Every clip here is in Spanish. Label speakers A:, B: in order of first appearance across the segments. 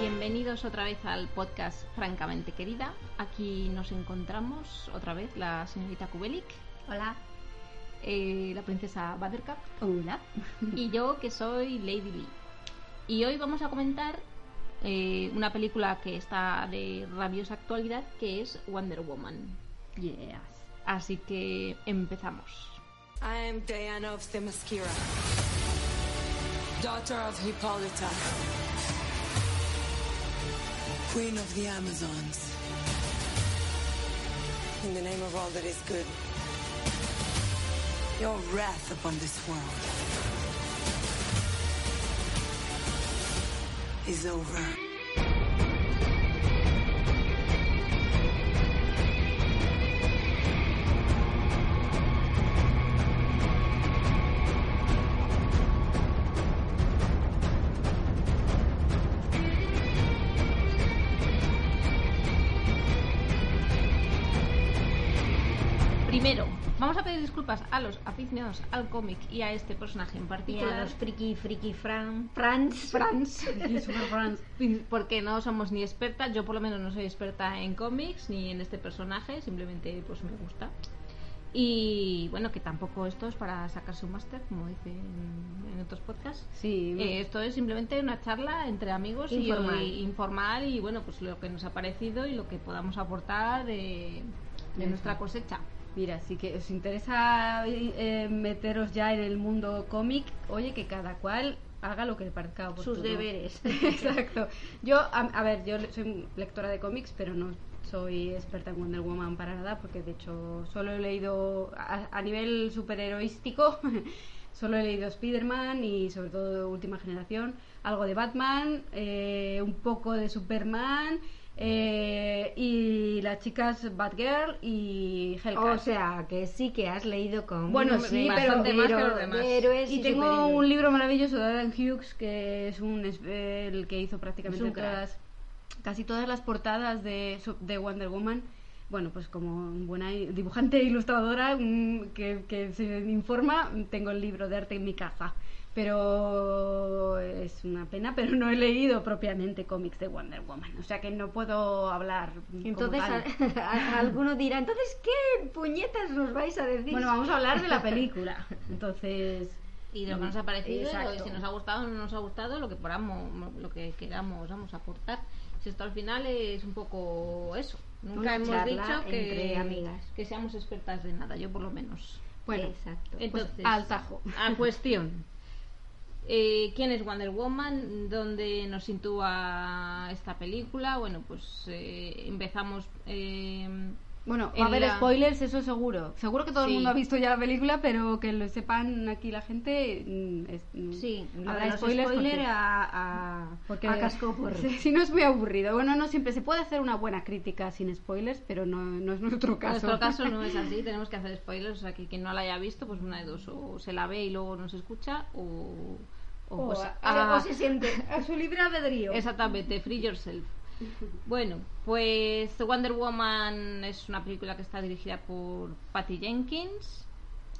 A: Bienvenidos otra vez al podcast Francamente Querida. Aquí nos encontramos otra vez la señorita Kubelik,
B: Hola.
A: eh, la princesa Buttercup
B: Hola.
A: y yo que soy Lady Lee. Y hoy vamos a comentar eh, una película que está de rabiosa actualidad que es Wonder Woman.
B: Yes.
A: Así que empezamos.
C: I am Diana of Themyscira, daughter of Hippolyta, queen of the Amazons. In the name of all that is good, your wrath upon this world is over.
A: Primero, vamos a pedir disculpas a los aficionados al cómic y a este personaje en
B: Y a
A: particular.
B: los friki, friki, fran, frans,
A: Frans.
B: friki, super frans.
A: porque no somos ni expertas, yo por lo menos no soy experta en cómics ni en este personaje, simplemente pues me gusta. Y bueno, que tampoco esto es para sacarse un máster, como dicen en otros podcasts.
B: Sí.
A: Eh, esto es simplemente una charla entre amigos y-
B: Informal.
A: Y, informal y bueno, pues lo que nos ha parecido y lo que podamos aportar de, de
B: Eso.
A: nuestra cosecha.
B: Mira, si que os interesa eh, meteros ya en el mundo cómic, oye, que cada cual haga lo que le parezca oportuno.
A: Sus deberes.
B: Exacto. Yo, a, a ver, yo le- soy lectora de cómics, pero no soy experta en Wonder Woman para nada, porque de hecho solo he leído, a, a nivel superheroístico, solo he leído Spider-Man y sobre todo Última Generación, algo de Batman, eh, un poco de Superman... eh, y las chicas Batgirl y Hellcat.
D: O
A: Oh,
D: sea, que sí que has leído con
B: Bueno,
D: un
B: sí,
D: número
B: pero-
D: de
A: más que los demás.
D: de héroes
B: Y tengo un libro maravilloso de Adam Hughes que es un es- el que hizo prácticamente
A: Es un crack.
B: todas, casi todas las portadas de, su- de Wonder Woman. Bueno, pues como buena i- dibujante e ilustradora mm, que, que se informa, tengo el libro de arte en mi casa. Pero es una pena, pero no he leído propiamente cómics de Wonder Woman. O sea que no puedo hablar. como
D: Entonces,
B: tal.
D: a- a- alguno dirá, entonces, ¿qué puñetas nos vais a decir?
B: bueno, vamos a hablar de la película. Entonces,
A: Y de lo que nos ha parecido,
B: Exacto.
A: si nos ha gustado o no nos ha gustado, lo que podamos, lo que queramos vamos a aportar. Si esto al final es un poco eso. Nunca
D: Una
A: hemos
D: charla
A: dicho que,
D: entre amigas.
A: que seamos expertas de nada, yo por lo menos.
B: bueno,
D: Exacto.
B: pues,
A: Entonces,
B: al tajo.
A: a cuestión. Eh, ¿Quién es Wonder Woman? ¿Dónde nos sitúa esta película? Bueno, pues eh, empezamos. eh,
B: Bueno,
A: en
B: va a haber
A: la-
B: spoilers, eso seguro. Seguro que todo
A: Sí.
B: el mundo ha visto ya la película, pero que lo sepan aquí la gente. mm, es- mm,
D: Sí, lo de
B: habrá
D: los
B: spoilers.
D: spoiler
B: porque-
A: ah,
D: a, a-
B: porque-
D: a casco porro.
B: Sí, si no es muy aburrido. Bueno, no siempre se puede hacer una buena crítica sin spoilers, pero no, no es nuestro
A: En
B: caso.
A: nuestro caso no es así, tenemos que hacer spoilers, o sea que quien no la haya visto, pues una de dos, o se la ve y luego no se escucha, o, o,
D: O,
A: pues,
D: a-
A: ah,
D: o se siente a su libre albedrío.
A: exactamente, free yourself. Bueno, pues Wonder Woman es una película que está dirigida por Patty Jenkins,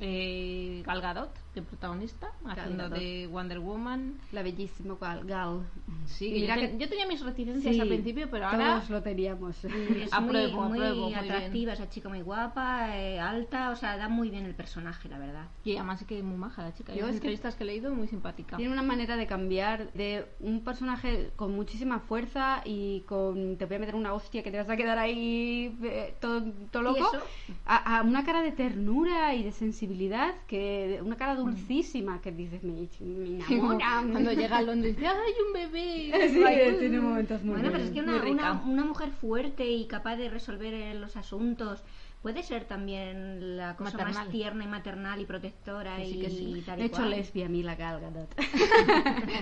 A: eh, Gal Gadot, que es protagonista, haciendo
B: Gadot.
A: de Wonder Woman.
B: La bellísima Gal. Gal.
A: Sí,
B: Y
A: yo,
B: mira
A: ten-
B: que-
A: yo tenía mis reticencias
B: Sí,
A: al principio, pero ahora
B: Todos lo teníamos.
D: Es
A: Apruebo,
D: muy,
A: apruebo, muy
D: muy
A: bien.
D: atractiva, esa chica muy guapa, eh, alta, o sea, da muy bien el personaje, la verdad.
A: y además es que es muy maja la chica.
B: Yo
A: Yo las
B: es que-
A: entrevistas que he leído muy simpática.
B: Tiene una manera de cambiar de un personaje con muchísima fuerza y con te voy a meter una hostia que te vas a quedar ahí eh, todo, todo loco
A: eso?
B: a, a una cara de ternura y de sensibilidad que una cara dulcísima que dices me, me enamora
A: Cuando llega a Londres dice, ¡ay, un bebé!
B: Sí,
A: Ay,
B: tiene
A: mm.
B: momentos muy
D: bueno, pero
B: buenos.
D: es que
A: Muy
D: una,
A: rica.
D: una- una mujer fuerte y capaz de resolver eh, los asuntos puede ser también la cosa
A: Maternal.
D: más tierna y maternal y protectora
A: Que sí,
D: y,
A: que sí.
D: tal y
B: de hecho
D: cual.
B: lesbia a mí la Gal Gadot.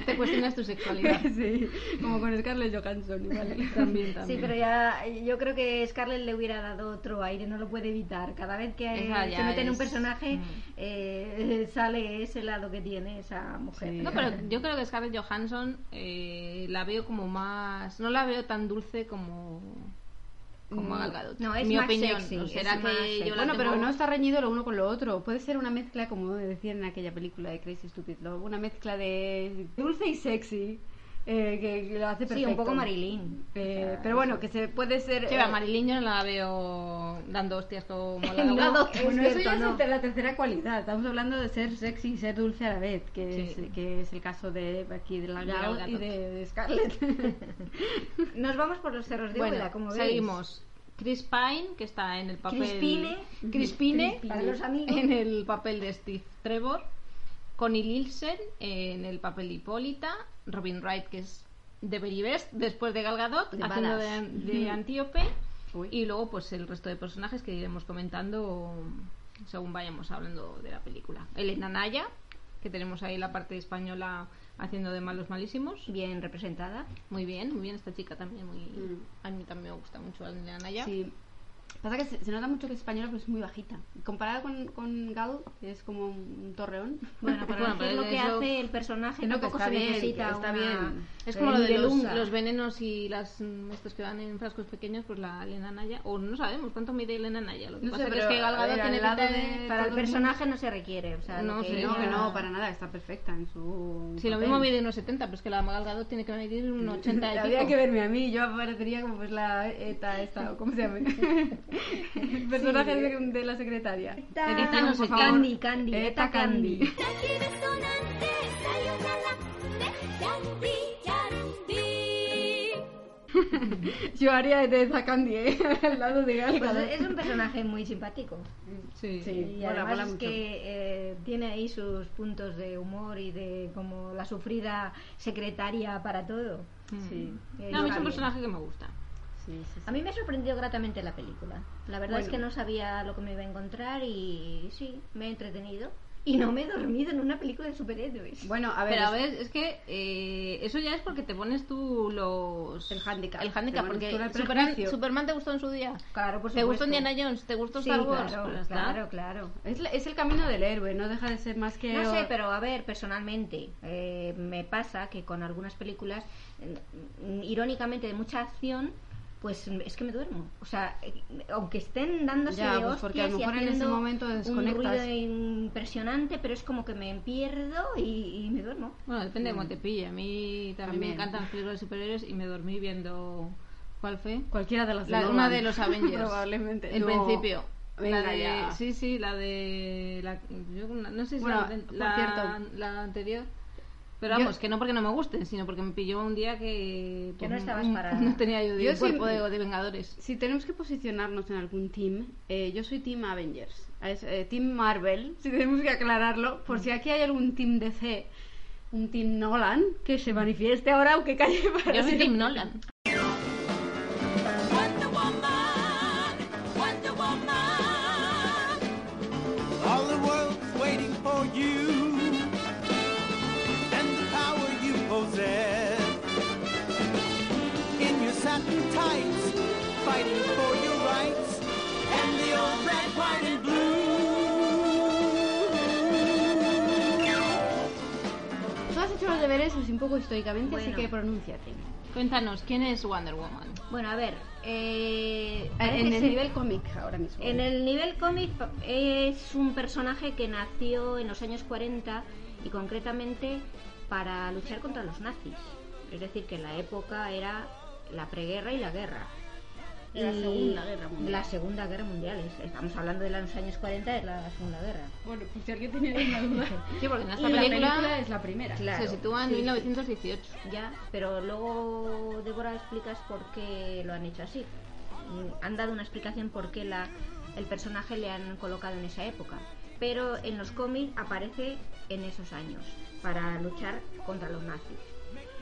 A: Te cuestionas tu sexualidad.
B: sí como con Scarlett Johansson igual
A: También,
D: Sí,
A: también.
D: pero ya yo creo que Scarlett le hubiera dado otro aire, no lo puede evitar. Cada vez que eh,
A: Esa ya
D: se mete en un
A: es-
D: personaje
A: Mm.
D: eh, sale ese lado que tiene esa mujer.
B: Sí.
A: No, pero yo creo que Scarlett Johansson eh, la veo como más... No la veo tan dulce como... Como a Gal Gadot.
D: No, es
A: Mi
D: más
A: opinión.
D: sexy,
A: ¿no? será
D: es más
A: que yo
D: sexy.
A: la
B: Bueno, pero
A: tengo-
B: no está reñido lo uno con lo otro. Puede ser una mezcla, como decían en aquella película de Crazy Stupid Love, una mezcla de dulce y sexy. eh, que, que lo hace perfecto.
D: Sí, un poco Marilyn.
B: Eh,
D: O sea,
B: pero bueno, que se puede ser...
A: Que va,
B: eh,
A: Marilyn yo no la veo dando hostias como la
B: No,
A: Gaga.
B: eh, es
D: Bueno,
B: cierto,
D: eso ya es
B: no.
D: ter-
B: la tercera cualidad. Estamos hablando de ser sexy y ser dulce a la vez, que,
A: Sí.
B: es, que es el caso de aquí de la
A: De la
B: Gal
A: Gal
B: y
A: Gadot.
B: de, de Scarlett.
D: Nos vamos por los cerros de
A: Bueno,
D: Úbeda, como veis.
A: seguimos. Chris Pine, que está en el papel.
D: Crispine.
A: Crispine,
D: Para los amigos.
A: En el papel de Steve Trevor. Connie Nielsen en el papel de Hipólita. Robin Wright, que es de Very Best, después de Gal Gadot,
D: De
A: haciendo de,
D: badass.
A: de Antíope.
B: Uy.
A: Y luego, pues el resto de personajes que iremos comentando según vayamos hablando de la película. Elena Naya, que tenemos ahí la parte española haciendo de malos malísimos.
D: Bien representada.
A: Muy bien, muy bien esta chica también, muy... A mí también me gusta mucho Elena Naya.
B: Sí. Pasa que se, se nota mucho que es española, pero es muy bajita. Comparada con, con Gal, es como un torreón.
D: Bueno, para
A: Bueno,
D: hacer
A: pero
D: lo que
A: eso-
D: hace el personaje
B: Que no, que
D: tampoco
B: está
D: se
B: bien,
D: necesita
B: que está
D: una-
B: bien.
A: Es como lo
D: Eh,
A: de los,
D: Mirelusa.
A: los venenos y las mm, estos que van en frascos pequeños, pues la Elena Naya, o no sabemos cuánto mide Elena Naya, lo que
B: No
A: pasa
B: sé,
A: que es
B: pero,
A: que Gal
B: a ver,
A: Gadot
B: al
A: tiene
B: lado
A: pinta
B: de-
A: de...
D: Para el
B: todo el
D: personaje no se requiere, o sea,
A: No
D: lo
A: sé,
D: que
B: No, que
D: ella-
B: no, para nada, está perfecta en su.
A: Pues Si lo
B: papel.
A: mismo mide unos 70, pues que la Gal Gadot tiene que medir un 80 y
B: Habría
A: pico.
B: que verme a mí, yo aparecería como pues la ETA esta, o ¿cómo se llama? El personaje de, de la secretaria.
D: Eta,
A: Eta no sé
B: por
A: qué.
B: favor.
D: Candy, Candy, Eta
B: Eta
D: Candy.
B: Candy. Yo haría de esa Candy, ¿eh? al lado de Gal.
D: Pues
B: Gadot.
D: es un personaje muy simpático.
A: Sí.
B: Sí.
D: Y
B: mola,
D: además
B: mola
D: es
B: mucho.
D: que eh, tiene ahí sus puntos de humor y de como la sufrida secretaria para todo.
B: Sí,
D: Eh,
A: Mm. No, a mí es un
D: está bien.
A: personaje que me gusta.
B: sí, sí.
D: A mí me sorprendió gratamente la película. La verdad es que no sabía lo que me iba a encontrar y sí, me he entretenido. Y no me he dormido en una película de superhéroes.
B: Bueno, a ver.
A: Pero a
B: es-
A: ver, es que eh, eso ya es porque te pones tú los...
B: El hándicap.
A: El hándicap,
B: Te pones
A: porque
B: tú el
A: Superman,
B: prejuicio.
A: Superman te gustó en su día.
D: claro, por
A: ¿Te gustó
D: supuesto.
A: Indiana Jones? ¿Te gustó
D: Sí,
A: Star Wars?
D: claro,
A: Pues ya está.
D: claro, claro.
B: Es, la- es el camino del héroe, no deja de ser más que.
D: No sé, pero a ver, personalmente, eh, me pasa que con algunas películas, eh, mm, irónicamente de mucha acción, pues mm, es que me duermo. O sea, eh, aunque estén dándose
B: Ya,
D: de
B: pues, porque a lo
D: hostias y
B: mejor en ese
D: haciendo
B: momento
D: un ruido
B: desconectas.
D: impresionante, pero es como que me pierdo y, y me duermo.
A: Bueno, depende de cómo te pille. A mí también, me
B: Mm. También.
A: encantan los películas de superhéroes y me dormí viendo. ¿Cuál fue?
B: Cualquiera de las
A: La,
B: Nolan.
A: una de los Avengers.
B: Probablemente.
A: En
B: No.
A: principio.
B: Venga,
A: la de,
B: ya.
A: Sí, sí, la de. La, yo no- no sé si
B: Bueno,
A: la,
B: por
A: la-
B: cierto.
A: la anterior. Pero
B: Yo-
A: vamos, que no porque no me gusten, sino porque me pilló un día que.
D: Que no
A: pues,
D: estabas
A: mm,
D: para-
A: No tenía yo,
B: Yo
A: de
B: sí-
A: cuerpo de, de Vengadores.
B: Si tenemos que posicionarnos en algún team, eh, yo soy Team Avengers, es, eh, Team Marvel, si tenemos que aclararlo, por si aquí hay algún Team DC, un Team Nolan, que se manifieste ahora aunque calle para
A: Yo soy
B: siempre.
A: Tim Nolan.
E: All the world's waiting for you and the power you possess. In your satin tights, fighting for your rights and the old red, white, and blue.
B: Tú has hecho los deberes así un poco históricamente,
D: Bueno.
B: así que pronúnciate.
A: Cuéntanos, ¿quién es Wonder Woman?
D: Bueno, a ver, eh, parece
B: En el
D: ser-
B: nivel cómic ahora mismo.
D: En el nivel cómic pa- es un personaje que nació en los años 40 y concretamente para luchar contra los nazis. Es decir, que la época era la preguerra y la guerra.
B: Y la
D: Y
B: Segunda Guerra Mundial.
D: La Segunda Guerra Mundial, es- estamos hablando de los años 40, es la Segunda Guerra.
B: Bueno, pues si alguien tenía alguna duda,
A: Sí, porque en esta
B: la
A: película,
B: película es la primera.
D: Claro,
A: se sitúa en
D: sí, sí.
A: 1918.
D: Ya, pero luego, Débora, explicas por qué lo han hecho así. Mm, Han dado una explicación por qué la, el personaje le han colocado en esa época. Pero en los cómics aparece en esos años para luchar contra los nazis.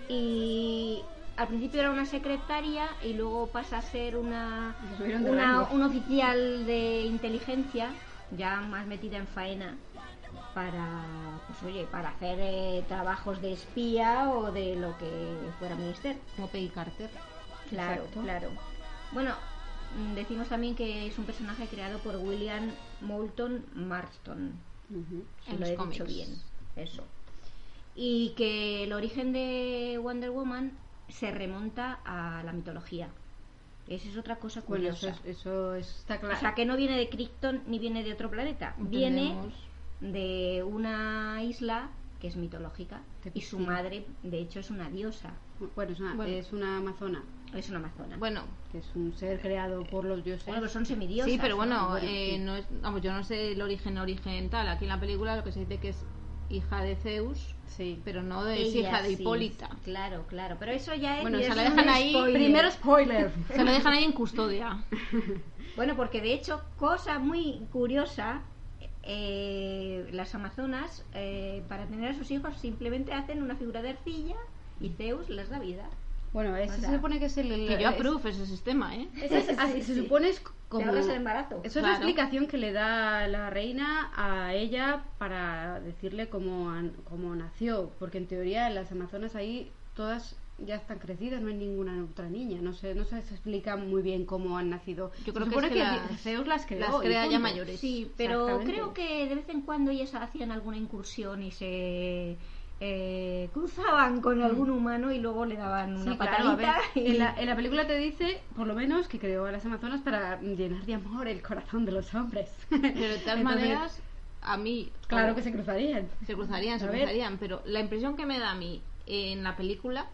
D: Y al principio era una secretaria y luego pasa a ser una,
B: Le subieron de
D: una-
B: rango.
D: un oficial de inteligencia ya más metida en faena para pues oye para hacer eh, trabajos de espía o de lo que fuera ministerio
A: Como Peggy Carter.
D: claro
B: Exacto.
D: claro bueno mm, decimos también que es un personaje creado por William Moulton Marston
B: Ujú.
D: si
A: En
D: lo
A: los
D: he
A: cómics.
D: dicho bien eso y que el origen de Wonder Woman se remonta a la mitología esa es otra cosa
B: Bueno,
D: curiosa
B: eso, es- eso está claro.
D: o sea que no viene de Krypton ni viene de otro planeta viene
A: Entendemos.
D: de una isla que es mitológica, y su madre, de hecho, es una diosa,
B: Bueno, es una,
A: Bueno.
B: es una amazona,
D: es una amazona.
A: Bueno,
B: que es un ser creado por los dioses.
D: Bueno, pues son semidiosas.
A: sí, pero
D: ¿no?
A: bueno,
B: bueno,
A: eh,
B: sí.
A: no es, vamos, yo no sé el origen origen tal. Aquí en la película lo que se dice que es hija de Zeus,
B: Sí.
A: pero no de, es
D: Ella
A: hija de
D: sí,
A: Hipólita.
D: Claro, claro, pero eso ya es...
A: Bueno,
D: ya
A: se
D: es
A: la
D: un
A: dejan ahí.
D: spoiler.
B: Primero spoiler.
A: Se lo dejan ahí en custodia.
D: Bueno, porque de hecho, cosa muy curiosa, eh, las amazonas, eh, para tener a sus hijos, simplemente hacen una figura de arcilla y Zeus les da vida.
B: bueno, ese
D: O sea,
B: se supone que es el...
A: Que yo
B: es-
A: apruebo ese sistema, ¿eh?
B: ese es- así se supone es como...
D: Te ahorras el embarazo.
B: Eso es
A: Claro.
B: la explicación que le da la reina a ella para decirle cómo, an- cómo nació, porque en teoría las amazonas ahí todas ya están crecidas, no hay ninguna otra niña, no sé, no se explica muy bien cómo han nacido.
A: Yo creo
B: se
A: que es
B: supone
A: que
B: que,
A: las-
B: Zeus las creó.
A: las
B: y
A: crea ya
B: punto.
A: mayores.
D: Sí, pero
B: Exactamente.
D: creo que de vez en cuando ellas hacían alguna incursión y se eh, cruzaban con algún humano y luego le daban una
B: Sí, claro, a
D: patadita.
B: ver,
D: y-
B: en, la, en la película te dice, por lo menos, que creó a las amazonas para llenar de amor el corazón de los hombres.
A: Pero de todas
B: Entonces,
A: maneras, a mí.
B: Claro que se cruzarían.
A: Se cruzarían, se
B: A ver.
A: cruzarían, pero la impresión que me da a mí en la película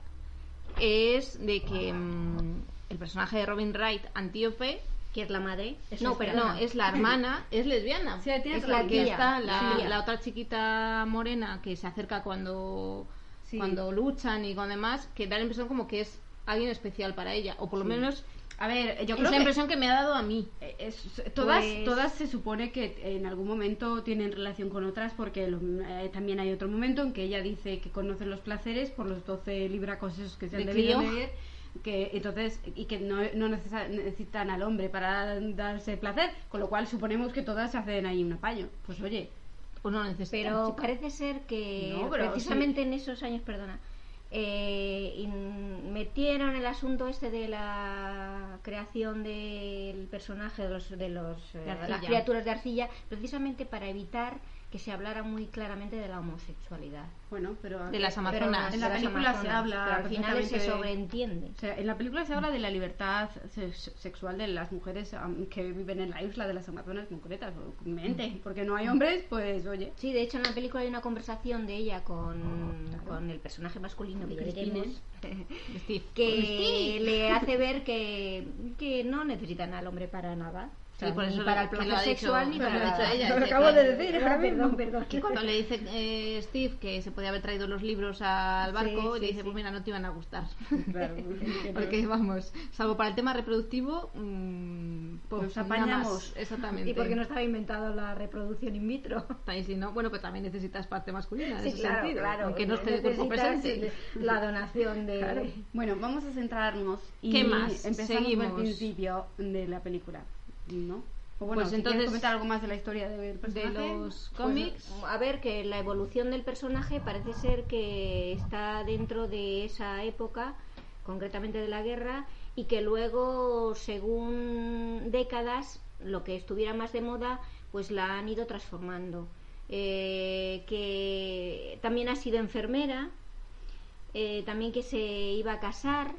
A: es de que mm, el personaje de Robin Wright, Antíope,
D: Que es la madre.
A: no, pero no, es la hermana, es lesbiana.
B: Sí, tiene
A: es la
B: otra
A: que
D: tía,
A: está,
D: la
A: la,
D: tía.
A: la otra chiquita morena que se acerca cuando,
B: Sí.
A: cuando luchan y con demás, que da la impresión como que es alguien especial para ella, o por lo menos
B: A ver, yo
A: es
B: creo
A: la
B: que...
A: impresión que me ha dado a mí.
B: Eh, es- todas,
D: Pues-
B: todas se supone que en algún momento tienen relación con otras porque lo- eh, también hay otro momento en que ella dice que conoce los placeres por los 12 libracos esos que se han
A: De
B: debido
A: Clio.
B: leer que entonces y que no, no necesa- necesitan al hombre para darse placer con lo cual suponemos que todas se hacen ahí un apaño pues oye
A: Pues no necesito.
D: Pero parece ser que
B: No, pero
D: precisamente en esos años, perdona, eh, in- metieron el asunto este de la creación del personaje de los de los eh, las
A: arcilla.
D: criaturas de arcilla, precisamente para evitar que se hablara muy claramente de la homosexualidad.
B: bueno pero
A: De las
D: Pero
A: Amazonas.
D: no,
B: En la
D: de las
B: película se habla
D: pero al final se
B: perfectamente de-
D: sobreentiende.
B: O sea, en la película se habla de la libertad se- sexual de las mujeres am, que viven en la isla de las Amazonas concretas,
A: Mm.
B: mente, porque no hay hombres, pues oye.
D: Sí, de hecho en la película hay una conversación de ella con,
B: Ah,
D: con el personaje masculino que ya
B: Christine.
D: veremos.
A: Steve.
D: que le hace ver que, que no necesitan al hombre para nada. O sea,
A: Sí, por
D: ni
A: eso lo-
D: para el
A: que lo
D: placer
A: ha dicho-
D: sexual ni
A: que lo
D: para
A: ha dicho ella,
B: Lo
A: es de
B: acabo
A: plan-
B: de decir, ahora
D: Perdón,
B: mismo.
D: perdón.
A: Que cuando le dice eh, Steve que se podía haber traído los libros al barco,
D: Sí,
A: y le
D: sí,
A: dice,
D: sí.
A: pues mira, no te iban a gustar.
B: Claro, porque no.
A: Porque vamos, salvo para el tema reproductivo, mm, pues
B: Nos
A: nada
B: apañamos.
A: más, exactamente.
D: Y porque no estaba inventado la reproducción in vitro.
A: Ahí sí, ¿no? Bueno, pues también necesitas parte masculina, en
D: Sí,
A: ese
D: claro,
A: sentido,
D: claro.
A: aunque no esté de cuerpo
D: Necesitas
A: presente.
D: La donación de...
B: Bueno, vamos a centrarnos y
A: ¿Qué más?
B: empezamos
A: Seguimos.
B: por el principio de la película, ¿no? O bueno,
A: Pues
B: si
A: entonces,
B: quieres comentar algo más de la historia del
A: De
B: personaje.
A: los
D: Pues,
A: cómics,
D: a ver, que la evolución del personaje parece ser que está dentro de esa época, concretamente de la guerra, y que luego, según décadas, lo que estuviera más de moda, pues la han ido transformando. Eh, que también ha sido enfermera, eh, también que se iba a casar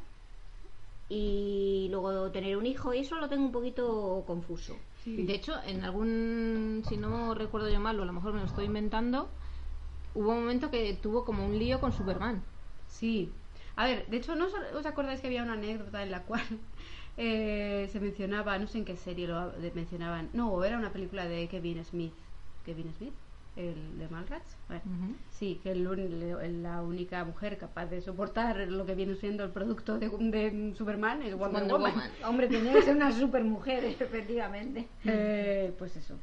D: y luego tener un hijo, y eso lo tengo un poquito confuso.
A: de hecho, en algún, si no recuerdo yo mal, o a lo mejor me lo estoy inventando, hubo un momento que tuvo como un lío con Superman.
B: Sí. A ver, de hecho, ¿no os- os acordáis que había una anécdota en la cual eh, se mencionaba, no sé en qué serie lo ha- de- mencionaban, no, era una película de Kevin Smith. ¿Kevin Smith? ¿El de Malrats? Bueno,
A: Ujú.
B: Sí, que el un- el- la única mujer capaz de soportar lo que viene siendo el producto de, de Superman es Wonder,
A: Wonder
B: Woman.
A: Woman.
D: Hombre, tenía que ser una supermujer, efectivamente.
B: Eh, pues eso.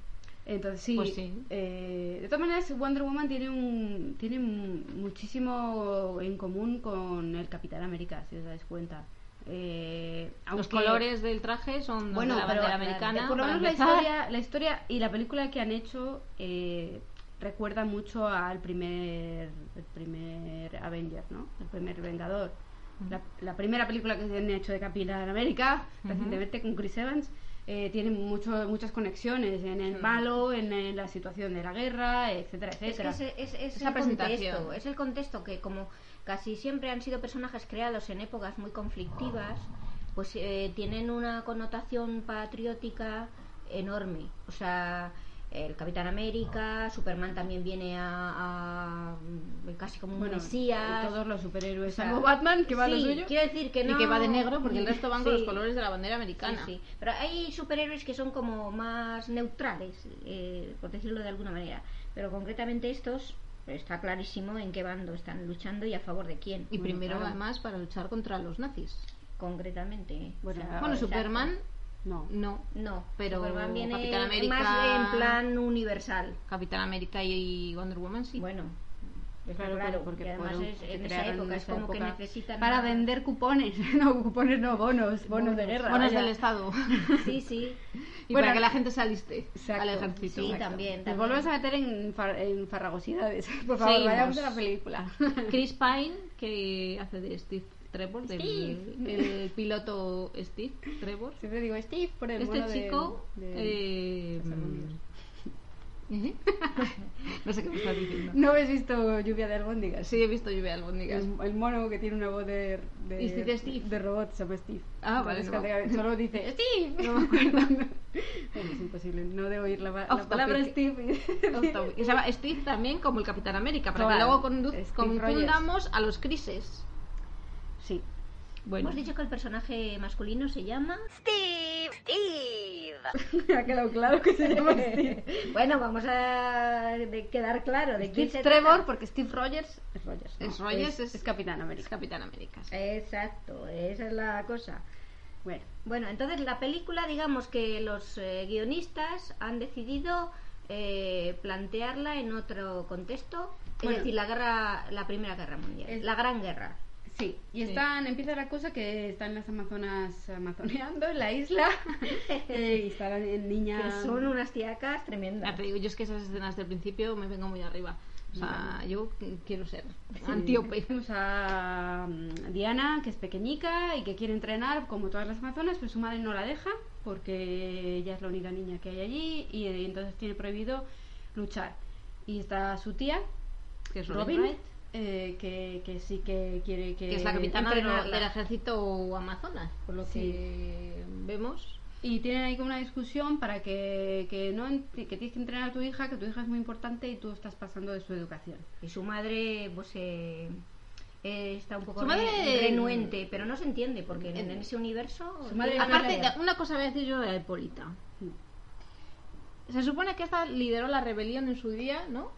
B: Entonces sí,
A: Pues sí.
B: eh, de todas maneras Wonder Woman tiene un tiene un- muchísimo en común con el Capitán América, si os dais cuenta. Eh,
A: Los
B: aunque-
A: colores del traje son
B: bueno,
A: de la
B: pero
D: eh,
A: bandera americana.
B: por lo
A: para
B: menos la
A: empezar.
B: historia, la historia y la película que han hecho eh, recuerda mucho al primer, el primer Avenger, ¿no? El primer Vengador. La, la primera película que se han hecho de Capitán América, recientemente con Chris Evans, eh, tiene mucho- muchas conexiones en el malo, en, eh, la situación de la guerra, etcétera,
D: Es, que
B: etcétera.
D: es, es- es
A: Esa
D: el contexto,
A: presentación.
D: es el contexto que como casi siempre han sido personajes creados en épocas muy conflictivas, pues eh, tienen una connotación patriótica enorme. O sea, el Capitán América, Superman también viene a, a- casi como un
B: Bueno,
D: mesías.
B: todos los superhéroes,
D: O sea,
B: salvo Batman, que va a lo
D: sí,
B: suyo.
D: Quiero decir que
A: Y
D: no.
A: que va de negro porque el resto van con
D: Sí.
A: los colores de la bandera
D: Sí,
A: americana.
D: sí. Pero hay superhéroes que son como más neutrales, eh, por decirlo de alguna manera. Pero concretamente estos, pues, está clarísimo en qué bando están luchando y a favor de quién.
A: Y primero,
B: claro.
A: además, para luchar contra los nazis.
D: Concretamente. ¿eh?
B: Bueno,
D: O sea,
A: bueno,
D: exacto.
A: Superman,
B: No.
A: no.
D: No,
A: pero
D: Superman viene
A: Capitán América-
D: más en plan universal.
A: Capitán América y Wonder Woman, sí.
D: Bueno, está
B: Claro,
D: claro,
B: porque- porque
D: y además
B: fueron-
D: es,
B: se
D: en esa
B: crearon en
D: época es
B: esa
D: como que
B: época
D: necesitan.
B: Para
D: más-
B: vender cupones. No, cupones no, bonos. Bonos de
D: Bonos.
B: guerra.
A: bueno, es
B: vaya.
A: del Estado.
D: Sí, sí.
A: y
B: Bueno,
A: para que la gente se aliste
B: Exacto,
A: al ejército.
D: sí, también,
B: Nos
D: también.
B: volvemos a meter en, far- en farragosidades. Por favor,
A: Seguimos.
B: vayamos a la película.
A: Chris Pine, que hace de Steve Trevor, del el piloto Steve Trevor.
B: Siempre digo Steve por el mono
A: Este
B: de-
A: chico.
B: de-
A: eh,
B: Los alumnos.
A: ¿Eh? no sé qué me estás diciendo.
B: ¿No habéis visto Lluvia de albóndigas?
A: Sí, he visto lluvia de albóndigas.
B: El, el mono que tiene una voz de, de,
A: Y se dice Steve.
B: de robot se llama Steve.
A: Ah, vale,
B: Entonces,
A: no.
B: cada- Solo dice Steve.
A: No me acuerdo. Oh,
B: Bueno, es imposible no de oír la, va-
A: Off
B: la palabra
A: topic.
B: Steve.
A: Octavo. Y se llama Steve también como el Capitán América, para
B: Claro,
A: que luego condu-
B: Steve
A: confundamos a los crises.
B: sí.
A: Bueno,
D: Hemos dicho que el personaje masculino se llama.
B: ha quedado claro que se llama Steve.
D: bueno, vamos a de- quedar claro de quién se
B: Steve Trevor,
D: trata.
B: porque Steve Rogers es Rogers. ¿no?
A: Es Rogers, es-
B: es Capitán
A: es
B: América.
A: Capitán América. sí.
D: Exacto, esa es la cosa.
B: Bueno.
D: Bueno, entonces la película, digamos que los eh, guionistas han decidido eh, plantearla en otro contexto, es
B: Bueno.
D: decir, la guerra, la primera guerra mundial,
B: Es-
D: la gran guerra.
B: Sí, y
A: Sí.
B: están, empieza la cosa que están las amazonas amazoneando en la isla eh, y están en
D: Que
B: niñas...
D: son unas tiacas
A: Ya
D: tremendas.
A: te digo, yo es que esas escenas del principio me vengo muy arriba. O sea, yo quiero ser
B: Sí.
A: antíope.
B: Tenemos a mm, Diana, que es pequeñica y que quiere entrenar como todas las amazonas, pero su madre no la deja porque ella es la única niña que hay allí y eh, entonces tiene prohibido luchar. Y está su tía,
A: Que es
B: Robin,
A: Wright,
B: eh, que, que sí que quiere que...
A: que es la capitana de lo-
B: entrenarla.
A: del ejército amazonas, por lo
B: Sí.
A: que vemos.
B: Y tienen ahí como una discusión para que, que no ent- que tienes que entrenar a tu hija, que tu hija es muy importante y tú estás pasando de su educación.
D: Y su madre, pues, eh, eh, está un poco
A: Su madre-
D: re- renuente, pero no se entiende, porque en,
A: En-
D: en ese universo...
B: Eh, Su madre
D: tiene-
B: no
A: Aparte,
B: la idea.
A: de- una cosa voy a decir yo de Hipólita. Se supone que esta lideró la rebelión en su día, ¿no?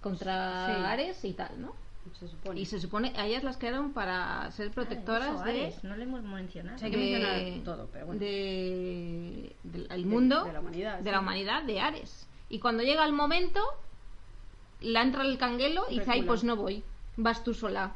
A: Contra
B: Sí.
A: Ares y tal, ¿no?
B: Se supone.
A: Y se supone a ellas las crearon para ser
D: Ah,
A: protectoras
D: eso,
A: de,
D: Ares, no le hemos mencionado.
B: Sí. Hay que mencionar todo, pero bueno.
A: de- del al mundo,
B: de la humanidad,
A: de
B: sí.
A: la humanidad, de Ares. Y cuando llega el momento, la entra el canguelo y dice, ay,
B: Recula.
A: pues no voy, vas tú sola.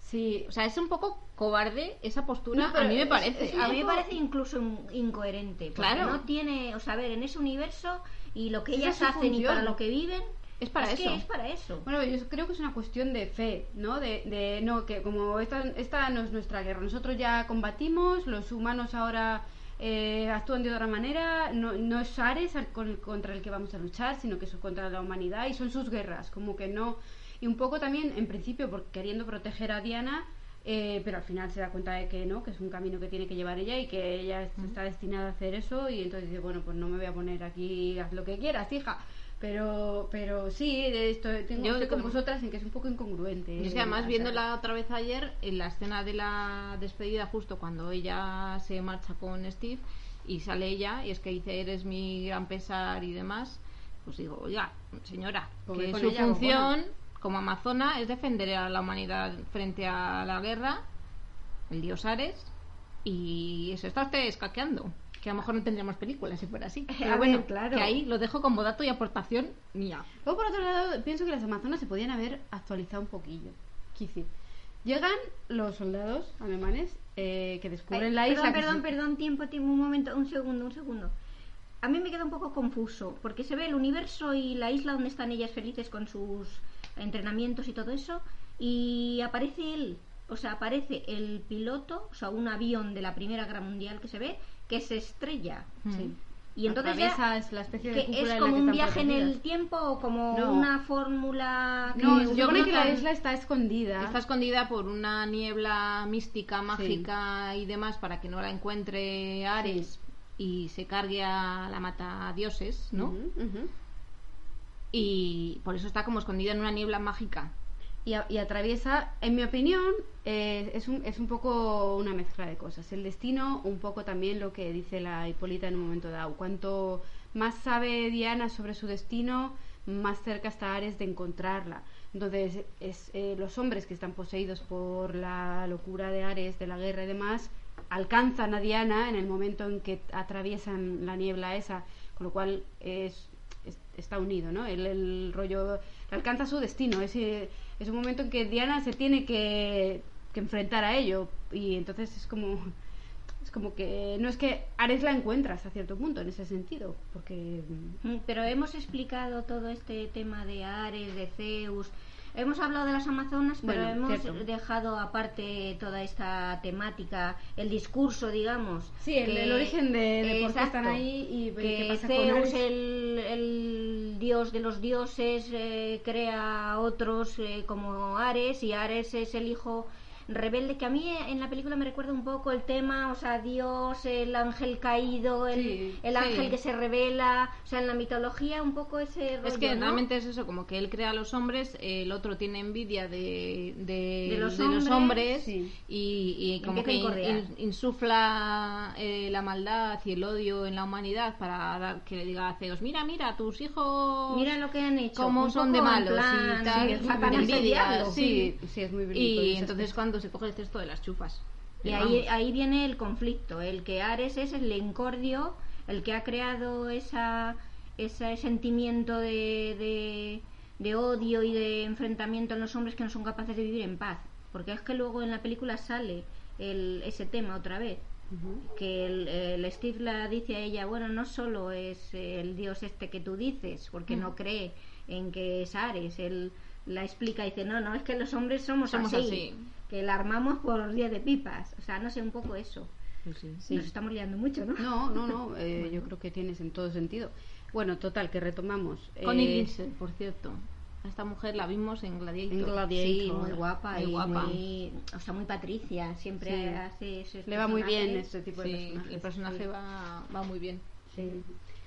B: Sí,
A: O sea, es un poco cobarde esa postura,
D: No, pero
A: a mí me
D: es-
A: parece.
D: es-
A: ¿eh?
D: a mí me parece incluso in- incoherente. porque
A: Claro.
D: No tiene, o sea, a ver, en ese universo y lo que
B: Esa
D: ellas
B: es su
D: hacen y
B: función.
D: para lo que viven.
A: Es para
D: que
A: eso.
D: es para eso.
B: Bueno, yo creo que es una cuestión de fe, ¿no? De, de no, que como esta, esta no es nuestra guerra, nosotros ya combatimos, los humanos ahora eh, actúan de otra manera, no, no es Ares al- con el- contra el que vamos a luchar, sino que es contra la humanidad y son sus guerras, como que no. Y un poco también, en principio, porque queriendo proteger a Diana. eh, pero al final se da cuenta de que no, que es un camino que tiene que llevar ella y que ella es- está destinada a hacer eso y entonces dice, bueno, pues no me voy a poner aquí, haz lo que quieras, hija. Pero, pero sí, esto, tengo,
A: Yo
B: estoy con
A: creo-
B: vosotras en que es un poco incongruente.
A: Y es que además viéndola otra vez ayer, en la escena de la despedida, justo cuando ella se marcha con Steve y sale ella, y es que dice eres mi gran pesar y demás, pues digo, oiga, señora,
B: Pobre
A: que
B: con
A: su
B: ella,
A: función como amazona es defender a la humanidad frente a la guerra, el dios Ares, y eso está usted escaqueando. Que a lo mejor no tendríamos películas si fuera
B: Eh,
A: así. Pero
D: ver,
A: bueno,
D: claro.
A: que ahí lo dejo como dato y aportación mía.
B: Luego, por otro lado, pienso que las Amazonas se podían haber actualizado un poquillo. Quiero decir, llegan los soldados alemanes eh, que descubren
D: Ay,
B: la
D: perdón,
B: isla. que
D: Perdón,
B: se-
D: perdón, tiempo, tiempo, un momento, un segundo, un segundo. A mí me queda un poco confuso, porque se ve el universo y la isla donde están ellas felices con sus entrenamientos y todo eso, y aparece él, o sea, aparece el piloto, o sea, un avión de la Primera Guerra Mundial que se ve, que se estrella.
A: Mm.
D: Y entonces ya-
B: Atraviesa, es la especie de
D: que
B: cúpula
D: es
B: en la
D: como
B: que
D: un
B: están
D: viaje en el
B: protegidas.
D: tiempo o como
B: No.
D: una fórmula que
B: No,
A: Yo
B: se
A: creo
B: supone que la
A: que-
B: isla está escondida.
A: Está escondida por una niebla mística, mágica y demás para que no la encuentre Ares y se cargue a la mata dioses, ¿no?
B: Ujú, ujú.
A: Y por eso está como escondida en una niebla mágica.
B: y, a- y atraviesa, en mi opinión, eh, es, un, es un poco una mezcla de cosas. El destino, un poco también lo que dice la Hipólita en un momento dado. Cuanto más sabe Diana sobre su destino, más cerca está Ares de encontrarla. Entonces, es, eh, los hombres que están poseídos por la locura de Ares, de la guerra y demás, alcanzan a Diana en el momento en que atraviesan la niebla esa, con lo cual es, es- está unido, ¿no? El, el rollo alcanza su destino, es, eh, es un momento en que Diana se tiene que, que enfrentar a ello y entonces es como es como que no es que Ares la encuentras a cierto punto en ese sentido, porque
D: Mm, Pero hemos explicado todo este tema de Ares, de Zeus. Hemos hablado de las Amazonas, pero
B: Bueno,
D: hemos
B: cierto.
D: dejado aparte toda esta temática, el discurso, digamos.
B: Sí, el- el origen de- de por qué
D: Exacto.
B: están ahí y- y qué
D: que
B: pasa con
D: Zeus,
B: Ares.
D: el, el dios de los dioses, eh, crea a otros eh, como Ares y Ares es el hijo rebelde que a mí eh, en la película me recuerda un poco el tema, o sea, Dios, el ángel caído, el,
B: Sí,
D: el
A: sí.
D: ángel que se revela, o sea, en la mitología un poco ese rollo,
A: Es que
D: ¿no?
A: realmente es eso, como que él crea a los hombres, el otro tiene envidia de, de,
D: De los
A: hombres
D: hombres,
B: sí.
A: y, y como que
D: Empieza a
A: in-
D: incordiar.
A: in- insufla eh, la maldad y el odio en la humanidad para dar- que le diga a Zeus, mira, mira, tus hijos...
D: Mira lo que han hecho.
A: cómo
D: un
A: son
D: poco
A: de
D: en
A: malos
D: plan,
A: y tal,
D: sí,
A: es muy
D: Satanás
A: envidia,
D: el diablo.
A: sí.
B: sí, es muy brillo
A: Y entonces cuando se coge el cesto de las chufas.
D: Y
A: Pero
D: ahí,
A: vamos.
D: ahí viene el conflicto, el que Ares es el incordio, el que ha creado esa, ese sentimiento de, de, de odio y de enfrentamiento en los hombres que no son capaces de vivir en paz. Porque es que luego en la película sale el, ese tema otra vez. Que el, el Steve la dice a ella, bueno, no solo es el dios este que tú dices, porque
B: Mm.
D: no cree en que es Ares. Él la explica y dice, no, no, es que los hombres somos,
A: Somos así.
D: así que la armamos por 10 de pipas. O sea, no sé, un poco eso. Nos estamos liando mucho, ¿no?
B: No, no, no, eh, yo creo que tienes en todo sentido. Bueno, total, que retomamos.
A: Connie
B: eh,
A: Lindsay, por cierto. A esta mujer la vimos en Gladiator.
B: En Gladiator.
D: Sí, muy guapa
A: Muy
D: y
A: guapa.
D: muy... O sea, muy patricia. Siempre
B: Sí.
D: hace esos
B: Le va muy bien
D: personajes.
B: este tipo de
A: Sí,
B: personajes.
A: el personaje
B: sí.
A: va, va muy bien.
B: Sí.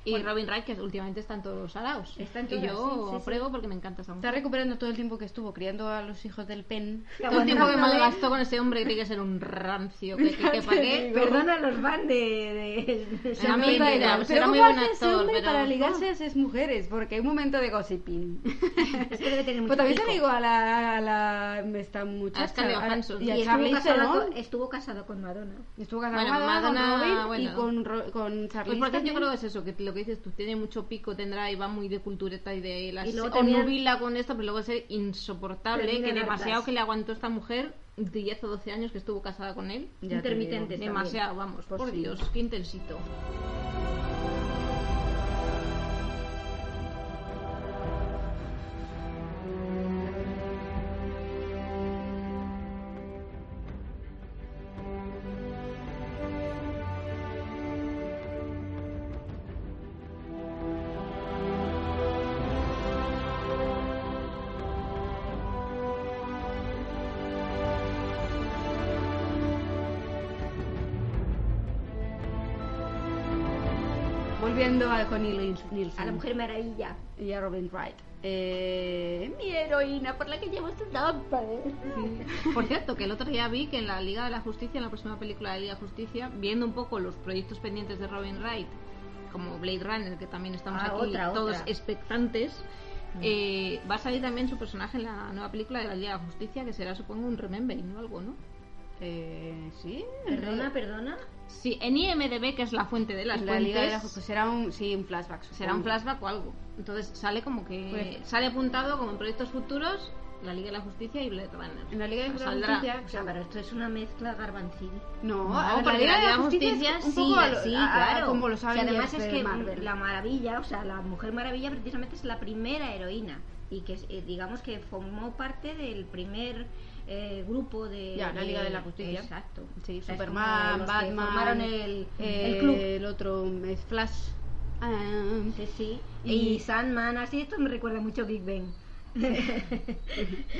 A: Y Robin Wright, que últimamente está en todos los araos.
D: Está en
A: y
D: todas,
A: yo
D: sí, sí, sí.
A: pruebo porque me encanta esa
B: Está
A: mujer.
B: recuperando todo el tiempo que estuvo criando a los hijos del pen.
A: Todo el tiempo que
D: Aguantándole.
A: malgastó con ese hombre que tiene que ser un rancio. Que, que, que, pa' qué.
D: Perdona los van de... de, de-
A: A mí me
D: de-
A: da igual,
B: Pero
A: será muy
B: ¿cómo
A: buen
B: hace ese
A: actor,
B: hombre
A: pero-
B: para ligarse a esas mujeres? Porque hay un momento de gossiping.
D: Es que debe tener mucho
B: Pues también te
D: pico.
B: digo a la, a la esta muchacha.
A: Scarlett Johansson.
B: Y
D: Y
B: a
D: estuvo
B: Charlize
D: casado,
B: Theron.
D: con, estuvo casado con Madonna.
B: Estuvo casada
A: Bueno,
B: con Madonna, con
A: Madonna,
B: Robin y
A: bueno.
B: con, Ro- con
A: Pues
B: Charlize
A: por tanto, yo
B: también.
A: creo que es eso, que lo que dices tú, tiene mucho pico, tendrá y va muy de cultureta y de las...
D: Y luego
A: o
D: también-
A: nubila con esto, pero luego es insoportable,
D: Termina
A: que
D: en
A: demasiado
D: hartas.
A: que le aguantó esta mujer, 10 o 12 años que estuvo casada con él.
B: Ya te
D: Intermitentes
B: digo.
D: también.
A: Demasiado, vamos,
B: Pues
A: por
B: sí.
A: Dios, qué intensito.
B: Volviendo a Connie Nils- Nielsen.
D: A la Mujer Maravilla.
B: Y a Robin Wright. Eh, mi heroína por la que llevo este
A: Por cierto, que el otro día vi que en la Liga de la Justicia, en la próxima película de la Liga de la Justicia, viendo un poco los proyectos pendientes de Robin Wright, como Blade Runner, que también estamos
D: Ah,
A: aquí
D: otra,
A: todos
D: otra.
A: expectantes,
B: Mm.
A: eh, va a salir también su personaje en la nueva película de la Liga de la Justicia, que será, supongo, un Remembering o algo, ¿no?
B: Eh, sí.
D: Perdona, perdona.
A: Sí, en IMDB, que es la fuente de las
B: La Liga de la
A: fuentes,
B: Justicia será un, sí, un flashback.
A: será un
B: supongo.
A: flashback o algo. Entonces sale como que...
B: Pues-
A: sale apuntado como en proyectos futuros la Liga de la Justicia y Blade Runner.
B: En la Liga de la
A: Saldrá.
B: Justicia.
D: O sea, pero esto es una mezcla garbancini.
B: No,
A: No,
B: a ver,
A: porque
B: la Liga de la Justicia, es
A: Justicia
B: un poco a lo-
D: sí,
B: a- a-
D: claro.
B: como lo saben
D: Si además
B: ya
D: es
B: de
D: que
B: Marvel.
D: la maravilla, o sea, la Mujer Maravilla precisamente es la primera heroína y que es, eh, digamos que formó parte del primer eh, grupo de
B: Ya, la Liga de la Justicia.
D: Exacto.
B: Sí,
D: O sea, es
B: Superman,
D: como los que
B: Batman,
D: Formaron el,
B: eh,
D: el club.
B: el otro es Flash. Ah,
D: Sí, sí.
B: Y-
D: Y, Sandman, así esto me recuerda mucho a Big Bang.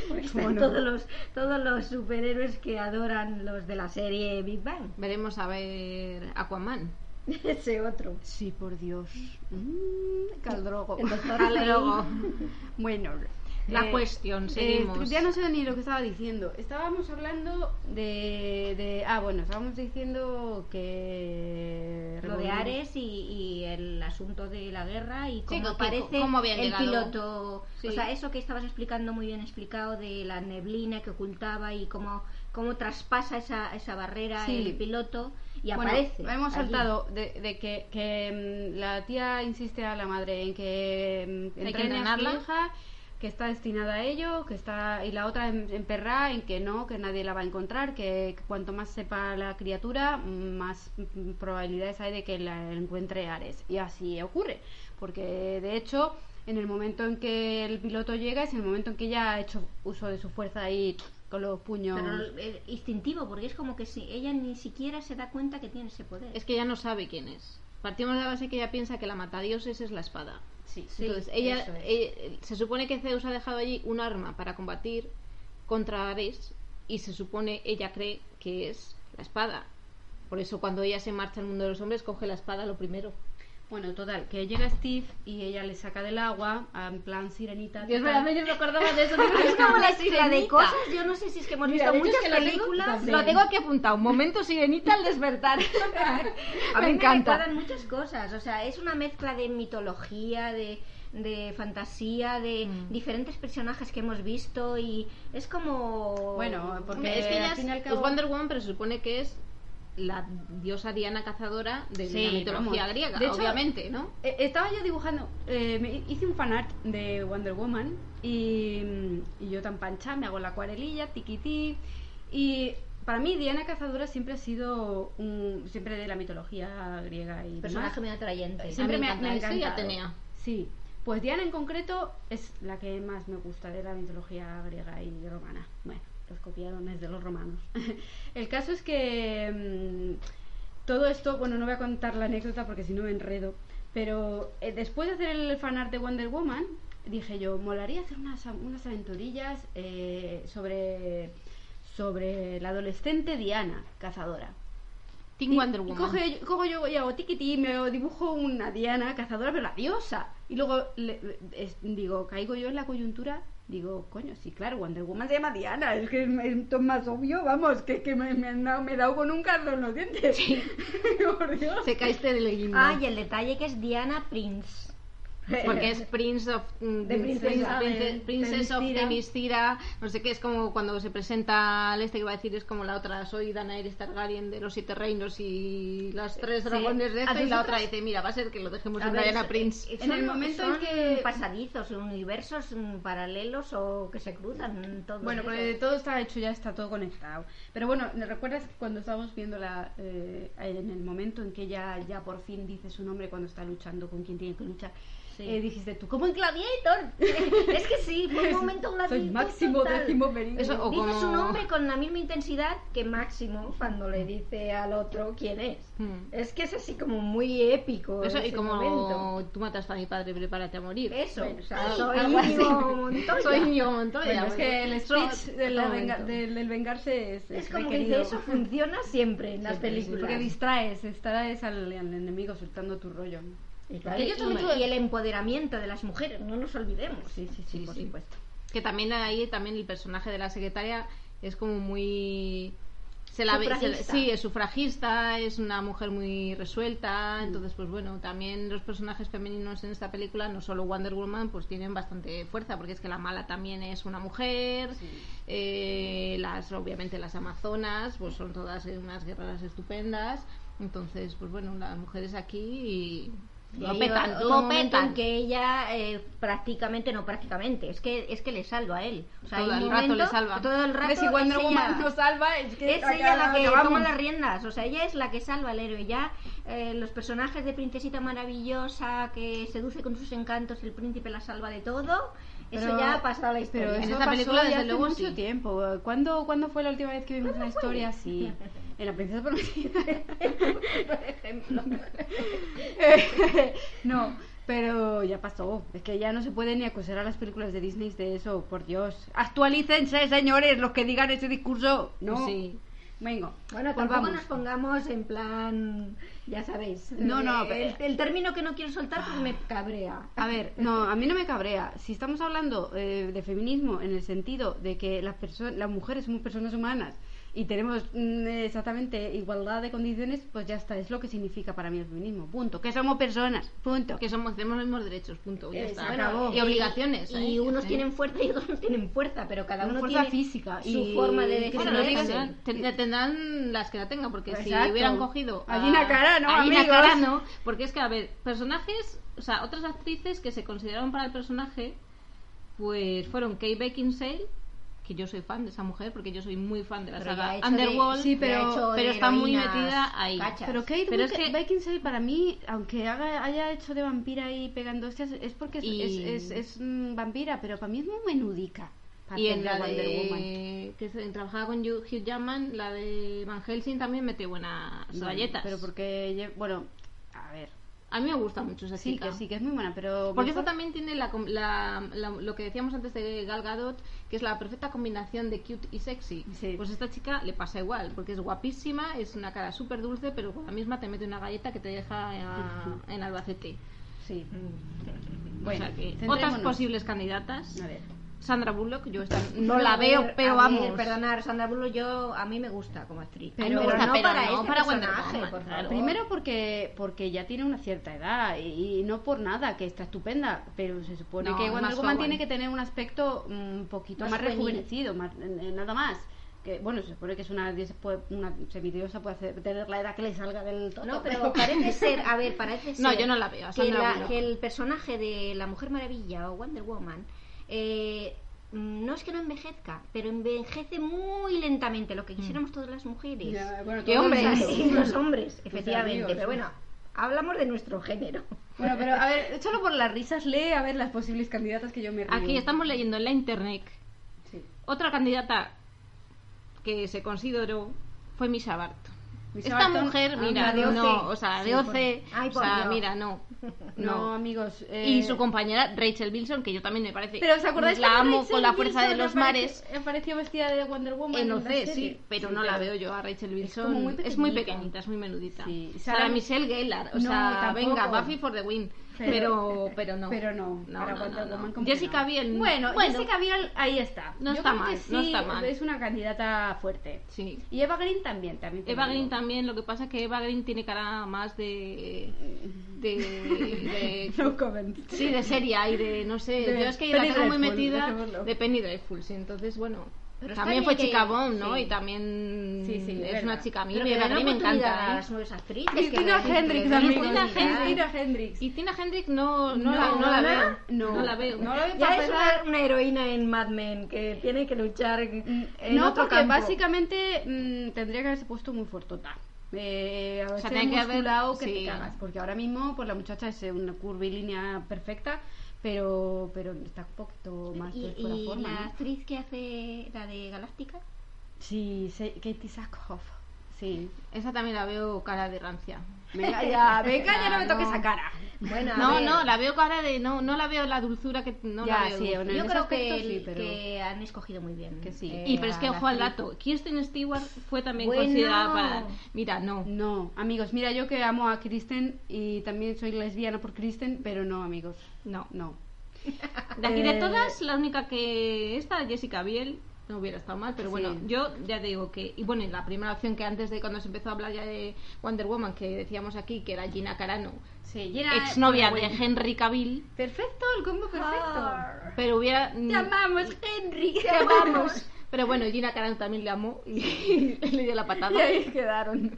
D: Porque están
B: Bueno.
D: todos los todos los superhéroes que adoran los de la serie Big Bang.
A: Veremos a ver Aquaman.
D: Ese otro.
B: Sí, por Dios. Mm, Caldrogo.
D: El doctor Alain.
A: Luego,
B: Bueno,
A: la
B: eh,
A: cuestión,
B: eh,
A: seguimos.
B: ya no sé ni lo que estaba diciendo. Estábamos hablando de. de- ah, bueno, estábamos diciendo que.
D: Lo de Ares y, y el asunto de la guerra y
A: Sí,
D: cómo
A: que-
D: aparece
A: cómo habían
D: el
A: llegado.
D: piloto.
A: Sí.
D: O sea, eso que estabas explicando muy bien explicado de la neblina que ocultaba y cómo, cómo traspasa esa, esa barrera
B: Sí.
D: el piloto y
B: Bueno,
D: aparece.
B: Hemos
D: allí.
B: saltado de, de que, que, mm, la tía insiste a la madre en que mm,
A: que
B: entrene a su
A: entrenarla.
B: hija, que está destinada a ello, que está y la otra em- emperra en que no, que nadie la va a encontrar, que cuanto más sepa la criatura, mm, más mm, probabilidades hay de que la encuentre Ares. Y así ocurre, porque de hecho en el momento en que el piloto llega es el momento en que ella ha hecho uso de su fuerza y con los puños.
D: Pero eh, instintivo, porque es como que si ella ni siquiera se da cuenta que tiene ese poder.
A: Es que ella no sabe quién es. Partimos de la base que ella piensa que la matadioses es la espada.
B: Sí.
D: Sí,
A: Entonces, ella,
D: eso es.
A: eh, se supone que Zeus ha dejado allí un arma para combatir contra Ares y se supone ella cree que es la espada. Por eso cuando ella se marcha al mundo de los hombres coge la espada lo primero.
B: Bueno, total, que llega Steve y ella le saca del agua, a- en plan sirenita.
A: Dios
B: total.
A: mío, yo no acordaba de eso.
D: es como la isla de cosas. Yo no sé si es que hemos
A: Mira, de
D: visto
A: hecho, es
D: muchas
A: que lo tengo-
D: películas.
A: Lo tengo aquí apuntado. Momento sirenita al despertar.
D: A
A: me
D: mí Me
A: encanta.
D: recuerdan muchas cosas, o sea, es una mezcla de mitología, de, de fantasía, de
A: Mm.
D: diferentes personajes que hemos visto y es como...
B: Bueno, porque
A: Hombre, es que ella
B: al
A: es,
B: fin y al
A: es
B: cabo-
A: Wonder Woman, pero se supone que es la diosa Diana cazadora de
B: Sí,
A: la mitología
B: vamos.
A: griega,
B: De hecho-
A: obviamente, ¿no?
B: Eh, Estaba yo dibujando, eh, me hice un fanart de Wonder Woman y, mm, y yo tan pancha, me hago la acuarelilla, tiquití. Y para mí Diana Cazadora siempre ha sido un, siempre de la mitología griega y demás.
D: personaje muy atrayente.
A: A mí
B: Siempre me ha-
A: encanta.
B: me ha
A: Eso ya
B: encantado.
A: tenía.
B: Sí, pues Diana en concreto es la que más me gusta de la mitología griega y romana. Bueno, los copiaron es de los romanos. El caso es que mm, todo esto, bueno, no voy a contar la anécdota porque si no me enredo, pero eh, después de hacer el fanart de Wonder Woman, dije yo, molaría hacer unas, unas aventurillas eh, sobre, sobre la adolescente Diana, cazadora.
A: Team
B: Y-
A: Wonder
B: y
A: Woman.
B: coge- cojo yo y hago tiquití, me dibujo una diana cazadora, pero la diosa. Y luego le- es- digo, caigo yo en la coyuntura, digo, coño, sí, claro, Wonder Woman se llama Diana, es que es, es más obvio, vamos, que, que me, me han dado, me he dado con un cardo en los dientes. Por Dios.
A: Se caíste este del guindo.
D: Ah, y el detalle que es Diana Prince.
A: Porque es Prince of mm,
B: De princesa,
A: Prince-
B: de-
A: Princess of
B: Themyscira.
A: Themyscira, no sé qué, es como cuando se presenta al este que va a decir es como la otra, soy Daenerys Targaryen de los siete reinos y las tres
B: Eh, Sí.
A: dragones de
B: ¿A
A: esto y la
B: nosotras?
A: otra dice, mira, va a ser que lo dejemos
D: A
A: en
D: ver,
A: Diana
D: es-
A: Prince.
D: eh,
B: En el
D: son-
B: momento en
D: son
B: que-
D: pasadizos, universos mm, paralelos o que se cruzan. Todo
B: Bueno,
D: eso.
B: pero todo está hecho ya, está todo conectado. Pero bueno, ¿me recuerdas cuando estábamos viendo la, eh, en el momento en que ella ya por fin dice su nombre cuando está luchando con quien tiene que luchar?
D: Sí.
B: Eh, dijiste tú, ¿cómo
D: como en Gladiator. es que sí, por un momento un
B: Soy
D: Gladiator.
B: máximo
D: total.
B: décimo Benigno.
A: Eso, o
D: Dice su
A: como-
D: nombre con la misma intensidad que Máximo cuando le dice al otro quién es.
A: Hmm.
D: Es que es así como muy épico.
A: Eso,
D: ese
A: y como
D: momento.
A: tú mataste a mi padre, prepárate a morir.
D: Eso,
B: Bueno,
D: o sea,
A: algo
D: soy
A: así.
D: Íñigo Montoya.
A: Soy Íñigo Montoya.
B: Bueno, es
A: bueno.
B: que el
A: Eso-
B: speech de la
A: otro
B: venga-
A: momento.
B: del, del vengarse es,
D: Es
B: es
D: como que
B: requerido.
D: dice, eso funciona siempre en las
A: Siempre, sí,
D: películas.
B: Porque distraes, distraes al, al enemigo soltando tu rollo.
D: Y, claro,
A: Que
D: y-
A: yo también tuve-
D: y el empoderamiento de las mujeres, no nos olvidemos.
B: Sí, sí, sí,
A: Sí,
B: por
A: sí.
B: supuesto.
A: Que también ahí también el personaje de la secretaria es como muy se la ve- se la-
D: Sufragista.
A: sí, es sufragista, es una mujer muy resuelta,
D: Mm.
A: entonces pues bueno, también los personajes femeninos en esta película, no solo Wonder Woman, pues tienen bastante fuerza, porque es que la mala también es una mujer, eh, las obviamente las amazonas, pues son todas eh, unas guerreras estupendas, entonces pues bueno, las mujeres aquí y
D: Y
A: lo
D: ahí
A: petan,
D: otro
A: lo
D: momento
A: petan.
D: en que ella eh, prácticamente, no prácticamente, es que es que le salva a él. O sea,
A: Todo
D: hay
A: el
D: un
A: rato
D: momento-
A: le salva.
D: Todo el rato
B: Pero si Wonder
D: es
B: Woman
D: ella,
B: nos salva, es que
D: es
B: acá
D: ella la que
B: acabamos.
D: toma las riendas, o sea, ella es la que salva al héroe. Ya eh, los personajes de Princesita Maravillosa que seduce con sus encantos, el príncipe la salva de todo, eso
B: Pero-
D: ya ha pasado a la historia.
B: Pero
A: En
B: eso
A: esta
B: pasó
A: película,
B: ya
A: desde
B: hace
A: luego,
B: mucho
A: sí.
B: tiempo. ¿Cuándo, ¿Cuándo fue la última vez que vimos una historia así? En La Princesa Prometida. Eh, no, pero ya pasó. Es que ya no se puede ni acusar a las películas de Disney de eso, por Dios. Actualícense, señores, los que digan ese discurso. No.
A: Sí.
B: Vengo.
D: Bueno, tampoco
B: volvamos.
D: nos pongamos en plan, ya sabéis.
B: No, no,
D: eh,
B: pero-
D: el, el término que no quiero soltar porque me cabrea.
A: Ah,
B: A ver, no, a mí no me cabrea. Si estamos hablando eh, de feminismo en el sentido de que las perso- las mujeres somos personas humanas y tenemos mm, exactamente igualdad de condiciones, pues ya está, es lo que significa para mí el feminismo. Punto. Que somos personas. Punto.
A: Que somos, tenemos los mismos derechos, punto. Ya
D: Eh,
A: está.
D: bueno,
A: y obligaciones.
D: Y,
A: ¿eh?
D: y unos
A: Sí.
D: tienen fuerza y otros no tienen fuerza, pero cada
B: Una
D: uno
B: fuerza
D: tiene
B: física
D: su
B: y-
D: forma de
B: que
A: Bueno, no
B: se lo
D: defenderse.
A: digas,
B: dejan.
A: tendrán- ten- tendrán las que la tengan, porque si
B: Exacto.
A: hubieran cogido. a-
B: Allí Nacarano,
A: a Gina
B: amigos.
A: Carano, porque es que, a ver, personajes, o sea, otras actrices que se consideraron para el personaje, pues fueron Kate Beckinsale, que yo soy fan de esa mujer, porque yo soy muy fan de la
D: Pero ya ha
A: saga
D: hecho de-
A: Underworld.
B: sí,
D: ya
B: pero-
D: ha hecho de
A: pero está muy
D: heroínas
A: metida ahí.
D: cachas.
B: Pero Kate
A: Pero es
B: Winslet-
A: que-
B: Beckinsale para mí, aunque haga- haya hecho de vampira y pegando hostias, es porque es,
A: Y-
B: es- es- es, mm, vampira, pero para mí es muy menudica. para
A: Y en
B: hacer
A: la
B: de Wonder Woman.
A: de, que se- trabajaba con Hugh Hugh Jackman, la de Van Helsing también mete buenas
B: Bueno,
A: galletas.
B: Pero porque, lle- bueno, a ver.
A: A mí me gusta mucho esa
B: Sí,
A: chica.
B: que sí, que es muy buena, pero...
A: Porque
B: mejor-
A: esta también tiene la com- la- la- lo que decíamos antes de Gal Gadot, que es la perfecta combinación de cute y sexy.
B: Sí.
A: Pues a esta chica le pasa igual, porque es guapísima, es una cara súper dulce, pero con la misma te mete una galleta que te deja eh, en Albacete.
B: Sí.
A: O
B: Bueno,
A: sea que otras
B: centrémonos.
A: posibles candidatas.
B: A ver.
A: Sandra Bullock, yo esta no,
D: Pero,
A: la
D: a
A: veo,
D: ver,
A: pero
D: a ver,
A: vamos.
D: perdonar, Sandra Bullock, yo a mí me gusta como actriz.
B: Pero-
D: Pero,
B: me gusta,
D: no
A: pero
D: para
A: no
D: este
A: para Wonder
D: personaje,
A: Woman,
D: por
A: claro.
D: favor.
B: Primero porque porque ya tiene una cierta edad y, y no por nada, que está estupenda, pero se supone
A: No,
B: que
A: es
B: Wonder
A: más
B: Woman
A: joven.
B: tiene que tener un aspecto mm, un poquito
D: Más
B: más,
D: juvenil.
B: rejuvenecido, más- eh, nada más. Que, bueno, se supone que es una, diosa, puede- una semidiosa, puede hacer- tener la edad que le salga del todo.
D: No, pero parece ser, a ver, parece ser.
A: No, yo no la veo, a
D: Que,
A: Sandra
D: la-
A: Bullock.
D: que el personaje de la Mujer Maravilla o Wonder Woman. eh, mm, no es que no envejezca, pero envejece muy lentamente,
A: Mm.
D: lo que quisiéramos todas las mujeres.
B: Ya, bueno,
D: y
B: todo el
D: hombres,
B: mundo.
D: y los hombres, efectivamente.
B: amigos,
D: pero bueno, hablamos de nuestro género.
B: Bueno, pero a ver, solo por las risas lee a ver las posibles candidatas que yo me río.
A: Aquí estamos leyendo en la internet.
B: Sí.
A: Otra candidata que se consideró fue Misha Barton.
B: Misha
A: Esta
B: Barton,
A: mira, mira,
B: ah, de
A: no,
B: OC.
A: o sea, de
B: Sí,
A: OC,
B: por-
D: Ay,
A: o
D: por
A: sea,
D: Dios.
A: mira, no,
B: No,
A: no.
B: amigos. eh,
A: Y su compañera Rachel Wilson, que yo también me parece,
B: Pero ¿os acordáis
A: la
B: cuando
A: amo
B: Rachel
A: con la fuerza
B: Bilson
A: de los mares.
B: apareció- apareció vestida de Wonder Woman
A: En
B: la
A: OC,
B: serie?
A: sí, pero no la
B: pero-
A: veo yo a Rachel
B: como
A: Wilson.
B: muy
A: Es muy
B: pequeñita.
A: pequeñita, es muy menudita.
B: Sí,
A: Sarah,
B: Sarah-
A: Michelle Gellar, o
B: No,
A: sea,
B: tampoco.
A: venga, Buffy for the win.
B: Pero-
A: Pero, pero no.
B: Pero no,
A: No,
B: para
A: no,
B: Wonder
A: no, no.
B: Woman como que
A: Jessica
B: no.
A: Biel,
B: Bueno,
A: bueno.
B: Jessica Biel ahí está.
A: No
B: Yo
A: está
B: creo que
A: mal,
B: sí,
A: no está mal.
B: Es una candidata fuerte.
A: Sí.
B: Y Eva Green también, también. te
A: Eva
B: lo
A: Green
B: digo.
A: también, lo que pasa es que Eva Green tiene cara más de. de. de-
B: No comment.
A: sí, de serie y de. no sé.
B: De
A: yo es que
B: Penny
A: la tengo muy
B: Dreadful,
A: metida
B: dejémoslo.
A: de Penny Dreadful, sí, entonces bueno.
D: Pero está
A: también
D: bien
A: fue
D: que-
A: chica Bomb, ¿no?
D: sí.
A: Y también
B: Sí, sí,
A: es
B: verdad.
A: una chica a mí,
D: Pero que
A: Eva
D: dan
A: Green me
D: oportunidad a
A: encanta.
D: las
A: ¿eh?
D: nuevas actrices. que
B: Cristina
D: vean que
B: Hendricks,
D: les den
B: amigos.
A: Cristina
D: oportunidad.
B: Cristina Hendricks.
A: Y Tina Hendrick no, no,
B: No,
A: la, no la
B: no,
A: veo.
B: no.
A: la veo.
B: No la veo
D: Ya
B: para
D: es
B: empezar.
D: una, una heroína en Mad Men que tiene que luchar en en
B: Mm, no,
D: otro
B: porque
D: campo.
B: básicamente mm, tendría que haberse puesto muy fortota. Eh, a
A: sea,
B: veces
A: tiene que haber-
B: musculado que
A: sí.
B: te cagas. Porque ahora mismo, pues la muchacha es eh, una curvilínea perfecta, pero, pero está un poquito más
D: Y,
B: pues, fuera de
D: y
B: forma.
D: la
B: ¿no?
D: actriz que hace la de Galáctica.
B: Sí, se- Katie Sackhoff. Sí.
A: Esa también la veo cara de rancia.
B: Venga ya, venga ya, no me toques
D: No.
B: esa cara.
D: Bueno, a
A: No,
D: ver,
A: no, la veo cara de. no, no la veo la dulzura que. no
B: Ya,
A: la veo
B: sí,
A: dulce.
B: una-
D: Yo creo
B: en ese aspecto
D: que, el-
B: sí, pero-
D: que han escogido muy bien. eh,
B: Que sí.
A: Y pero es que
D: a la
A: ojo al
D: actriz.
A: dato, Kirsten Stewart fue también
D: Bueno.
A: considerada para. Mira, no.
B: No, amigos, mira, yo que amo a Kristen y también soy lesbiana por Kristen, pero no, amigos.
A: No.
B: No.
A: De aquí de
B: Eh,
A: todas, la única que esta, Jessica Biel, no hubiera estado mal, pero bueno,
B: Sí.
A: yo ya te digo que. Y bueno, y la primera opción que antes de cuando se empezó a hablar ya de Wonder Woman, que decíamos aquí, que era Gina Carano,
B: Sí, llena
A: exnovia de Henry Mm. Cavill,
B: Perfecto, el combo perfecto.
A: pero hubiera.
B: Te amamos, Henry. Te
A: vamos. Pero bueno, Gina Carano también le amó y le dio la patada.
B: Y ahí quedaron.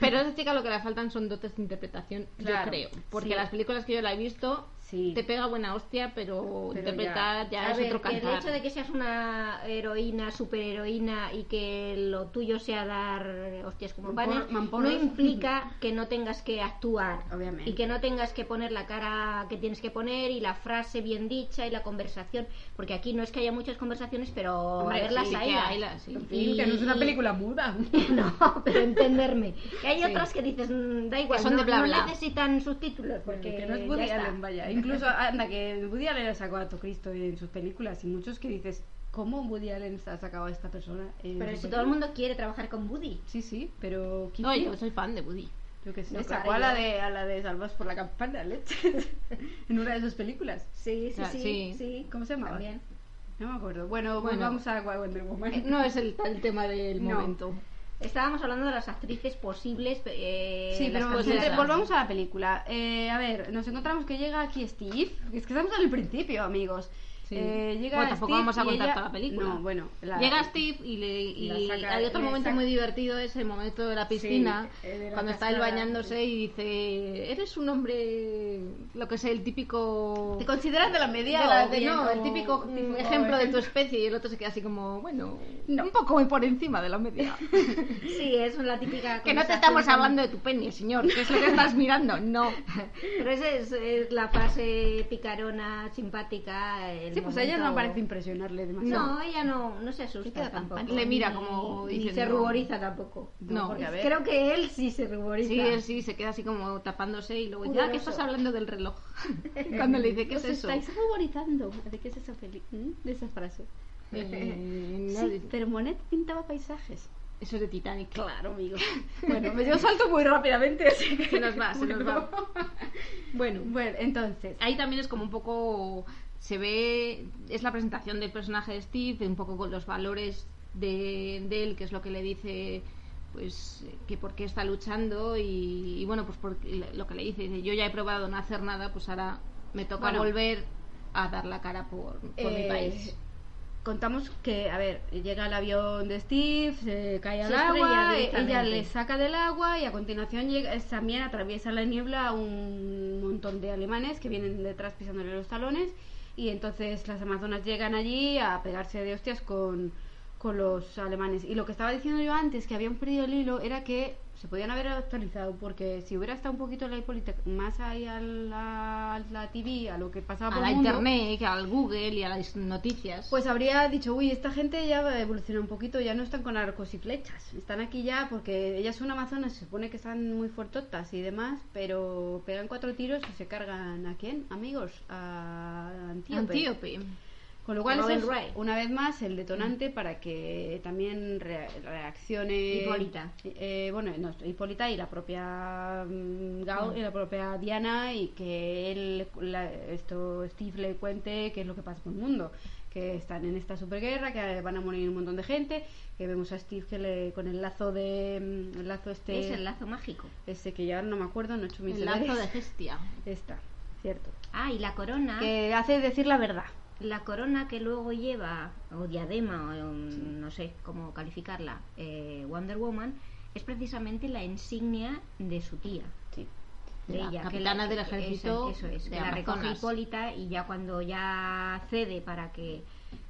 A: Pero a esa chica lo que le faltan son dotes de interpretación, yo
B: Claro,
A: creo. Porque
B: sí.
A: las películas que yo la he visto,
B: Sí.
A: te pega buena hostia, pero,
B: Pero
A: interpretar ya,
D: a
A: es
D: ver,
A: otro
D: que el
A: cantar.
D: hecho de que seas una heroína, superheroína y que lo tuyo sea dar hostias como
B: Mampor-
D: panes, no
B: mamporos.
D: implica que no tengas que actuar.
B: Obviamente.
D: Y que no tengas que poner la cara que tienes que poner y la frase bien dicha y la conversación. Porque aquí no es que haya muchas conversaciones, pero
A: Hombre,
D: a verlas
A: sí,
D: hay.
A: que hay las- sí.
D: Y- y-
B: muda.
D: No, pero entenderme. Que hay
A: Sí.
D: otras que dices, mm, da igual,
A: son
D: no,
A: de bla,
D: no
A: bla.
D: necesitan subtítulos. Porque
B: Porque no es
D: ya
B: Woody
D: está.
B: Allen, vaya. Incluso, anda, que Woody Allen sacó a todo Cristo en sus películas y muchos que dices, ¿cómo Woody Allen ha sacado a esta persona?
D: Pero si
B: en su película?
D: todo el mundo quiere trabajar con Woody.
B: Sí, sí, pero... ¿qué
A: No,
B: tío?
A: yo soy fan de Woody.
B: Yo qué sé,
D: No,
B: sacó
D: claro,
B: a la
D: yo-
B: de, a la de Salvados por la Campana, leches, en una de sus películas.
D: Sí, sí,
A: Ah,
D: sí,
A: sí.
D: sí,
B: ¿Cómo se llamaba?
D: También.
B: No me acuerdo. Bueno,
A: Bueno.
B: vamos a Wonder Woman.
A: Eh, No es el, el tema del
B: No.
A: momento.
D: Estábamos hablando de las actrices posibles. eh,
B: Sí,
D: las
B: pero
A: cosas
B: gente,
A: raras.
B: volvamos a la película. Eh, a ver, nos encontramos que llega aquí Steve. Es que estamos al principio, amigos.
A: Sí.
B: Eh, llega
A: Bueno, tampoco
B: Steve
A: vamos a
B: y
A: contar
B: ella-
A: toda la película.
B: No, bueno. la-
A: Llega Steve y, le, y
B: La saca-
A: hay otro
B: le
A: momento
B: saca-
A: muy divertido, es el momento de la piscina,
B: eh, de la
A: cuando está él
B: cascada,
A: bañándose y dice, eres un hombre, lo que sé, el típico...
B: ¿Te consideras de la media?
A: no,
B: o
A: de-
B: bien,
A: no, el
B: o-
A: típico
B: un
A: mm,
B: poco
A: ejemplo de tu
B: ejemplo?
A: especie y el otro se queda así como, bueno,
B: eh, No.
A: un poco muy por encima de la media.
D: Sí, es la típica.
A: que no te
D: conversación
A: estamos
D: con-
A: hablando de tu pene, señor, que es lo que estás mirando, no.
D: Pero esa es, es la frase picarona, simpática. el
B: Sí, pues a ella no
D: momento-
B: parece impresionarle demasiado.
D: No, ella no, no se
A: Se queda
D: asusta
A: tan
D: tampoco.
A: pan- le mira
D: Ni-
A: como
D: ni
A: diciendo-
D: se ruboriza tampoco.
A: No.
B: porque a ver.
D: Creo que él sí se ruboriza.
A: Sí, él sí, se queda así como tapándose y luego dice, ah, ¿qué
D: Pudoroso.
A: estás hablando del reloj? Cuando le dice, ¿qué
F: Os
A: es eso?
F: estáis ruborizando. ¿De qué es esa peli? ¿Mm? De esa frase.
A: Eh, no,
F: Sí, pero Monet pintaba paisajes.
A: Eso es de Titanic.
F: Claro, amigos.
B: Bueno, me dio salto muy rápidamente, así que...
A: Se nos va, se nos va. Bueno,
B: Bueno, entonces...
A: ahí también es como un poco. Se ve. Es la presentación del personaje de Steve, un poco con los valores de, de él, que es lo que le dice. Pues que por qué está luchando y, y bueno, pues por lo que le dice, dice, yo ya he probado no hacer nada, pues ahora me toca
B: Bueno.
A: volver a dar la cara por, por mi
B: Eh,
A: país.
B: Contamos que, a ver, llega el avión de Steve, se cae al
D: Se estrella
B: agua, eh,
D: directamente.
B: ella le saca del agua y a continuación llega, eh, también atraviesa la niebla un montón de alemanes que vienen detrás pisándole los talones y entonces las amazonas llegan allí a pegarse de hostias con, con los alemanes. Y lo que estaba diciendo yo antes, que habían perdido el hilo, era que se podían haber actualizado porque si hubiera estado un poquito la política más ahí a la, a la TV, a lo que pasaba
A: A
B: por
A: la
B: el mundo,
A: internet, al Google y a las noticias.
B: pues habría dicho, uy, esta gente ya evoluciona un poquito, ya no están con arcos y flechas, están aquí ya porque ellas son amazonas, se supone que están muy fuertotas y demás, pero pegan cuatro tiros y se cargan a quién, amigos, a Antíope.
A: Antíope.
B: Con lo cual, eso
D: Robin
B: es,
D: Wright. Mm.
B: una vez más, el detonante para que también re- reaccione...
D: Hipólita.
B: Eh, bueno, no, Hipólita y la propia mm, Gao y la propia Diana y que él, la- esto, Steve le cuente qué es lo que pasa con el mundo. Que están en esta superguerra, que eh, van a morir un montón de gente, que vemos a Steve que le, con el lazo de... mm, El lazo este...
D: Es el lazo mágico.
B: Este que ya no me acuerdo, no he hecho mis
A: El lazo de
B: deberes.
A: Gestia.
B: Esta, cierto.
D: Ah, y la corona.
B: Que hace decir la verdad.
D: La corona que luego lleva, o diadema, o, um, no sé cómo calificarla, eh, Wonder Woman, es precisamente la insignia de su tía.
B: Sí.
D: De
A: La
D: ella,
A: capitana del
D: eso-
A: ejército
D: Eso, es,
A: de
D: que la recoge
A: Amazonas.
D: Hipólita y ya cuando ya cede para que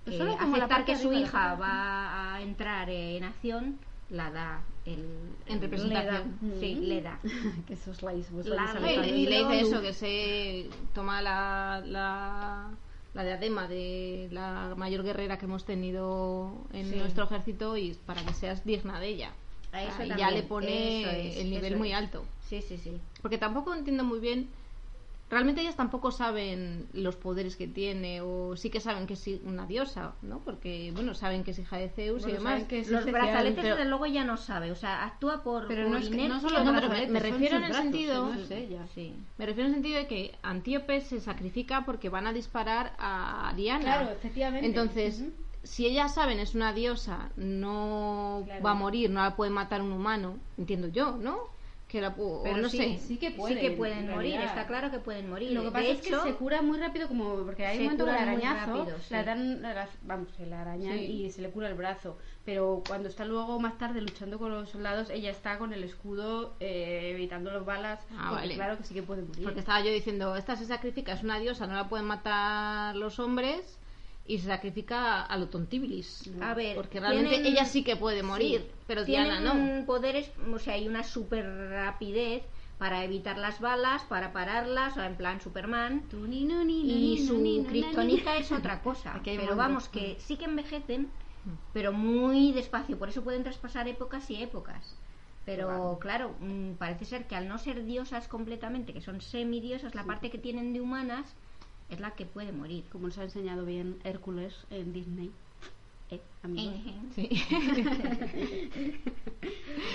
B: Pues
D: eh,
B: solo como la
D: aceptar
B: parte
D: que su
B: arriba de la
D: hija
B: foto.
D: va a entrar eh, en acción, la da el,
A: En representación.
D: le da- sí,
B: Mm.
D: le da.
B: que esos likes vos
D: La
B: sabéis
A: Sí,
D: Claro,
B: hablar.
A: y,
D: ley.
A: y le dice
D: luego-
A: eso, que se toma la, la, la diadema de la mayor guerrera que hemos tenido en
B: Sí.
A: nuestro ejército y para que seas digna de ella.
D: A eso
A: Ah, y ya
D: también,
A: le pone
D: eso es,
A: el nivel
D: eso
A: muy
D: es.
A: alto.
D: Sí, sí, sí.
A: Porque tampoco entiendo muy bien, realmente ellas tampoco saben los poderes que tiene o sí que saben que es una diosa, ¿no? Porque, bueno, saben que es hija de Zeus
B: Bueno,
A: y demás.
B: saben que es
D: Los
B: especial,
D: brazaletes,
B: pero-
D: desde luego, ya no sabe. O sea, actúa por.
B: Pero
D: por
B: no es que- no
D: inercia.
B: solo
A: No, pero me-
B: los brazaletes,
A: me
B: son
A: refiero
B: sus
A: en el
B: brazos,
A: sentido-
B: no es ella.
D: Sí.
A: Me refiero en el sentido de que Antíope se sacrifica porque van a disparar a Diana.
B: Claro, efectivamente.
A: Entonces,
B: Ujú.
A: si ella saben es una diosa, no
B: Claro.
A: va a morir, no la puede matar un humano, entiendo yo, ¿no? Que la, o
B: Pero
A: no
B: sí,
A: sé.
B: sí que
D: Sí
B: pueden.
D: que pueden
B: en
D: morir,
B: realidad.
D: está claro que pueden morir.
B: Lo que
D: De
B: pasa es que
D: hecho,
B: se cura muy rápido, como porque hay
D: se
B: un momento que el
D: cura muy
B: arañazo,
D: rápido, sí.
B: la dan, la- vamos, se la arañan
A: Sí.
B: y se le cura el brazo. Pero cuando está luego más tarde luchando con los soldados, ella está con el escudo eh, evitando las balas.
A: Ah,
B: porque
A: vale.
B: Claro que sí que puede morir.
A: Porque estaba yo diciendo, esta se sacrifica, es una diosa, no la pueden matar los hombres y se sacrifica a lo tontibilis.
D: A
B: Eh,
D: ver,
A: porque realmente
D: tienen-
A: ella sí que puede morir,
D: sí.
A: pero
D: tienen
A: Diana no.
D: poderes, o sea, hay una super rapidez para evitar las balas, para pararlas, o en plan Superman.
B: Tu ni, no, ni, no, ni,
D: Y
B: no, ni, no,
D: su
B: no,
D: kriptonita
B: ni.
D: es otra cosa.
B: Aquí hay
D: Pero
B: mundos.
D: vamos, que sí que envejecen, pero muy despacio. Por eso pueden traspasar épocas y épocas. Pero claro, mm, parece ser que al no ser diosas completamente, que son semidiosas, la parte que tienen de humanas es la que puede morir.
B: Como nos ha enseñado bien Hércules en Disney. Eh, amigo.
A: Sí.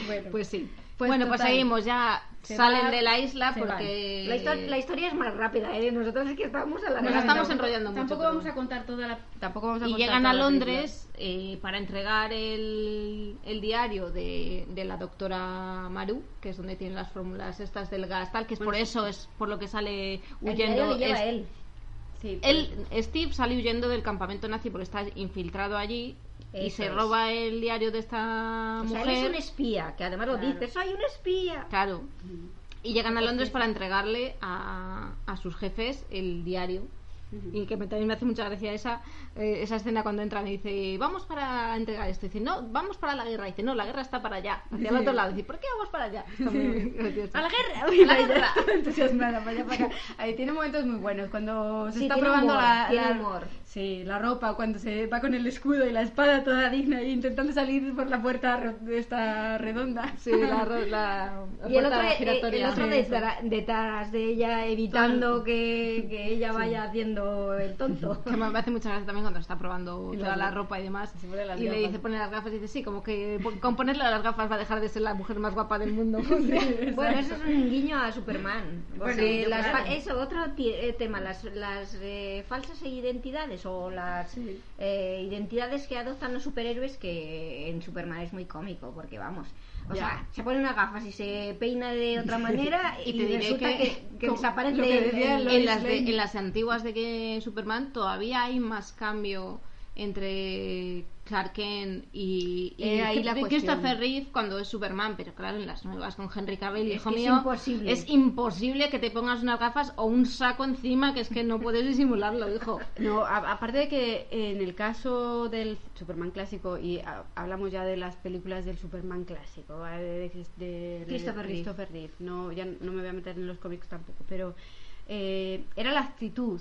B: Bueno,
A: pues sí.
B: Pues
A: bueno, pues
B: total.
A: seguimos ya.
B: Se
A: Salen
B: van,
A: de la isla
B: se
A: porque.
D: La, histo- la historia es más rápida, ¿eh? Nosotros es que estamos a la
A: Nos
B: Bueno,
A: estamos
B: tampoco-
A: enrollando mucho,
B: Tampoco
A: pero
B: vamos
A: bueno.
B: a contar toda la. Tampoco vamos a
A: Y
B: contar
A: llegan
B: toda
A: a
B: la película.
A: Londres eh, para entregar el, el diario de, de la doctora Maru, que es donde tienen las fórmulas estas del gas, tal, que es por eso, es por lo que sale
D: El diario
A: huyendo.
D: le lleva
A: es-
D: él.
B: Sí,
A: él- Steve sale huyendo del campamento nazi porque está infiltrado allí y
D: Eso
A: se
D: es.
A: roba el diario de esta
D: O sea,
A: mujer.
D: él es un espía, que además lo
B: Claro.
D: dice, soy un espía.
A: Claro. Y llegan a Londres para entregarle a, a sus jefes el diario. Y que me- también me hace mucha gracia esa, eh, esa escena cuando entran y dice, vamos para entregar esto. Y dice, no, vamos para la guerra. Y dice, no, la guerra está para allá, hacia el otro lado. Y dice, ¿por qué vamos para allá? Está muy gracioso.
D: A la guerra.
A: la guerra!
B: entusiasmada para allá, para acá. Ahí tiene momentos muy buenos cuando se
D: Sí,
B: está
D: tiene
B: probando
D: humor,
B: la,
D: tiene
B: la-
D: humor.
B: sí, la ropa cuando se va con el escudo y la espada toda digna y intentando salir por la puerta ro- de esta redonda.
A: Sí, la, ro- la
D: Y el
A: puerta
D: otro, eh,
A: giratoria.
D: el otro
A: Sí.
D: detra- detrás de ella, evitando que, que ella vaya haciendo el tonto.
A: Que me me hace mucha gracia también cuando está probando
B: Y
A: toda
B: las-
A: la ropa y demás.
B: se pone las
A: y le
B: gafas.
A: dice, pone las gafas y dice, sí, como que po- con ponerle las gafas va a dejar de ser la mujer más guapa del mundo.
D: Bueno, eso es un guiño a Superman.
B: Bueno,
D: Porque
B: yo
D: las
B: creo
D: fa-
B: que-
D: eso, otro ti- eh, tema, las, las eh, falsas identidades o las eh, identidades que adoptan los superhéroes que en Superman es muy cómico, porque vamos, o
A: Ya.
D: sea, se pone unas gafas y se peina de otra manera y,
A: Y te diré
D: resulta
A: que-
D: que, que
A: como-
D: desaparece.
B: lo que
D: el-
B: decía
D: el-
B: Lois
A: en, las de-
B: Lane.
A: en las antiguas de que Superman todavía hay más cambio entre Clark Kent y, y
B: Eh, ahí la
A: Cri-
B: cuestión.
A: Christopher Reeve cuando es Superman, pero claro, en las nuevas con Henry Cavill, hijo
D: que es
A: mío,
D: imposible.
A: es imposible que te pongas unas gafas o un saco encima, que es que no puedes disimularlo, hijo.
B: No, a- aparte de que en el caso del Superman clásico, y a- hablamos ya de las películas del Superman clásico, ¿vale? de, de- de-
D: Christopher Reeve.
B: Christopher Reeve. no, ya no me voy a meter en los cómics tampoco, pero eh, era la actitud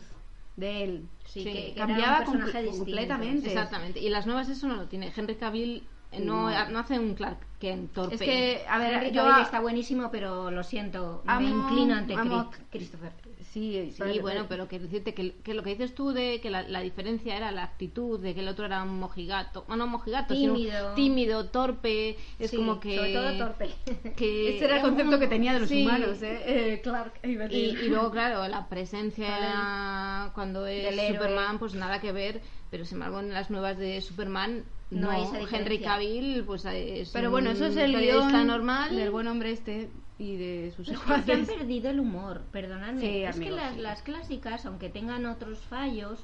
B: de él.
D: Sí,
A: Sí,
D: que, que era un
B: cambiaba comple-
D: personaje distinto.
B: completamente.
A: Exactamente. Y las nuevas eso no lo tiene. Henry Cavill eh, no,
B: No.
A: no hace un Clark Kent torpe.
B: Es que, a ver,
D: Henry
B: yo
D: Cavill
B: a-
D: está buenísimo, pero lo siento,
B: Amo-
D: me inclino ante
B: amo-
D: Chris- Christopher.
B: Sí,
A: Sí, bueno, pero que decirte que, que lo que dices tú de que la, la diferencia era la actitud, de que el otro era un mojigato, bueno, no mojigato, sino
D: Tímido.
A: tímido, torpe, es
D: Sí,
A: como que...
D: Sobre todo torpe. Este
A: que
B: Ese era el concepto que tenía de los
A: sí.
B: humanos, ¿eh? Eh, Clark. iba a
A: Y,
B: decir.
A: y luego, claro, la presencia cuando es
D: Del héroe.
A: Superman, pues nada que ver, pero sin embargo en las nuevas de Superman... No,
D: No hay esa diferencia.
A: Henry Cavill, pues es
B: pero bueno, eso es el
A: guión
B: guión
A: normal.
B: del buen hombre este y de sus
D: Es que se han
B: secuaces.
D: perdido el humor, perdonadme.
B: Sí,
D: es
B: amigo,
D: que las,
B: sí.
D: las clásicas, aunque tengan otros fallos,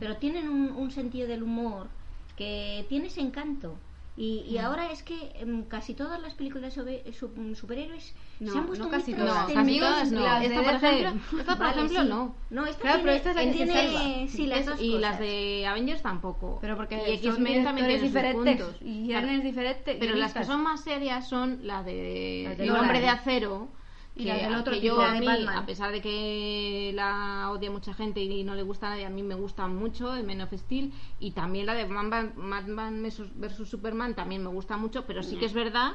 D: pero tienen un, un sentido del humor que tiene ese encanto. Y, y ahora es que em, casi todas las películas sobre su- mm, superhéroes
B: No,
D: se han puesto
B: no
D: muy
B: casi
A: No,
B: todas.
D: trascendidos.
A: casi todas no.
B: Las de
A: Esta, por
B: DC.
A: ejemplo, esta, por
D: Vale,
A: ejemplo,
D: sí.
A: no.
D: No, esta
B: Claro, pero
D: tiene,
B: esta es la que se
D: tiene-
B: salva.
D: sí, las
A: Es-
D: dos
A: y las
D: cosas.
A: de Avengers tampoco.
B: Pero porque
A: y X-Men también tiene sus puntos.
B: Y
A: Claro.
B: guiones diferentes.
A: Pero las que son más serias son la de
B: Las de
A: El
B: Nolan.
A: hombre de acero.
B: Y
A: que-
B: las del otro
A: que
B: tipo,
A: yo a
B: de
A: mí,
B: Batman.
A: a pesar de que la odia mucha gente y no le gusta a nadie, a mí me gusta mucho el Men of Steel y también la de Batman, Batman versus- versus Superman también me gusta mucho, pero sí que es verdad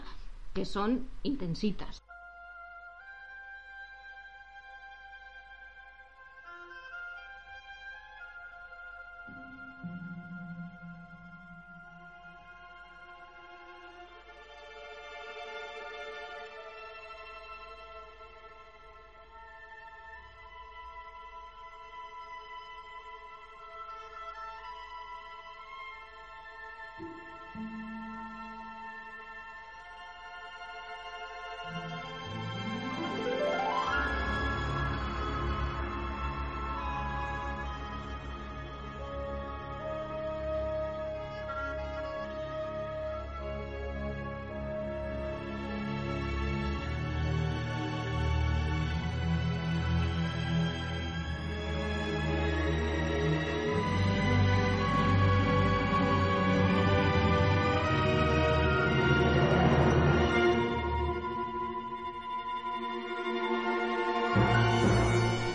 A: que son intensitas.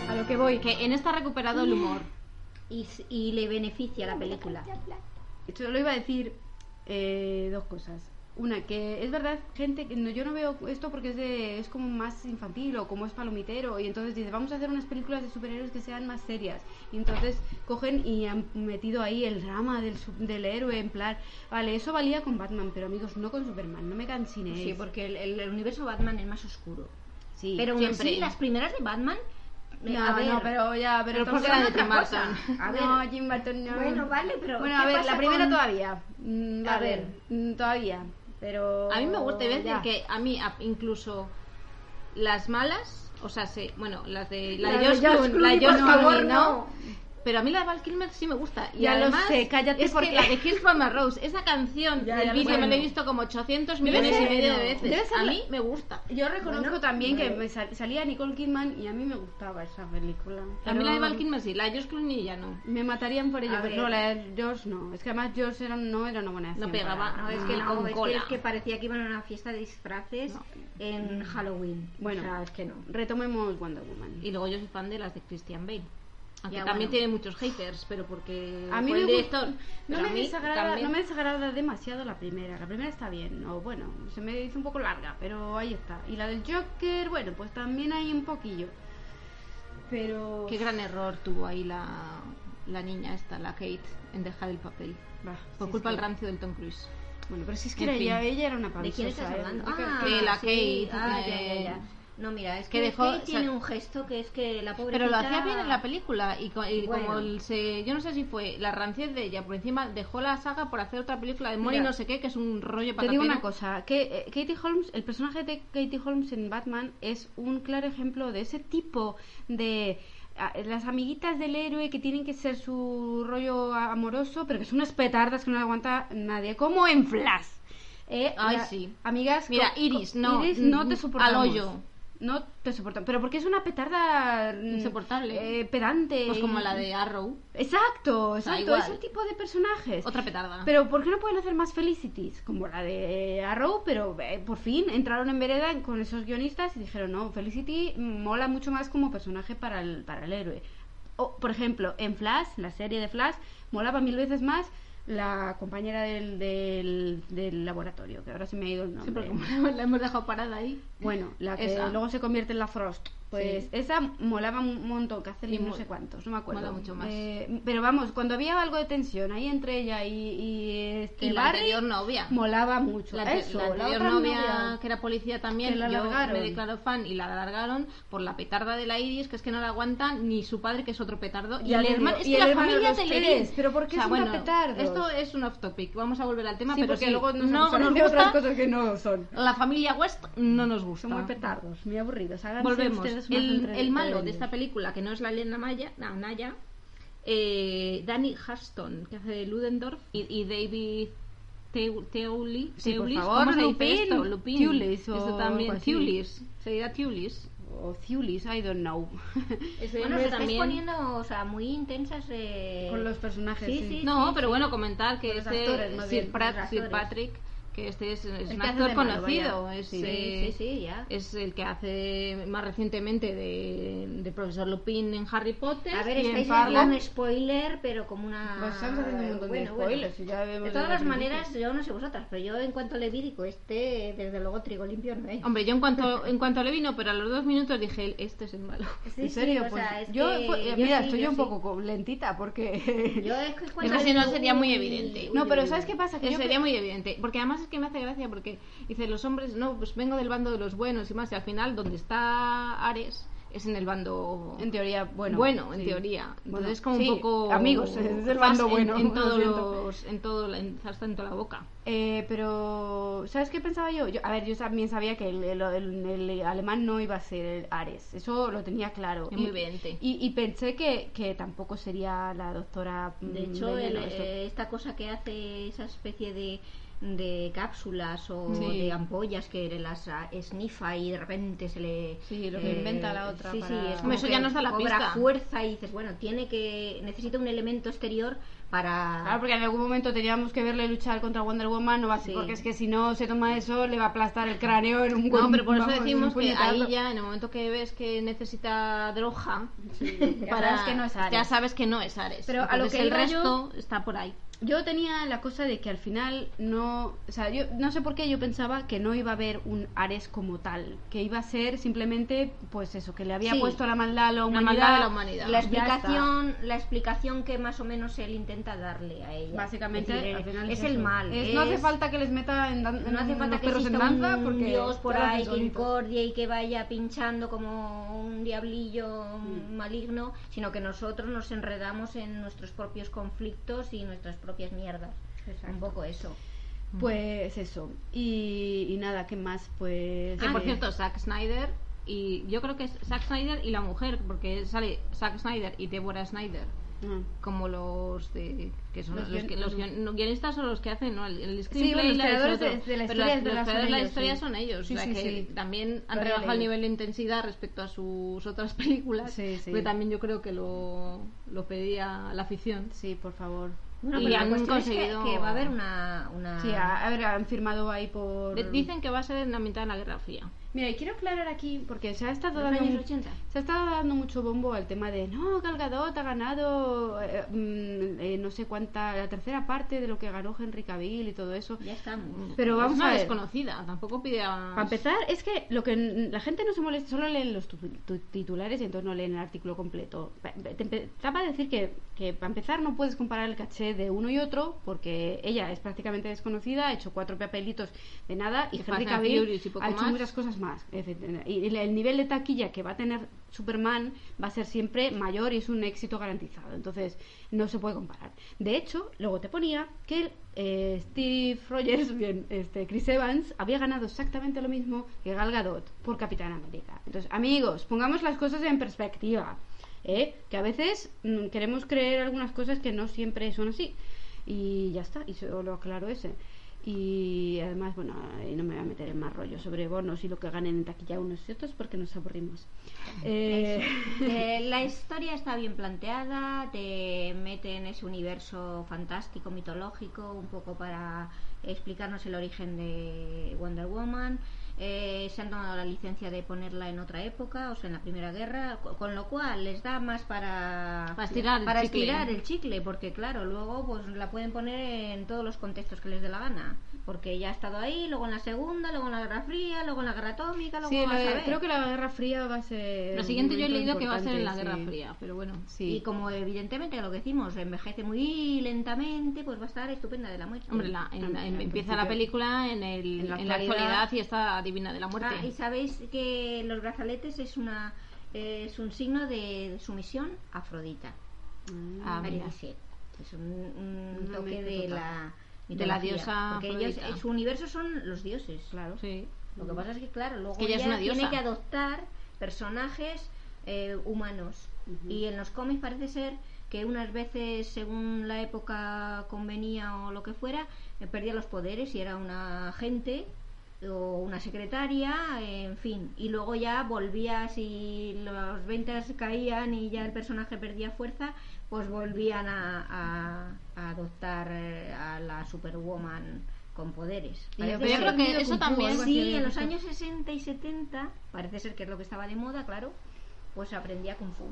B: A lo que voy.
A: Que en esta ha recuperado el humor.
D: Y s- y le beneficia la película.
B: Solo iba a decir eh, dos cosas. Una, que es verdad, gente, que no, yo no veo esto porque es, de, es como más infantil o como es palomitero. Y entonces dice, vamos a hacer unas películas de superhéroes que sean más serias. Y entonces cogen y han metido ahí el drama del, su- del héroe, en plan, vale, eso valía con Batman, pero amigos, no con Superman, no me cansinéis.
D: Sí, porque el, el- el universo Batman es más oscuro.
B: Sí,
D: pero aún
B: siempre.
D: así, las primeras de Batman. eh,
B: No,
D: a ver,
B: no, pero ya, pero,
A: Pero
B: estamos
A: porque era de
B: hablando
A: Tim
B: otra cosa.
A: Burton.
D: A
B: No,
D: ver.
B: Jim Burton no.
D: Bueno, vale, pero
B: Bueno,
D: ¿qué
B: a ver,
D: pasa
B: la primera
D: con-
B: todavía. Mm,
D: A
B: a ver,
D: ver.
B: mm, todavía. Pero.
A: A mí me gusta, y voy a decir
B: ya.
A: que a mí a- incluso las malas, o sea, sí, bueno, las de la
D: La
A: de
D: de
A: Josh
D: George
A: Clooney,
D: Clooney,
A: la de George
D: por favor,
A: Clooney,
D: no.
A: no. Pero a mí la de Val Kilmer sí me gusta. Y
B: Ya lo
A: además,
B: sé, cállate
A: es
B: porque-
A: que la de Kiss from a Rose, esa canción
B: Ya, ya
A: del
B: lo
A: vídeo me la he
B: sé.
A: visto como 800
B: Debe
A: millones y
B: ser-
A: medio de
B: debe
A: veces.
B: ser
A: A
B: la-
A: mí me gusta.
B: Yo reconozco
D: Bueno, eh,
B: también que
D: vale.
B: me sal- salía Nicole Kidman y a mí me gustaba esa película.
A: A mí la de
B: Pero
A: Val Kilmer sí, la de Josh Clooney ya no.
B: Me matarían por ello,
D: A
B: pero
D: ver.
B: no, la de George no. Es que además George era, no era una buena
A: No
B: acción
A: pegaba.
B: para-
D: No, es que,
A: Ah, No,
D: no,
A: con
D: es que,
A: cola.
D: es que parecía que iban a una fiesta de disfraces
A: No.
D: en Halloween.
B: Bueno.
D: o sea, es que no.
B: Retomemos Wonder Woman.
A: Y luego yo soy fan de las de Christian Bale. Aunque
D: Ya,
A: también
D: bueno.
A: tiene muchos haters, pero porque
B: A mí
A: fue
B: me
A: el
B: gust-
A: director.
B: No
A: Pero a
B: me,
A: mí
B: desagrada,
A: también-
B: no me desagrada demasiado la primera. La primera está bien, o bueno, se me hizo un poco larga, pero ahí está. Y la del Joker, bueno, pues también hay un poquillo. Pero.
A: Qué gran error tuvo ahí la, la niña esta, la Kate, en dejar el papel.
B: Bah,
A: Por
B: si
A: culpa
B: es
A: del
B: que-
A: rancio del Tom Cruise.
B: Bueno, pero si es que
A: En
B: era ella,
A: fin.
B: ella era una
D: ¿De
B: pavisosa.
D: quién estás hablando?
B: ¿eh?
D: Ah,
A: que la
D: sí,
A: Kate,
D: ah, ya,
A: eh,
D: ya, ya. No, mira, es
A: que
D: que,
A: dejó-
D: Kate
A: o sea,
D: tiene un gesto que es que la pobre
A: Pero lo
D: tita-
A: hacía bien en la película y, co- y
D: Bueno.
A: como el se, yo no sé si fue la ranciez de ella, por encima dejó la saga por hacer otra película de Mori
D: Mira.
A: no sé qué, que es un rollo
B: Te
A: patatero.
B: digo una cosa, que eh, Katie Holmes, el personaje de Katie Holmes en Batman es un claro ejemplo de ese tipo de ah, las amiguitas del héroe que tienen que ser su rollo a- amoroso, pero que son unas petardas que no aguanta nadie, como en Flash. Eh,
A: Ay, sí.
B: Amigas,
A: Mira,
B: co-
A: Iris,
B: co-
A: no,
B: Iris, no
A: mm,
B: te
A: al
B: soportamos.
A: hoyo.
B: No te soportan, pero porque es una petarda mm,
A: Insoportable.
B: eh, pedante.
A: Pues como
B: y-
A: la de Arrow,
B: Exacto,
A: sea,
B: exacto,
A: igual.
B: ese tipo de personajes.
A: otra petarda.
B: Pero ¿por qué no pueden hacer más Felicities? Como la de Arrow, pero eh, por fin entraron en vereda con esos guionistas y dijeron, no, Felicity mola mucho más como personaje para el, para el héroe. O, por ejemplo, en Flash, la serie de Flash, molaba mil veces más la compañera del, del, del laboratorio, que ahora se me ha ido el
A: Sí,
B: nombre.
A: porque como la, la hemos dejado parada ahí.
B: Bueno, la que
A: Esa.
B: luego se convierte en la Frost. Pues
A: Sí.
B: esa molaba un montón, Cacelli
A: Y
B: no
A: mo-
B: sé cuántos, no me acuerdo.
A: mola mucho más.
B: Eh, pero vamos, cuando había algo de tensión ahí entre ella y, y, este
A: Y la
B: Barry,
A: anterior novia.
B: molaba mucho.
A: La, ante-
B: Eso,
A: la anterior
B: otra
A: novia,
B: novia.
A: que era policía también,
B: Que la
A: yo
B: largaron.
A: me declaro fan y la largaron por la petarda de la Iris, que es que no la aguantan ni su padre, que es otro petardo, y
B: Ya
A: el
B: te digo,
A: hermano, es
B: y
A: que
B: el
A: la
B: hermano,
A: familia
B: los
A: Telerín.
B: tres, pero ¿por qué
A: o sea,
B: son tan
A: bueno,
B: petardos?
A: Esto es un off topic, vamos a volver al tema,
B: Sí,
A: pero
B: porque
A: sí,
B: luego nos
A: no
B: acusan
A: nos
B: de otras
A: gusta,
B: cosas que no son. Ah.
A: la familia West no nos gusta.
B: Son muy petardos, muy aburridos. háganse
A: Volvemos.
B: ustedes más
A: El,
B: entre-
A: el malo de
B: entre
A: esta
B: ellos.
A: película, que no es la Elena Maya, na- Naya, eh, Danny Hurston, que hace de Ludendorff, y, y David Teu- Teuli.
B: Sí, por
A: Teulis,
B: favor,
A: ¿cómo se dice
B: Lupin,
A: esto? Lupin.
B: Teulis o
A: Esto
B: algo
A: también.
B: así.
A: Tulis. Se dirá Tulis.
B: O Thulis, I don't know.
A: Ese
D: Bueno,
A: hombre
D: se estáis
A: también-
D: poniendo, o sea, muy intensas eh,
B: Con los personajes.
D: Sí, sí.
A: No, pero bueno, comentar que
B: Los
A: este
B: actores, más
A: Sir,
B: bien,
A: Pratt-
D: los
A: Sir
D: actores.
A: Patrick, que este es, es
B: que
A: un
B: hace
A: actor
B: de malo,
A: conocido.
B: vaya.
A: es,
D: Sí,
A: eh,
D: sí, sí, ya.
A: Es el que hace más recientemente de, de Profesor Lupin en Harry Potter.
D: A ver,
A: y en
D: estáis
A: Fargo.
D: haciendo un spoiler, pero como una...
B: Pues estamos haciendo un montón
D: Bueno,
B: de spoilers.
D: bueno.
B: y ya vemos
D: De
B: la
D: todas las
B: película.
D: maneras, yo no sé vosotras, pero yo en cuanto le vi, digo, este, desde luego, trigo limpio no es.
A: Hombre, yo en cuanto, en cuanto le vino, pero a los dos minutos dije, este es el malo.
D: Sí,
B: en
D: sí,
B: serio,
D: o
B: pues
D: sea, es
B: yo,
D: que
B: pues, mira,
D: sí,
B: estoy un
D: sí.
B: poco co- lentita porque
D: Yo es que cuando
A: Es que si no
D: digo,
A: sería muy
D: uy,
A: evidente.
D: uy,
B: no, pero
D: uy,
B: sabes
D: uy.
B: qué pasa que
A: Eso
B: yo
A: Eh, sería
B: pe-
A: muy evidente. Porque además es que me hace gracia porque dice, los hombres, no, pues vengo del bando de los buenos y más. Y al final, donde está Ares, es en el bando...
B: en teoría bueno,
A: bueno, en
B: sí.
A: teoría. Entonces
B: Bueno,
A: es como
B: sí,
A: un poco...
B: amigos, es
A: fast
B: el bando
A: en-
B: bueno.
A: En,
B: lo
A: todos
B: siento.
A: los... En todo, la- en- hasta en toda la boca.
B: Eh, pero ¿sabes qué pensaba yo? Yo- A ver, yo también sabía que el, el- el- el alemán no iba a ser el Ares, eso lo tenía claro.
A: Es
B: Y-
A: muy evidente.
B: Y, y pensé que, que tampoco sería la doctora. mm,
D: De hecho, el-
B: Veneno, eso.
D: eh, esta cosa que hace esa especie de, de cápsulas o
A: Sí.
D: de ampollas que las ah, esnifa y de repente se le. eh,
B: Sí, lo que inventa la otra
D: Sí, sí,
B: para-
D: es
A: Hombre,
D: como
A: eso ya
D: que
A: nos da la
D: cobra
A: pista.
D: fuerza y dices, bueno, tiene que. Necesita un elemento exterior para...
B: Claro, porque en algún momento teníamos que verle luchar contra Wonder Woman, no va a
D: Sí.
B: ser, porque es que si no se toma eso, le va a aplastar el cráneo en un
A: No, pero por eso
B: vamos, en un
A: decimos que
B: puñetazo.
A: ahí ya, en el momento que ves que necesita droga,
B: Ya sabes que no es Ares.
A: ya sabes que no es Ares.
B: Pero a lo
A: Entonces
B: que
A: el
B: iba yo-
A: resto está por ahí.
B: Yo tenía la cosa de que al final no, o sea, yo no sé por qué yo pensaba que no iba a haber un Ares como tal, que iba a ser simplemente, pues eso, que le había
D: Sí.
B: puesto la maldad a la humanidad,
A: maldad a la humanidad.
D: la
B: Ya está.
D: explicación la explicación que más o menos él intenta darle a ella
B: Básicamente,
D: Es decir,
B: al final
D: es,
B: eso.
D: el mal
B: Es- no hace
D: es-
B: falta que les meta en dan-
D: no hace
B: en
D: falta
B: los
D: que
B: perros en
D: exista
B: danza,
D: un
B: porque
D: dios por
B: ya lo hacen
D: ahí que
B: solitos.
D: incordia y que vaya pinchando como un diablillo maligno sino que nosotros nos enredamos en nuestros propios conflictos y nuestras propias mierdas un poco eso
B: Pues eso. Y, y nada, ¿qué más? Pues.
A: Que
D: Ah,
A: por
B: eh,
A: cierto, Zack Snyder y yo creo que es Zack Snyder y la mujer, porque sale Zack Snyder y Deborah Snyder,
B: no.
A: como los de que son
B: Los
A: los,
B: guion-
A: que- los guion- no, guionistas son los que hacen, ¿no? El, el screenplay
B: bueno, los
A: y la-
B: creadores
A: otro.
B: de- de la
A: Pero
B: historia
A: las-
B: de la-
A: los creadores de la
B: son
A: historia
B: ellos, sí.
A: son ellos,
B: Sí,
A: o sea
B: sí,
A: que
B: sí.
A: también han
B: Lo he
A: rebajado el
B: leído.
A: nivel de intensidad respecto a sus otras películas,
B: Sí, sí.
A: porque también yo creo que lo, lo pedía la afición.
B: Sí, por favor.
A: Y
D: pero la
A: han
D: cuestión es que-
A: conseguido-
D: que, va a haber una, una-
B: Sí, a, a ver, han firmado ahí por.
A: De- Dicen que va a ser en la mitad de la Guerra Fría.
B: Mira, y quiero aclarar aquí, porque se ha estado
D: Los
B: dando.
D: años
B: mu-
D: 80.
B: Se ha estado dando mucho bombo al tema de no, Gal Gadot ha ganado eh, mm, eh, no sé cuánta, la tercera parte de lo que ganó Henry Cavill y todo eso.
D: ya estamos
B: Pero
A: Es
B: vamos
A: una
B: a ver.
A: desconocida, tampoco pide a...
B: Para empezar, es que lo que n- la gente no se molesta, solo leen los tu- tu- titulares y entonces no leen el artículo completo. Pa- pa- Te empezaba a decir que, que para empezar no puedes comparar el caché de uno y otro porque ella es prácticamente desconocida, ha hecho cuatro papelitos de nada y
A: De
B: Henry
A: Fast and
B: Cavill
A: Furious y poco
B: ha hecho
A: más.
B: muchas cosas más. etcétera. Y el- el nivel de taquilla que va a tener Superman va a ser siempre mayor y es un éxito garantizado. Entonces no se puede comparar. De hecho, luego te ponía que eh, Steve Rogers, bien, este Chris Evans había ganado exactamente lo mismo que Gal Gadot por Capitán América. Entonces, amigos, pongamos las cosas en perspectiva. ¿eh? Que a veces mm, queremos creer algunas cosas que no siempre son así. Y ya está, y solo aclaro ese. Y además, bueno, ahí no me voy a meter en más rollo sobre bonos y lo que ganen en taquilla unos y otros porque nos aburrimos. Eh,
D: Eh, la historia está bien planteada, te mete en ese universo fantástico, mitológico, un poco para explicarnos el origen de Wonder Woman. Eh, se han tomado la licencia de ponerla en otra época, o sea, en la Primera Guerra, co- con lo cual les da más para,
A: Para estirar el
D: para
A: chicle.
D: estirar el chicle, porque claro, luego pues la pueden poner en todos los contextos que les dé la gana, porque ya ha estado ahí, luego en la Segunda, luego en la Guerra Fría, luego en la Guerra Atómica, luego
B: sí,
D: a
B: la-
D: saber.
B: creo que la Guerra Fría va a ser.
A: Lo
B: un
A: siguiente yo he
B: momento
A: leído que va a ser en la
B: importante,
A: Guerra
B: sí.
A: Fría, pero bueno.
B: Sí.
D: Y como evidentemente lo que decimos envejece muy lentamente, pues va a estar estupenda de la muerte.
A: Hombre, la- en-
B: Ah,
A: en-
B: en
A: empieza la
B: principio.
A: película en, el-
B: En la
A: en la
B: actualidad.
A: actualidad y está divina de la muerte.
D: Ah, y sabéis que los brazaletes es una es un signo de, sumisión a Afrodita,
A: Ah,
D: a
A: mira.
D: Berenice. Es un, un
B: Una
D: toque
B: mezcla
D: de
B: total.
D: la
A: De la
D: mitología,
A: diosa
D: porque ellos
A: Afrodita.
D: en su universo son los dioses.
B: Claro.
A: Sí.
D: Lo que pasa es que claro, luego
A: que ella es una
D: tiene
A: diosa.
D: que adoptar personajes eh, humanos y en los cómics parece ser que unas veces según la época convenía o lo que fuera eh, perdía los poderes y era una agente o una secretaria, en fin, y luego ya volvía si los ventas caían y ya el personaje perdía fuerza, pues volvían a, a- a adoptar eh, a la Superwoman con poderes.
B: Y
D: Parece
B: yo
A: Pero yo
D: ser
A: creo que eso
B: Kung Fu,
A: también...
B: algo así.
D: Sí,
B: había
D: en los
B: visto.
D: años 60 y 70, parece ser que es lo que estaba de moda, claro, pues aprendía Kung Fu.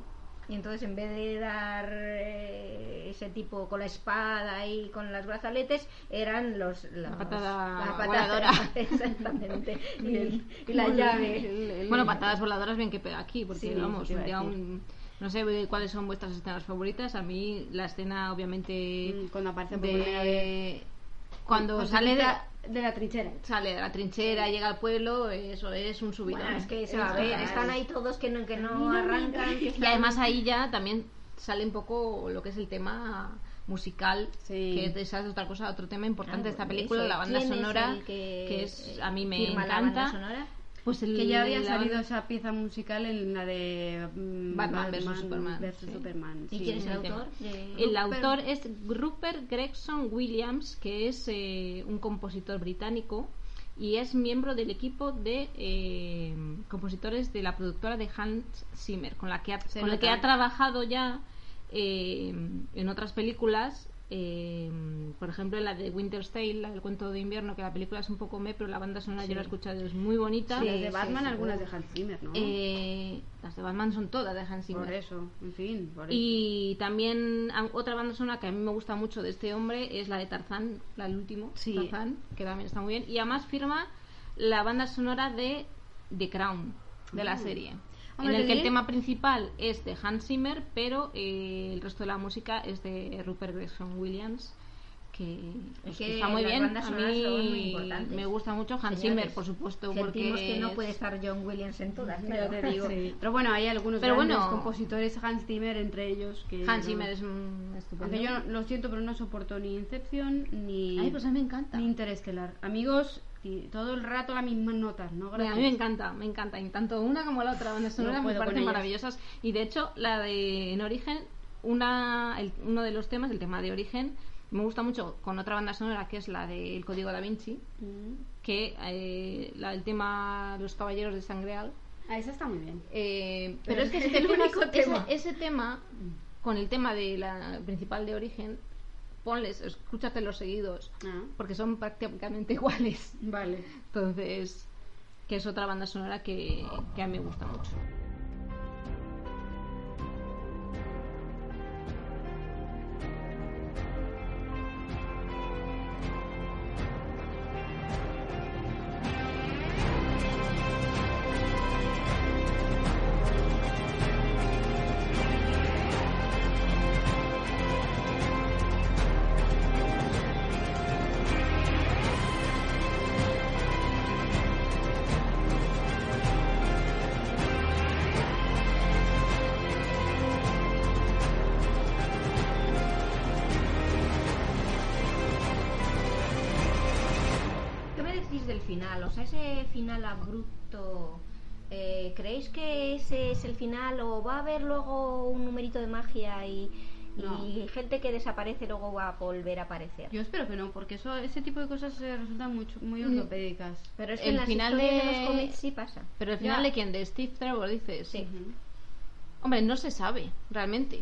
D: Y entonces en vez de dar eh, ese tipo con la espada y con las brazaletes, eran los, los-
A: patada
D: la patada-
A: voladora.
D: Exactamente. y, el- y la
B: Bueno,
D: llave.
B: el- el-
A: Bueno, patadas voladoras bien que pega aquí, porque
B: Sí,
A: vamos,
B: te iba a
A: ya
B: decir.
A: un- No sé eh, cuáles son vuestras escenas favoritas. A mí la escena, obviamente...
B: Mm, Cuando aparece por
A: de-
B: primera vez. Pues
A: Cuando sale de,
B: de la trinchera.
A: sale de la trinchera, llega al pueblo, eso es un subidón.
D: Bueno, es que se
A: Es
D: va a ver,
A: brutal.
D: están ahí todos que no, que no arrancan. que
A: Y
D: están-
A: además ahí ya también sale un poco lo que es el tema musical,
B: Sí.
A: que es- esa es otra cosa, otro tema importante de
D: Ah,
A: esta
D: bueno,
A: película,
D: eso,
A: la banda
D: ¿quién es
A: sonora,
D: el
A: que, es
D: eh,
A: a mí me
D: firma la banda
A: encanta.
D: sonora?
A: Pues el-
B: Que ya había
A: la
B: salido
A: banda-
B: esa pieza musical en la de mm,
A: Batman versus Superman,
B: versus
A: sí.
B: Superman,
D: ¿Y
B: sí.
D: quién es el
A: tema.
D: autor? de-
A: El
B: Rupert-
A: autor es Rupert Gregson Williams, que es eh, un compositor británico y es miembro del equipo de eh, compositores de la productora de Hans Zimmer, con la que ha,
B: Se
A: con la
B: nota.
A: que ha trabajado ya eh, en otras películas eh, por ejemplo, la de Winter's Tale, la del cuento de invierno, que la película es un poco me, pero la banda sonora yo la he escuchado, es muy bonita.
B: las de
D: sí,
B: Batman,
D: sí,
B: algunas
D: sí.
B: de Hans Zimmer, ¿no?
A: Eh, las de Batman son todas de Hans Zimmer.
B: por eso, en fin, por eso.
A: Y también a- otra banda sonora que a mí me gusta mucho de este hombre es la de Tarzán, la del último,
B: Sí.
A: Tarzán, que también está muy bien. Y además firma la banda sonora de The Crown, de la serie.
B: Hombre,
A: en el
B: te
A: que el
B: diré-
A: tema principal es de Hans Zimmer, pero eh, el resto de la música es de Rupert Gregson Williams, que, pues,
D: Es
A: que
D: que
A: está muy
D: las
A: bien.
D: bandas
A: A
D: sonoras son muy
A: mí
D: importantes.
A: me gusta mucho Hans
D: Señores,
A: Zimmer, por supuesto, porque
D: Sentimos que no
A: es-
D: puede estar John Williams en todas,
B: Ya
D: claro.
B: te digo.
D: Sí.
B: Pero bueno, hay algunos
A: Pero
B: grandes
A: bueno.
B: compositores, Hans Zimmer entre ellos, que...
A: Hans
B: no-
A: Zimmer es un estupendo.
B: Aunque yo no- lo siento, pero no soporto ni Inception ni,
A: Ay, pues a mí me encanta.
B: ni Interestelar. Amigos, ti- todo el rato las mismas notas, ¿no?
A: Bueno, a mí me encanta, me encanta. Y tanto una como la otra banda sonora me
B: puedo con
A: parecen
B: ellas.
A: maravillosas. Y de hecho, la de En Origen, una, el- uno de los temas, el tema de Origen, me gusta mucho con otra banda sonora que es la del Código da Vinci,
B: Mm.
A: que eh, la del tema Los Caballeros de Sangreal.
B: Ah, esa está muy bien.
A: Eh, pero
D: Pero
A: es
D: es
A: que
D: el
A: ese tema,
D: único
A: ese-
D: tema.
A: ese tema, con el tema de la principal de Origen, ponles, escúchatelos seguidos,
B: Ah,
A: porque son prácticamente iguales.
B: vale.
A: Entonces, que es otra banda sonora que, que a mí me gusta mucho.
D: ¿Qué me decís del final? O sea, ese final abrupto. eh, ¿Creéis que ese es el final o va a haber luego un numerito de magia y, y
B: No.
D: gente que desaparece luego va a volver a aparecer?
B: Yo espero que no, porque eso, ese tipo de cosas eh, resultan mucho, muy ortopédicas.
D: Pero es que
A: El
D: en las
A: final
D: historias
A: de-
D: de... los cómics sí pasa.
A: Pero al final de quién, de Steve Trevor, dices.
D: Sí.
A: Hombre, no se sabe, realmente.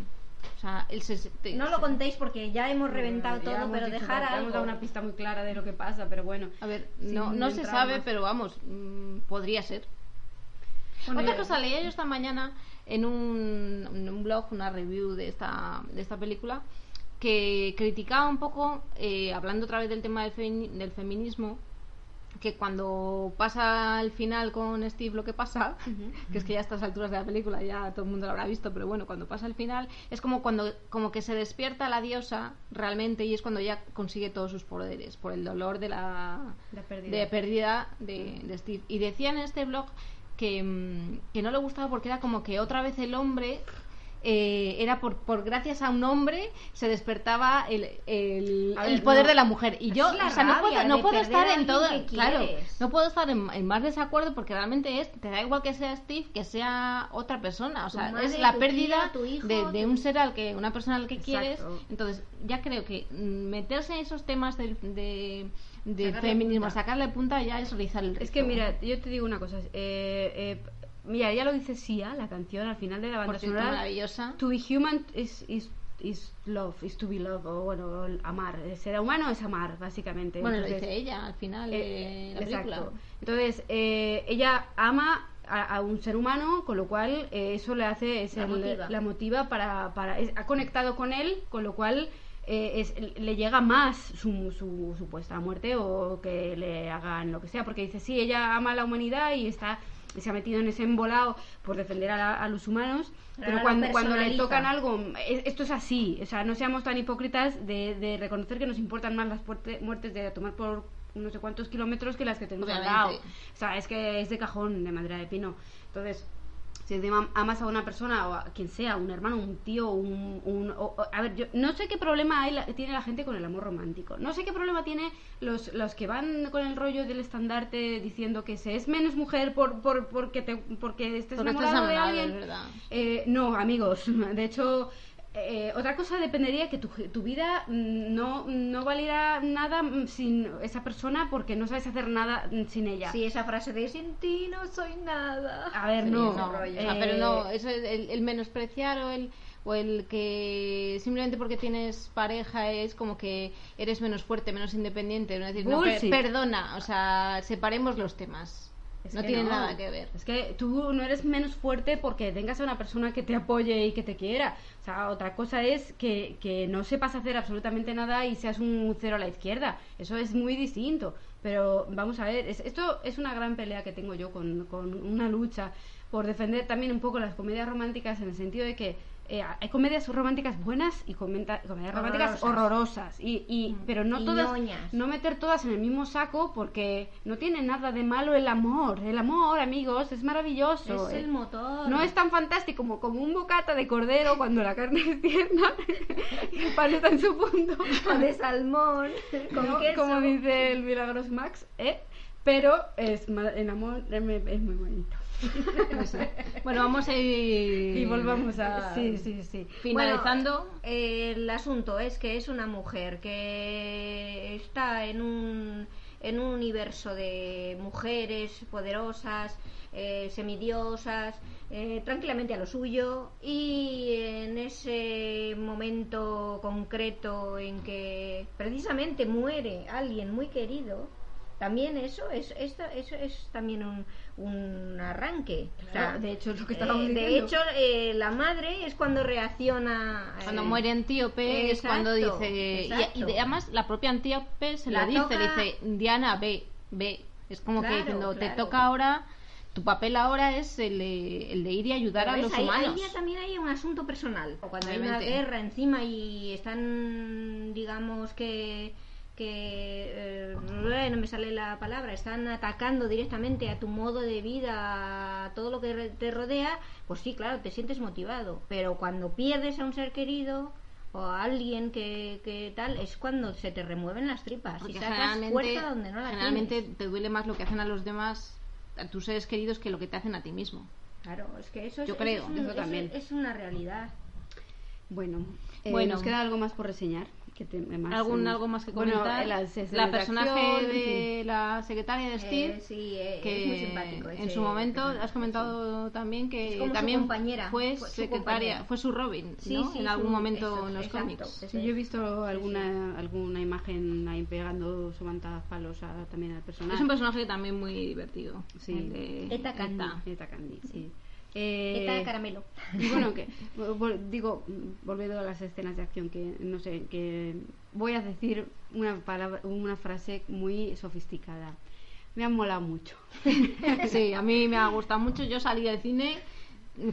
A: O sea, el ses- te-
D: No lo
A: se-
D: contéis porque ya hemos reventado
B: Ya
D: todo,
B: hemos
D: pero
B: dicho,
D: dejar
B: ya
D: algo.
B: Hemos dado una pista muy clara de lo que pasa, pero bueno.
A: A ver,
B: Sin
A: no, no se
B: entrar
A: sabe,
B: más.
A: pero vamos, mm, podría ser.
B: Bueno,
A: Otra
B: ya-
A: cosa, leía yo esta mañana en un, en un blog, una review de esta, de esta película, que criticaba un poco, eh, hablando otra vez del tema del, femi- del feminismo, que cuando pasa el final con Steve lo que pasa, que es que ya a estas alturas de la película ya todo el mundo lo habrá visto, pero bueno, cuando pasa el final es como cuando como que se despierta la diosa realmente y es cuando ya consigue todos sus poderes por el dolor de la
B: La pérdida.
A: de pérdida de, de Steve. Y decía en este blog que, mm, que no le gustaba porque era como que otra vez el hombre eh, era por, por gracias a un hombre se despertaba el, el,
B: A ver,
A: el poder
B: no.
A: de la mujer. Y yo
D: Es la
A: o sea, no puedo,
D: rabia
A: no
D: de
A: puedo
D: perder
A: estar
D: a
A: en
D: alguien
A: todo.
D: que
A: Claro,
D: quieres.
A: no puedo estar en, en más desacuerdo porque realmente es, te da igual que sea Steve, que sea otra persona. O sea,
D: madre,
A: es la
D: tu
A: pérdida
D: tía, tu hijo,
A: de, de
D: tu-
A: un ser al que, una persona al que
B: Exacto.
A: quieres. Entonces, ya creo que mm, meterse en esos temas del- de, de
B: Sacarle
A: feminismo,
B: punta.
A: sacarle punta ya es rizar el
B: Es que
A: rizo.
B: mira, yo te digo una cosa. eh, eh, mira, ya lo dice Sia, la canción al final de la banda
A: por cierto,
B: sonora.
A: maravillosa.
B: To be human is, is, is love, is to be loved, o bueno, el amar. El ser humano es amar, básicamente.
A: Bueno, lo
B: Entonces,
A: dice ella al final de
B: eh,
A: la película.
B: exacto. Entonces, eh, ella ama a, a un ser humano, con lo cual eh, eso le hace, es
D: La
B: el-
D: motiva.
B: la motiva para, para es- ha conectado con él, con lo cual eh, es- le llega más su, su supuesta muerte o que le hagan lo que sea, porque dice, sí, ella ama a la humanidad y está se ha metido en ese embolado por defender a, la- a los humanos,
D: Pero
B: pero,
D: ahora lo
B: cuando, cuando le
D: personaliza.
B: tocan algo, es- esto es así, o sea, no seamos tan hipócritas de, de reconocer que nos importan más las puerte- muertes de tomar por no sé cuántos kilómetros que las que tenemos al lado.
A: Obviamente.
B: O sea, es que es de cajón, de madera de pino. Entonces, si encima amas a una persona o a quien sea, un hermano, un tío, un... un- o- o- a ver, yo no sé qué problema hay la- tiene la gente con el amor romántico. No sé qué problema tiene los, los que van con el rollo del estandarte diciendo que se es menos mujer por, por, porque, te, porque estés
A: Porque
B: enamorado de
A: enamorado,
B: alguien.
A: es verdad.
B: Eh, no, amigos. De hecho, eh, otra cosa dependería que tu, tu vida mm, no, no valiera nada mm, sin esa persona porque no sabes hacer nada mm, sin ella.
D: Sí, esa frase de sin ti no soy nada.
B: A ver,
A: Sí,
B: no.
A: Ah, no, o sea,
B: eh,
A: pero no, eso es el, el menospreciar o el o el que simplemente porque tienes pareja es como que eres menos fuerte, menos independiente. No es decir, no, per-
B: Bullshit.
A: perdona, o sea, separemos los temas.
B: Es
A: no
B: que
A: tiene nada que ver.
B: Es que tú no eres menos fuerte porque tengas a una persona que te apoye y que te quiera. O sea, otra cosa es que, que no sepas hacer absolutamente nada y seas un cero a la izquierda. Eso es muy distinto. Pero vamos a ver, es- esto es una gran pelea que tengo yo con, con una lucha por defender también un poco las comedias románticas en el sentido de que eh, hay comedias románticas buenas y comenta- comedias románticas horrorosas. Y, y-
A: Mm.
B: pero no
D: Y
B: todas.
D: ñoñas.
B: No meter todas en el mismo saco porque no tiene nada de malo el amor. El amor, amigos, es maravilloso. Eh,
D: Es el motor.
B: No es tan fantástico como, como un bocata de cordero cuando la carne es tierna y el pan está en su punto.
D: O de salmón con
B: ¿no?
D: queso.
B: Como dice el Milagros Max, ¿eh? Pero es ma- el amor em- es muy bonito.
A: No sé. Bueno, vamos a ir.
B: Y volvamos a...
A: Sí, sí.
B: sí.
A: Finalizando.
D: Eh, el asunto es que es una mujer que está en un, en un universo de mujeres poderosas, eh, semidiosas, eh, tranquilamente a lo suyo, y en ese momento concreto en que precisamente muere alguien muy querido, también eso es, esto, eso es también un, un arranque. O sea,
B: Claro, ah, de hecho, es lo que estábamos
D: eh, de
B: diciendo.
D: hecho, eh, la madre es cuando reacciona. eh,
A: Cuando muere Antíope es
D: Exacto,
A: cuando dice. y- Y,
D: exacto.
A: además la propia Antíope se
D: La
A: lo dice,
D: toca-
A: le dice, Diana, ve, ve. Es como
D: Claro,
A: que diciendo, te
D: claro.
A: toca ahora, tu papel ahora es el de, el de ir y ayudar
D: Pero
A: a
D: ves,
A: los
D: ahí,
A: humanos.
D: ahí ya también hay un asunto personal. O cuando hay
A: Obviamente.
D: una guerra encima y están, digamos que que eh, no me sale la palabra están atacando directamente a tu modo de vida a todo lo que re- te rodea pues sí claro te sientes motivado pero cuando pierdes a un ser querido o a alguien que, que tal es cuando se te remueven las tripas
A: Porque
D: y sacas
A: generalmente,
D: fuerza donde no la
A: generalmente
D: tienes.
A: te duele más lo que hacen a los demás, a tus seres queridos, que lo que te hacen a ti mismo.
D: Claro, es que eso es,
A: Yo
D: eso
A: creo,
D: es un-
A: yo
B: creo
D: eso
B: también.
D: es una realidad.
B: Bueno, eh,
A: Bueno.
B: ¿nos queda algo más por reseñar? ¿Qué te- más,
A: ¿Algún
B: eh,
A: algo más que
B: bueno,
A: comentar?
B: eh, las escenas
A: la
B: de
A: personaje
B: acción,
A: de la secretaria de Steve.
D: Eh, sí, eh,
A: que
D: es muy simpático.
A: en
D: ese
A: su momento
D: personaje,
A: has comentado también
D: Es
A: que
D: como su
A: también
D: compañera,
A: fue,
D: fue su
A: secretaria,
D: compañera.
A: fue su Robin,
D: Sí,
A: ¿no?
D: sí,
A: en
D: su-
A: algún momento
D: eso,
A: en los
D: exacto.
A: cómics.
B: Sí, yo he visto alguna alguna imagen ahí pegando su manta palos a- también al personaje.
A: Es un personaje también muy divertido.
B: Sí.
A: el de Mm.
D: Eta Kandi.
A: Eta.
B: Eta Candy, Mm, sí.
D: sí.
B: Eh,
D: Está de caramelo.
B: y bueno, que, vol- digo, volviendo a las escenas de acción, que no sé, que voy a decir una, palabra, una frase muy sofisticada. Me han molado mucho.
A: Sí, a mí me ha gustado mucho. Yo salí del cine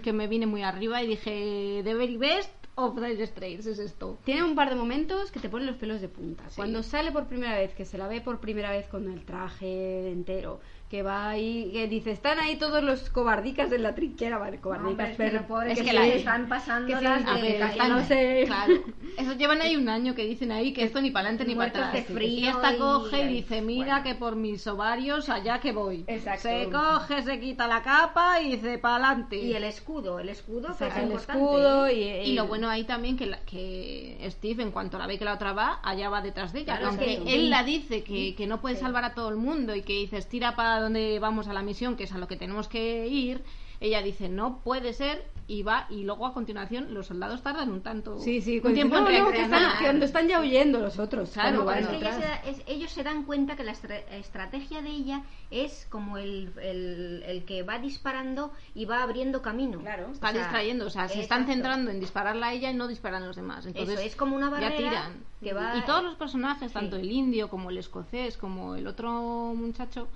A: que me vine muy arriba y dije The very best of the Straits es esto.
B: Tiene un par de momentos que te ponen los pelos de punta.
A: Sí.
B: Cuando sale por primera vez, que se la ve por primera vez con el traje entero, que va ahí, que dice, están ahí todos los cobardicas de la trinchera, vale,
D: Hombre,
B: cobardicas,
D: es que
B: pero
D: no puede,
A: es
D: que
A: que
D: sí,
A: la-
D: están pasando
B: que sí,
D: las
B: a
D: de
B: ver,
D: calle,
B: están-
D: no sé.
A: Claro. Eso llevan ahí un año que dicen ahí que esto ni para adelante ni para
D: Muertos de
A: atrás.
D: frío
A: y esta
D: y-
A: coge y dice, mira
D: bueno.
A: que por mis ovarios allá que voy.
B: Exacto.
A: Se coge, se quita la capa y dice para adelante.
D: Y el escudo, el escudo que es
B: el
D: importante.
B: escudo y,
A: ¿eh? Y lo bueno ahí también que, la- que Steve, en cuanto la ve que la otra va, allá va detrás de ella.
D: Claro, es
A: Aunque
D: que-
A: él la dice que, que no puede salvar a todo el mundo y que dices, tira para donde vamos a la misión, que es a lo que tenemos que ir, ella dice, no puede ser, y va, y luego a continuación los soldados tardan un tanto
B: Sí, sí,
A: un
B: cuando
A: tiempo
B: no,
A: en
B: no, que están,
A: reaccionar.
B: cuando están ya huyendo los otros.
A: Claro,
D: Pero
B: cuando van
D: es que ella
B: atrás.
D: se da- es- ellos se dan cuenta que la estra- estrategia de ella es como el, el- el que va disparando y va abriendo camino.
B: Claro.
D: O
A: Está
D: sea,
A: distrayendo, o sea, se están
D: exacto.
A: centrando en dispararla a ella y no disparan a los demás. Entonces,
D: Eso, es como una
A: ya
D: barrera
A: tiran.
D: que va-
A: Y todos los personajes, tanto
D: Sí.
A: el indio como el escocés, como el otro muchacho,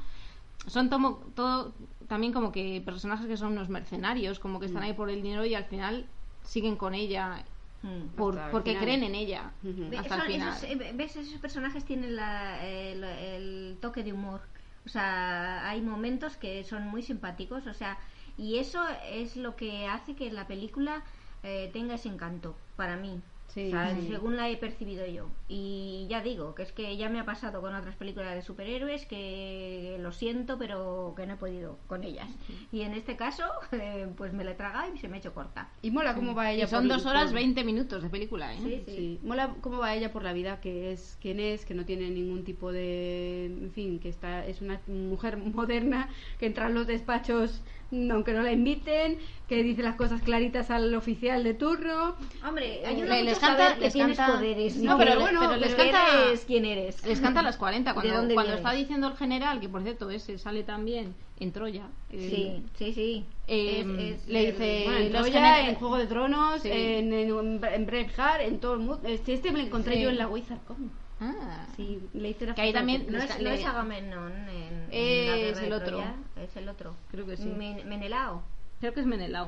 A: son tomo- todo, también como que personajes que son unos mercenarios, como que están ahí por el dinero y al final siguen con ella
D: Mm.
A: por-
B: Hasta el
A: porque
B: final.
A: creen en ella.
B: Ujú.
D: Ve-
A: Hasta
D: son-
A: el final.
D: esos- eh, ¿Ves? Esos personajes tienen la- el, el toque de humor. O sea, hay momentos que son muy simpáticos. O sea, y eso es lo que hace que la película eh, tenga ese encanto, para mí.
B: Sí,
D: O sea,
B: sí.
D: según la he percibido yo. Y ya digo, que es que ya me ha pasado con otras películas de superhéroes que lo siento, pero que no he podido con ellas. Y en este caso, eh, pues me la he tragado y se me ha hecho corta.
B: Y mola cómo va ella.
A: Y son
B: por-
A: dos horas
B: por-
A: 20 minutos de película, ¿eh?
D: Sí,
B: Sí, mola cómo va ella por la vida, que es quien es, que no tiene ningún tipo de, en fin, que está es una mujer moderna que entra en los despachos mm, aunque no la inviten, que dice las cosas claritas al oficial de turno.
D: Hombre,
A: ayuda
D: ayuda
A: Le- mucho les
D: Eh, les
A: canta- saber que
D: que
A: les tienes
D: tienes
A: canta- poderes
D: poderes.
A: y No, que- pero le- pero les canta-
D: eres quién eres.
A: Les canta a las 40. Cuando,
D: dónde
A: cuando
D: vienes?
A: está diciendo el general, que por cierto ese sale también en Troya. eh,
D: Sí, sí, sí.
A: eh,
D: Es- es
A: le
D: el-
A: dice
B: Bueno, en
A: los
B: Troya,
A: gener-
B: en Juego de Tronos,
A: Sí.
B: en, en, en Braveheart, en todo el mundo. Este, este me lo encontré
A: Sí.
B: yo en la Wizard Comic.
A: Ah.
B: Sí, le hice una
A: Que ahí
B: foto.
A: también-
D: No
A: les
D: es,
A: ca-
D: no
A: le-
D: es Agamenón en, en
A: Eh,
D: la guerra
A: es
D: de
A: el otro.
D: Troya, es el otro.
A: Creo que sí.
D: Men- Menelao.
A: Creo que es Menelao.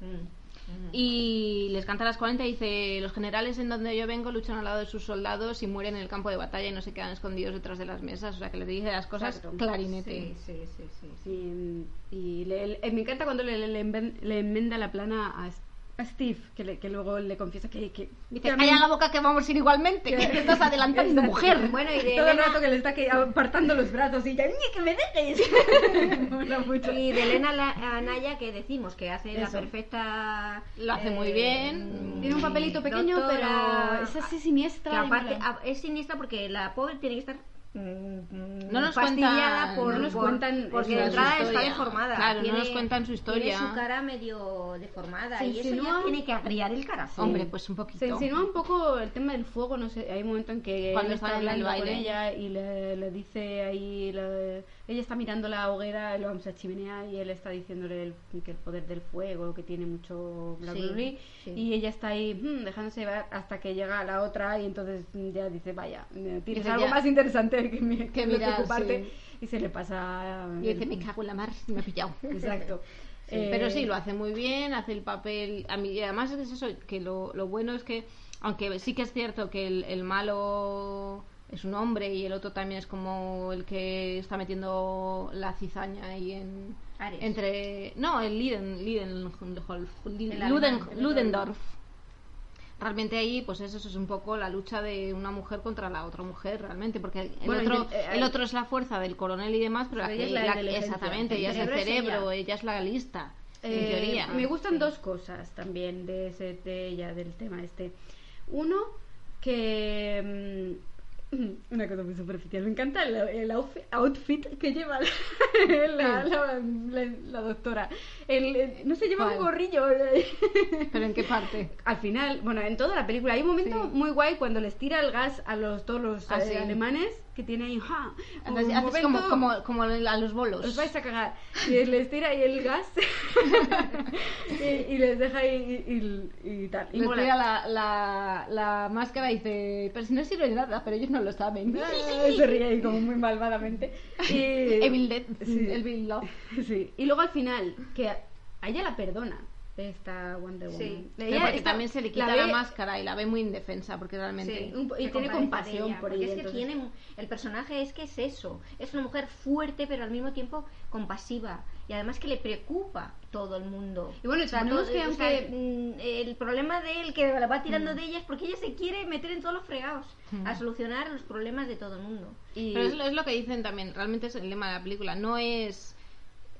D: Mm.
A: Y les canta a las 40 y dice, los generales en donde yo vengo luchan al lado de sus soldados y mueren en el campo de batalla y no se quedan escondidos detrás de las mesas. O sea, que les dice las cosas
B: Exacto.
A: clarinete.
D: sí, sí, sí. sí.
B: Y, y le- le- me encanta cuando le, le- le enven- le enmenda la plana a, S- a Steve, que, le- que luego le confiesa que... que
A: Dice, calla la boca que vamos a ir igualmente, que te estás adelantando,
B: Exacto.
A: mujer.
D: Bueno, y de
B: Todo el
D: Elena-
B: rato que le está que- apartando los brazos y ya, "Ni que me dejes! Mola mucho.
D: Y de Elena La- Anaya, que decimos que hace la
B: Eso.
D: perfecta. eh,
A: Lo hace muy bien. Mm.
B: Tiene un papelito pequeño,
D: doctora,
B: pero es así
D: Que
B: siniestra. y
D: aparte
B: mola.
D: a- es siniestra porque la pobre tiene que estar. mm,
A: No nos cuentan-
D: fastidiada por,
A: no nos
D: por-
B: cuentan
D: porque
B: su-
D: de
B: su
D: entrada está
A: historia.
D: deformada
A: Claro, no
D: tiene-
A: nos cuentan su historia.
D: tiene su cara medio deformada
B: Se
D: y eso ya
B: insinúa-
D: tiene que agriar el corazón
A: Hombre, pues un poquito.
B: Se insinúa un poco el tema del fuego, no sé, hay un momento en que
A: Cuando
B: él
A: están en el
B: con
A: baile.
B: ella y le, le dice ahí, le- ella está mirando la hoguera, lo vamos a chimenea y él está diciéndole el- que el poder del fuego, que tiene mucho bla,
D: Sí,
B: bla, bla,
D: sí.
B: y ella está ahí mm, dejándose llevar hasta que llega la otra y entonces mm, ya dice, vaya, mm, tienes
A: Dice,
B: algo
A: ya-
B: más interesante que, mi, que, lo que
A: mirar,
B: ocuparte
A: sí.
B: y se le pasa...
A: Y dice,
B: el-
A: me cago en la mar, me ha pillado.
B: Exacto.
A: Sí, pero sí,
B: Eh,
A: lo hace muy bien, hace el papel. A mí, y además es eso, que lo, lo bueno es que, aunque sí que es cierto que el, el malo es un hombre y el otro también es como el que está metiendo la cizaña ahí en.
D: Ares.
A: Entre. No, el Liden, Liden,
D: El
A: Luden,
D: alemán,
A: Luden-
D: el
A: Ludendorff. Realmente ahí, pues eso, eso es un poco la lucha de una mujer contra la otra mujer, realmente, porque el,
B: Bueno,
A: otro,
B: intent- eh,
A: el
B: eh,
A: otro es la fuerza del coronel y demás, pero la
B: Pero ella
A: que-
B: es la
A: la-
B: inteligencia.
A: exactamente,
B: El
A: ella es el
D: cerebro es
A: cerebro,
D: ella.
A: ella es la lista, en
B: Eh,
A: teoría.
B: Me gustan dos cosas también de, ese, de ella, del tema este. Uno, que. mm, Una cosa muy superficial. Me encanta el, el outfit, outfit que lleva la, la, la- la- la doctora. El- el- no se lleva un
A: ¿Cuál?
B: gorrillo.
A: ¿Pero en qué parte?
B: Al final, bueno, en toda la película hay un momento
A: Sí.
B: muy guay cuando les tira el gas a los todos los
A: Ah,
B: eh,
A: sí.
B: alemanes que tiene ahí. ¡ja! Un
A: Haces, haces como,
B: momento-
A: como, como a los bolos.
B: os vais a cagar. Y les tira ahí el gas y, y les deja ahí y, y- y tal. Y
A: Les
B: mola.
A: tira la, la, la máscara y dice, pero si no sirve de nada, pero ellos no lo saben.
B: Ah, Se ríe ahí como muy malvadamente. Y,
A: Evil Dead,
B: Sí.
A: el Bill Love.
B: Sí. Y luego al final, que a ella la perdona esta Wonder Woman.
D: Sí.
B: Ella
A: Pero porque
B: está-
A: también se le quita la,
B: ve-
A: máscara y la ve muy indefensa, porque realmente...
B: un po- y
D: se
B: tiene
D: compadece
B: compasión
D: de ella,
B: por
D: porque
B: ella,
D: Es que
B: entonces.
D: tiene, el personaje es que es eso. Es una mujer fuerte, pero al mismo tiempo compasiva. Y además que le preocupa todo el mundo.
B: Y bueno,
D: O sea,
B: suponemos
D: todo-
B: que
D: o
B: aunque-
D: sea, mm, el problema de él que la va tirando de ella es porque ella se quiere meter en todos los fregados a solucionar los problemas de todo el mundo.
B: y-
A: Pero es lo, es lo que dicen también, realmente es el lema de la película, no es...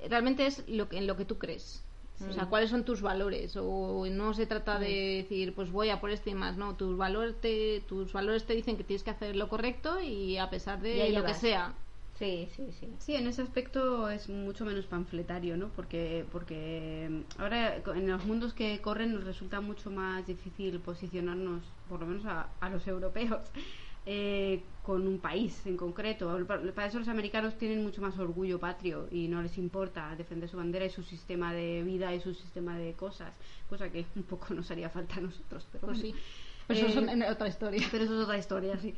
A: Realmente es lo que, en lo que tú crees. O sea, cuáles son tus valores. O no se trata de decir, pues voy a por este y más. No, tus valores te, tus valores te dicen que tienes que hacer lo correcto y a pesar
D: Y
A: de
D: ahí
A: lo que
D: vas.
A: sea.
D: Sí, sí, sí.
B: Sí, en ese aspecto es mucho menos panfletario, ¿no? Porque, porque mm, ahora co- en los mundos que corren nos resulta mucho más difícil posicionarnos, por lo menos a, a los europeos, eh, con un país en concreto. Pa- Para eso los americanos tienen mucho más orgullo patrio y no les importa defender su bandera y su sistema de vida y su sistema de cosas, cosa que un poco nos haría falta a nosotros. Pero
A: Pues
B: bueno.
A: sí. Pero eso es
B: Eh,
A: una- una otra historia.
B: Pero eso es otra historia, sí.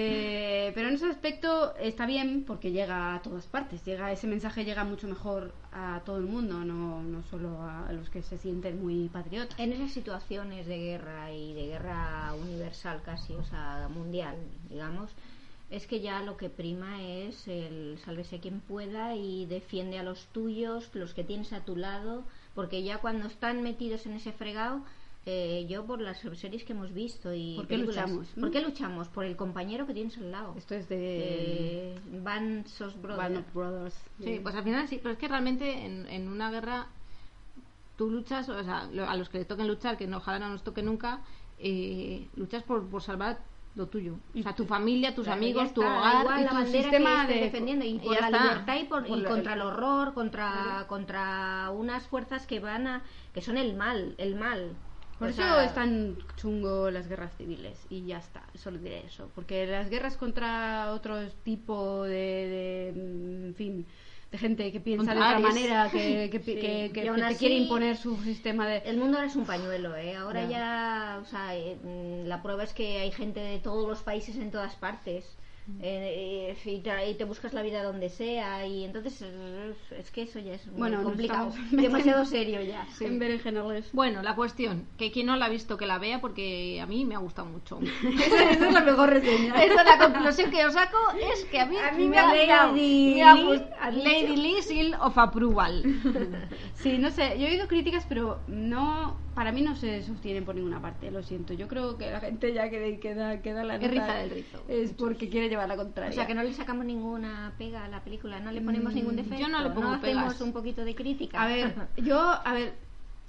B: Eh, pero en ese aspecto está bien porque llega a todas partes. Llega, ese mensaje llega mucho mejor a todo el mundo, no, no solo a los que se sienten muy patriotas.
D: En esas situaciones de guerra y de guerra universal casi, o sea, mundial, digamos, es que ya lo que prima es el sálvese quien pueda y defiende a los tuyos, los que tienes a tu lado, porque ya cuando están metidos en ese fregado eh, yo por las series que hemos visto y
B: ¿Por qué
D: películas.
B: luchamos? ¿Mm?
D: ¿Por qué luchamos? Por el compañero que tienes al lado.
B: Esto es de
D: Eh, Van Sos Brothers.
B: Band of Brothers.
A: Sí, pues al final sí, pero es que realmente en, en una guerra tú luchas, o sea, lo- a los que le toquen luchar, que no, ojalá no nos toque nunca, eh, luchas por, por salvar lo tuyo. O sea, tu familia, tus
D: Claro,
A: amigos,
D: ya
A: tu
D: está, da
A: hogar
D: igual
A: y
D: la
A: tu
D: bandera
A: sistema
D: que estés
A: de...
D: defendiendo y,
A: y
D: por
A: ya
D: la
A: está.
D: libertad y, por-
B: Por
D: y
B: la-
D: contra el horror contra contra unas fuerzas que van a que son el mal el mal
B: Por
D: O
B: eso
D: sea,
B: es tan chungo las guerras civiles y ya está, solo diré eso. Porque las guerras contra otro tipo de, de, mm, en fin, de gente que piensa de
A: Contra
B: otra
A: Ares.
B: manera, que, que, pi-
D: Sí.
B: que- que-
D: Y aún
B: que te
D: así-
B: quiere imponer su sistema de...
D: el mundo ahora es un pañuelo ¿eh? ahora
B: Ya.
D: ya o sea eh, mm, la prueba es que hay gente de todos los países en todas partes
A: Mm.
D: Eh, eh, y, te, y te buscas la vida donde sea y entonces eh, es que eso ya es muy
B: Bueno, nos
D: complicado
B: estamos
D: demasiado
B: metiendo-
D: serio ya
B: En berenjenales.
A: Bueno, la cuestión, que quien no la ha visto que la vea porque a mí me ha gustado mucho.
B: Esa es la mejor reseña.
A: Esa es la conclusión que yo saco, es que a mí,
D: A mí me ha gustado.
A: Lady,
D: Me ha
A: Lee-
D: gustado.
A: Lady Lee Seal of Approval.
B: Sí, no sé, yo he oído críticas, pero no, para mí no se sostienen por ninguna parte, lo siento. Yo creo que la gente ya que, de- que da, que da la
A: Es
B: nota
A: riza del rizo,
B: Es porque quiere llevar la contraria.
D: O sea, que no le sacamos ninguna pega a la película, no le ponemos
B: Mm,
D: ningún
A: yo no
D: defecto.
A: le pongo
D: hacemos
A: pegas.
D: un poquito de crítica.
B: A ver, yo, a ver,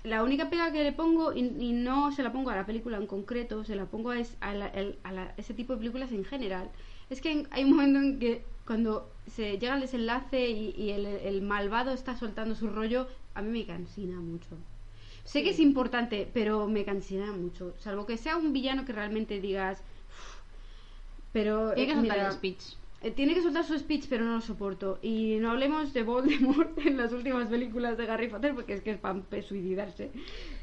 B: la única pega que le pongo, y, y no se la pongo a la película en concreto, se la pongo a, es- a la- el- a la- ese tipo de películas en general, es que en- hay un momento en que cuando se llega al desenlace y, y el, el malvado está soltando su rollo, a mí me cansina mucho. Sé que es importante, pero me cansina mucho. Salvo que sea un villano que realmente digas. "Uf", Pero.
A: Tiene que
B: eh,
A: soltar
B: mira,
A: el speech.
B: eh, Tiene que soltar su speech, pero no lo soporto. Y no hablemos de Voldemort en las últimas películas de Harry Potter, porque es que es pan suicidarse,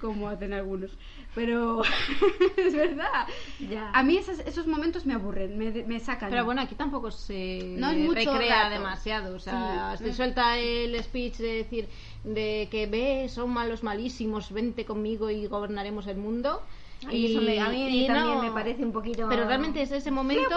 B: como hacen algunos. Pero es verdad.
D: Ya.
B: A mí esas- esos momentos me aburren, me, de- me sacan.
A: Pero bueno, aquí tampoco se
B: No es mucho
A: recrea
B: rato.
A: demasiado. O sea,
B: Sí.
A: se suelta el speech de decir de que ve, son malos malísimos, vente conmigo y gobernaremos el mundo.
D: y eso me- a mí
A: y
D: también
A: no-
D: me parece un poquito...
A: Pero realmente es ese momento.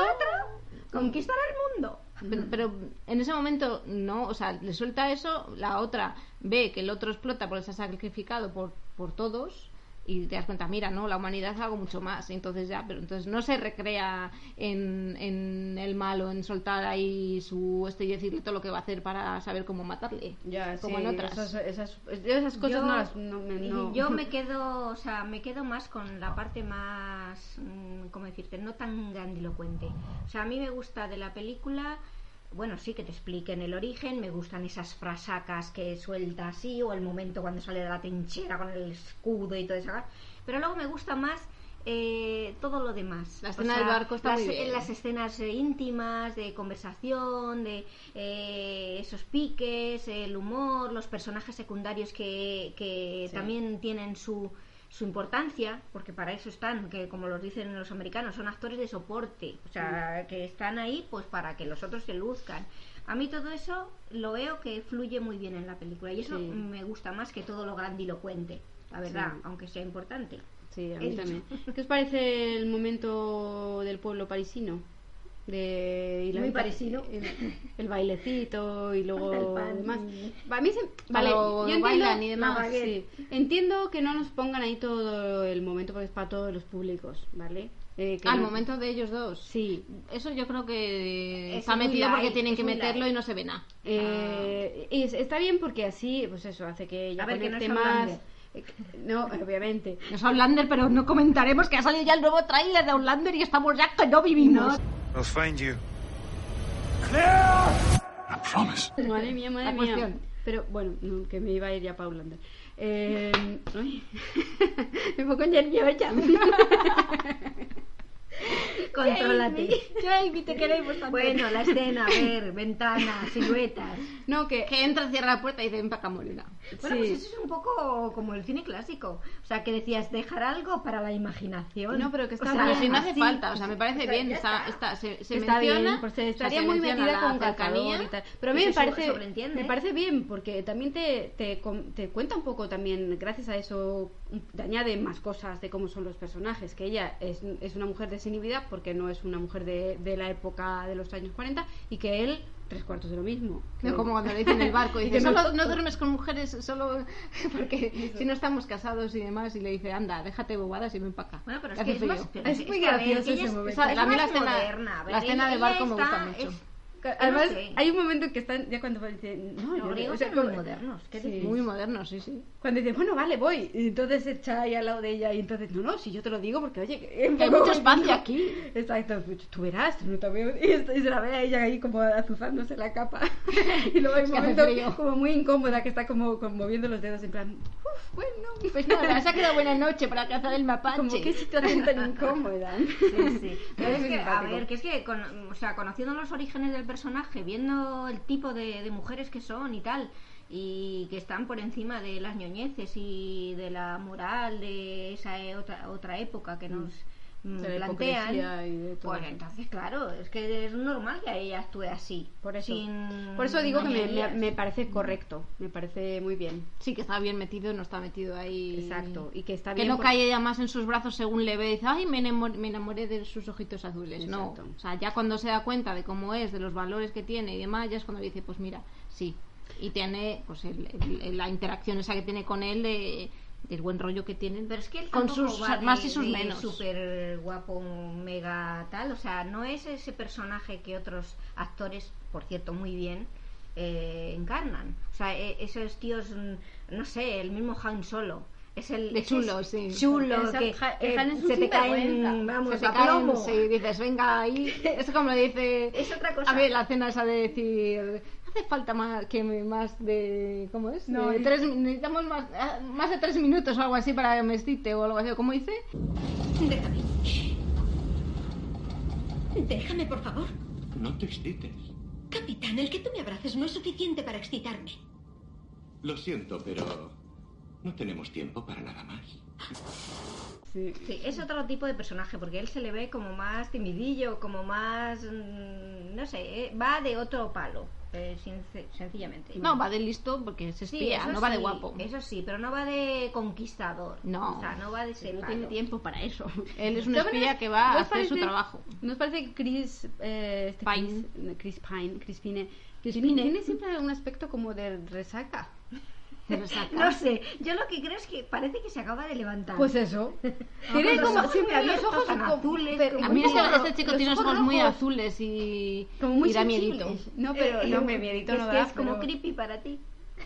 D: Conquistar el mundo.
A: Pero, pero en ese momento no, o sea, le suelta eso, la otra ve que el otro explota porque se ha sacrificado por, por todos y te das cuenta, mira, no, la humanidad es algo mucho más, entonces ya, pero entonces no se recrea en, en el malo, en soltar ahí su este y decirle todo lo que va a hacer para saber cómo matarle,
B: Ya,
A: como
B: sí, eh,
A: en otras.
B: Esas, esas- yo esas cosas
D: Yo-
B: no las. no me, no-
D: Yo me quedo, o sea, me quedo más con la parte más, mm, ¿cómo decirte? No tan grandilocuente. O sea, a mí me gusta de la película, bueno, sí que te expliquen el origen, me gustan esas frasacas que suelta así, o el momento cuando sale de la trinchera con el escudo y todo eso. Pero luego me gusta más eh, todo lo demás.
A: La escena del barco está
D: las,
A: muy bien.
D: las escenas eh, íntimas, de conversación, de eh, esos piques, el humor, los personajes secundarios que, que también tienen su, su importancia, porque para eso están, que como los dicen los americanos, son actores de soporte, o sea, que están ahí pues para que los otros se luzcan. A mí todo eso lo veo que fluye muy bien en la película y eso
B: Sí.
D: me gusta más que todo lo grandilocuente, la verdad,
B: Sí.
D: aunque sea importante.
B: Sí, a
D: He
B: mí
D: dicho.
B: también. ¿Qué os parece el momento del pueblo parisino? De, y la
D: Muy
B: mitad-
D: parisino.
B: El, el bailecito y luego
D: El pan.
B: demás. A mí se, vale,
A: Cuando
B: yo entiendo,
A: bailan y demás.
B: Ah, sí. Entiendo que no nos pongan ahí todo el momento porque es para todos los públicos, ¿vale? Eh, que
A: Al
B: no-
A: Ah, momento de ellos dos.
B: Sí.
A: Eso yo creo que
D: Es
A: está
D: muy
A: metido porque
D: light,
A: tienen
D: es
A: que
D: muy
A: meterlo
D: light.
A: y no se ve nada.
B: Eh, y es- está bien porque así, pues eso, hace que ya
D: A ver, que no
B: conecte
D: es
B: más.
D: Outlander.
B: Eh, No, obviamente.
A: No es Outlander, pero no comentaremos que ha salido ya el nuevo tráiler de Outlander y estamos ya que no vivimos.
G: I'll find you.
B: Madre mía, madre
A: La
B: mía.
A: cuestión.
B: Pero bueno, no, que me iba a ir ya Paula Ander. Eh, ay, me pongo nerviosa.
D: Contrólate.
A: Jamie, te queremos
D: Bueno, la escena, a ver, ventanas, siluetas.
B: No, que
A: Que entra, cierra la puerta y dice, ven para acá, morena.
D: Bueno,
B: Sí.
D: pues eso es un poco como el cine clásico. O sea, que decías dejar algo para la imaginación.
B: No, pero que está
D: o sea,
A: Pero
B: bien.
A: si no hace
B: así,
A: falta, o sea, me parece
D: sea,
A: bien.
D: ya
A: Está,
D: está.
A: está- se, se
B: está
A: menciona,
B: bien, porque
A: o sea,
B: estaría
A: se
B: muy
A: menciona
B: metida
A: la
B: con calzador y tal. Pero a mí
D: Y
B: me
D: se sobre-
B: parece,
D: sobreentiende.
B: me parece bien porque también te, te, com- te cuenta un poco también, gracias a eso, un- te añade más cosas de cómo son los personajes, que ella es, es una mujer desinhibida porque no es una mujer de, de la época de los años 40 y que él tres cuartos de lo mismo.
A: No
B: Pero-
A: como cuando le dicen el barco, dice,
B: Dice,
A: no,
B: no-
A: no duermes con mujeres solo porque si no estamos casados y demás, y le dice, anda, déjate bobadas y ven para acá.
D: Bueno, pero
A: que
D: es que es
A: hace
D: más...
A: frío".
D: pero
B: Es
D: que-
B: muy
D: que, a ver,
B: gracioso
D: que
B: ese
D: ella es-
B: momento.
D: es
A: O sea, a mí
D: más
A: la escena-
D: moderna, a ver,
A: la escena
D: ella-
A: de barco
D: ella
A: me gusta
D: está-
A: mucho.
D: es-
B: Ca- Además,
D: sé.
B: hay un momento que están, ya cuando dicen, no,
D: Los
B: yo-
D: griegos
B: o sea,
D: eran muy
B: como-
D: modernos, qué
B: Sí.
A: Muy moderno, sí, sí.
B: Cuando dice, bueno, vale, voy. Y entonces se echa ahí al lado de ella. Y entonces, no, no, si yo te lo digo, porque oye, que-
A: Que hay mucho espacio aquí.
B: Exacto, pues, tú verás, tú también. Y, esto- y se la ve a ella ahí como azuzándose la capa. y luego hay un
A: Es que hace
B: momento
A: frío.
B: como muy incómoda que está como, como moviendo los dedos en plan, uff, bueno.
A: Pues nada, se ha quedado buena noche para cazar el mapache.
B: Como qué situación tan incómoda.
D: Sí, sí. Pero
B: Es
D: es
B: muy
D: que, a
B: simpático.
D: ver, que es que, con- o sea, conociendo los orígenes del personaje, viendo el tipo de, de mujeres que son y tal, y que están por encima de las ñoñeces y de la moral de esa e- otra, otra época que nos mm,
B: De la hipocresía y de
D: plantean,
B: todo
D: pues
B: eso.
D: entonces, claro, es que es normal que ella actúe así.
B: Por eso.
D: sin
B: Por eso digo que me, me-
D: ñoñerías.
B: me parece correcto, me parece muy bien.
A: Sí, que está bien metido, no está metido ahí.
B: Exacto, y que está
A: Que
B: bien
A: no
B: por-
A: cae ella más en sus brazos según le ve y dice, ay, me enamoré, me enamoré de sus ojitos azules. No,
B: Exacto.
A: o sea, ya cuando se da cuenta de cómo es, de los valores que tiene y demás, ya es cuando dice, pues mira, sí. Y tiene, pues, el- el- la interacción esa que tiene con él, de, del buen rollo que tienen.
D: Pero es que él
A: con
D: tampoco
A: sus
D: va de-
A: más y sus
D: de
A: menos.
D: Súper guapo, mega tal. O sea, no es ese personaje que otros actores, por cierto, muy bien, eh, encarnan. O sea, e- esos tíos, mm, no sé, el mismo Han Solo. Es el
A: De
D: ese es
A: chulo, sí.
D: Chulo,
F: Esa-
D: que,
F: Ja-
D: que
F: Han es un
D: Eh, se te caen,
F: sinvergüenza.
D: vamos,
A: se
D: a
A: te caen,
D: plomo.
A: sí, dices, venga, ahí. Es como le dice.
D: Es otra cosa.
A: A ver, la cena esa de decir. Hace falta más que me- más de. ¿Cómo es?
B: No,
A: De
B: es-
A: tres, necesitamos más, ah, más de tres minutos o algo así para que me excite o algo así. ¿Cómo dice?
G: Déjame. Déjame, por favor.
H: No te excites.
G: Capitán, el que tú me abraces no es suficiente para excitarme.
H: Lo siento, pero no tenemos tiempo para nada más.
B: Sí.
D: Sí, es otro tipo de personaje, porque él se le ve como más timidillo, como más. mm, no sé, eh, va de otro palo, eh, sinc- sencillamente.
A: No, va de listo porque se
D: Sí,
A: espía,
D: eso
A: no va de
D: sí,
A: guapo.
D: Eso sí, pero no va de conquistador.
A: No.
D: O sea, no va de ese
A: No
D: palo.
A: tiene tiempo para eso. Él es un
B: De todas
A: espía
B: maneras,
A: que va a
B: ¿no os
A: hacer su
B: parece-
A: trabajo.
B: ¿Nos parece que Chris, eh, este
A: Pine.
B: Chris, Chris Pine, Chris Pine, Chris
A: Pine.
B: Pine tiene siempre un aspecto como de resaca?
A: Se lo saca.
D: No sé, yo lo que creo es que parece que se acaba de levantar.
B: Pues eso.
D: con
B: tiene
D: los
B: como
D: ojos
B: siempre
D: muy
B: los ojos
D: abiertos, tan
B: como-
D: azules,
B: pero-
D: como
A: A mí
D: Muy
A: este,
B: ro-
A: este chico
B: los
A: tiene unos ojos muy
B: rojos,
A: azules y,
B: Como muy
A: y da
B: sensibles.
A: miedito.
B: No, pero
D: Eh,
B: no,
D: eh,
B: me miedito
D: es
B: no
D: que
B: da,
D: es como
B: pero-
D: creepy para ti.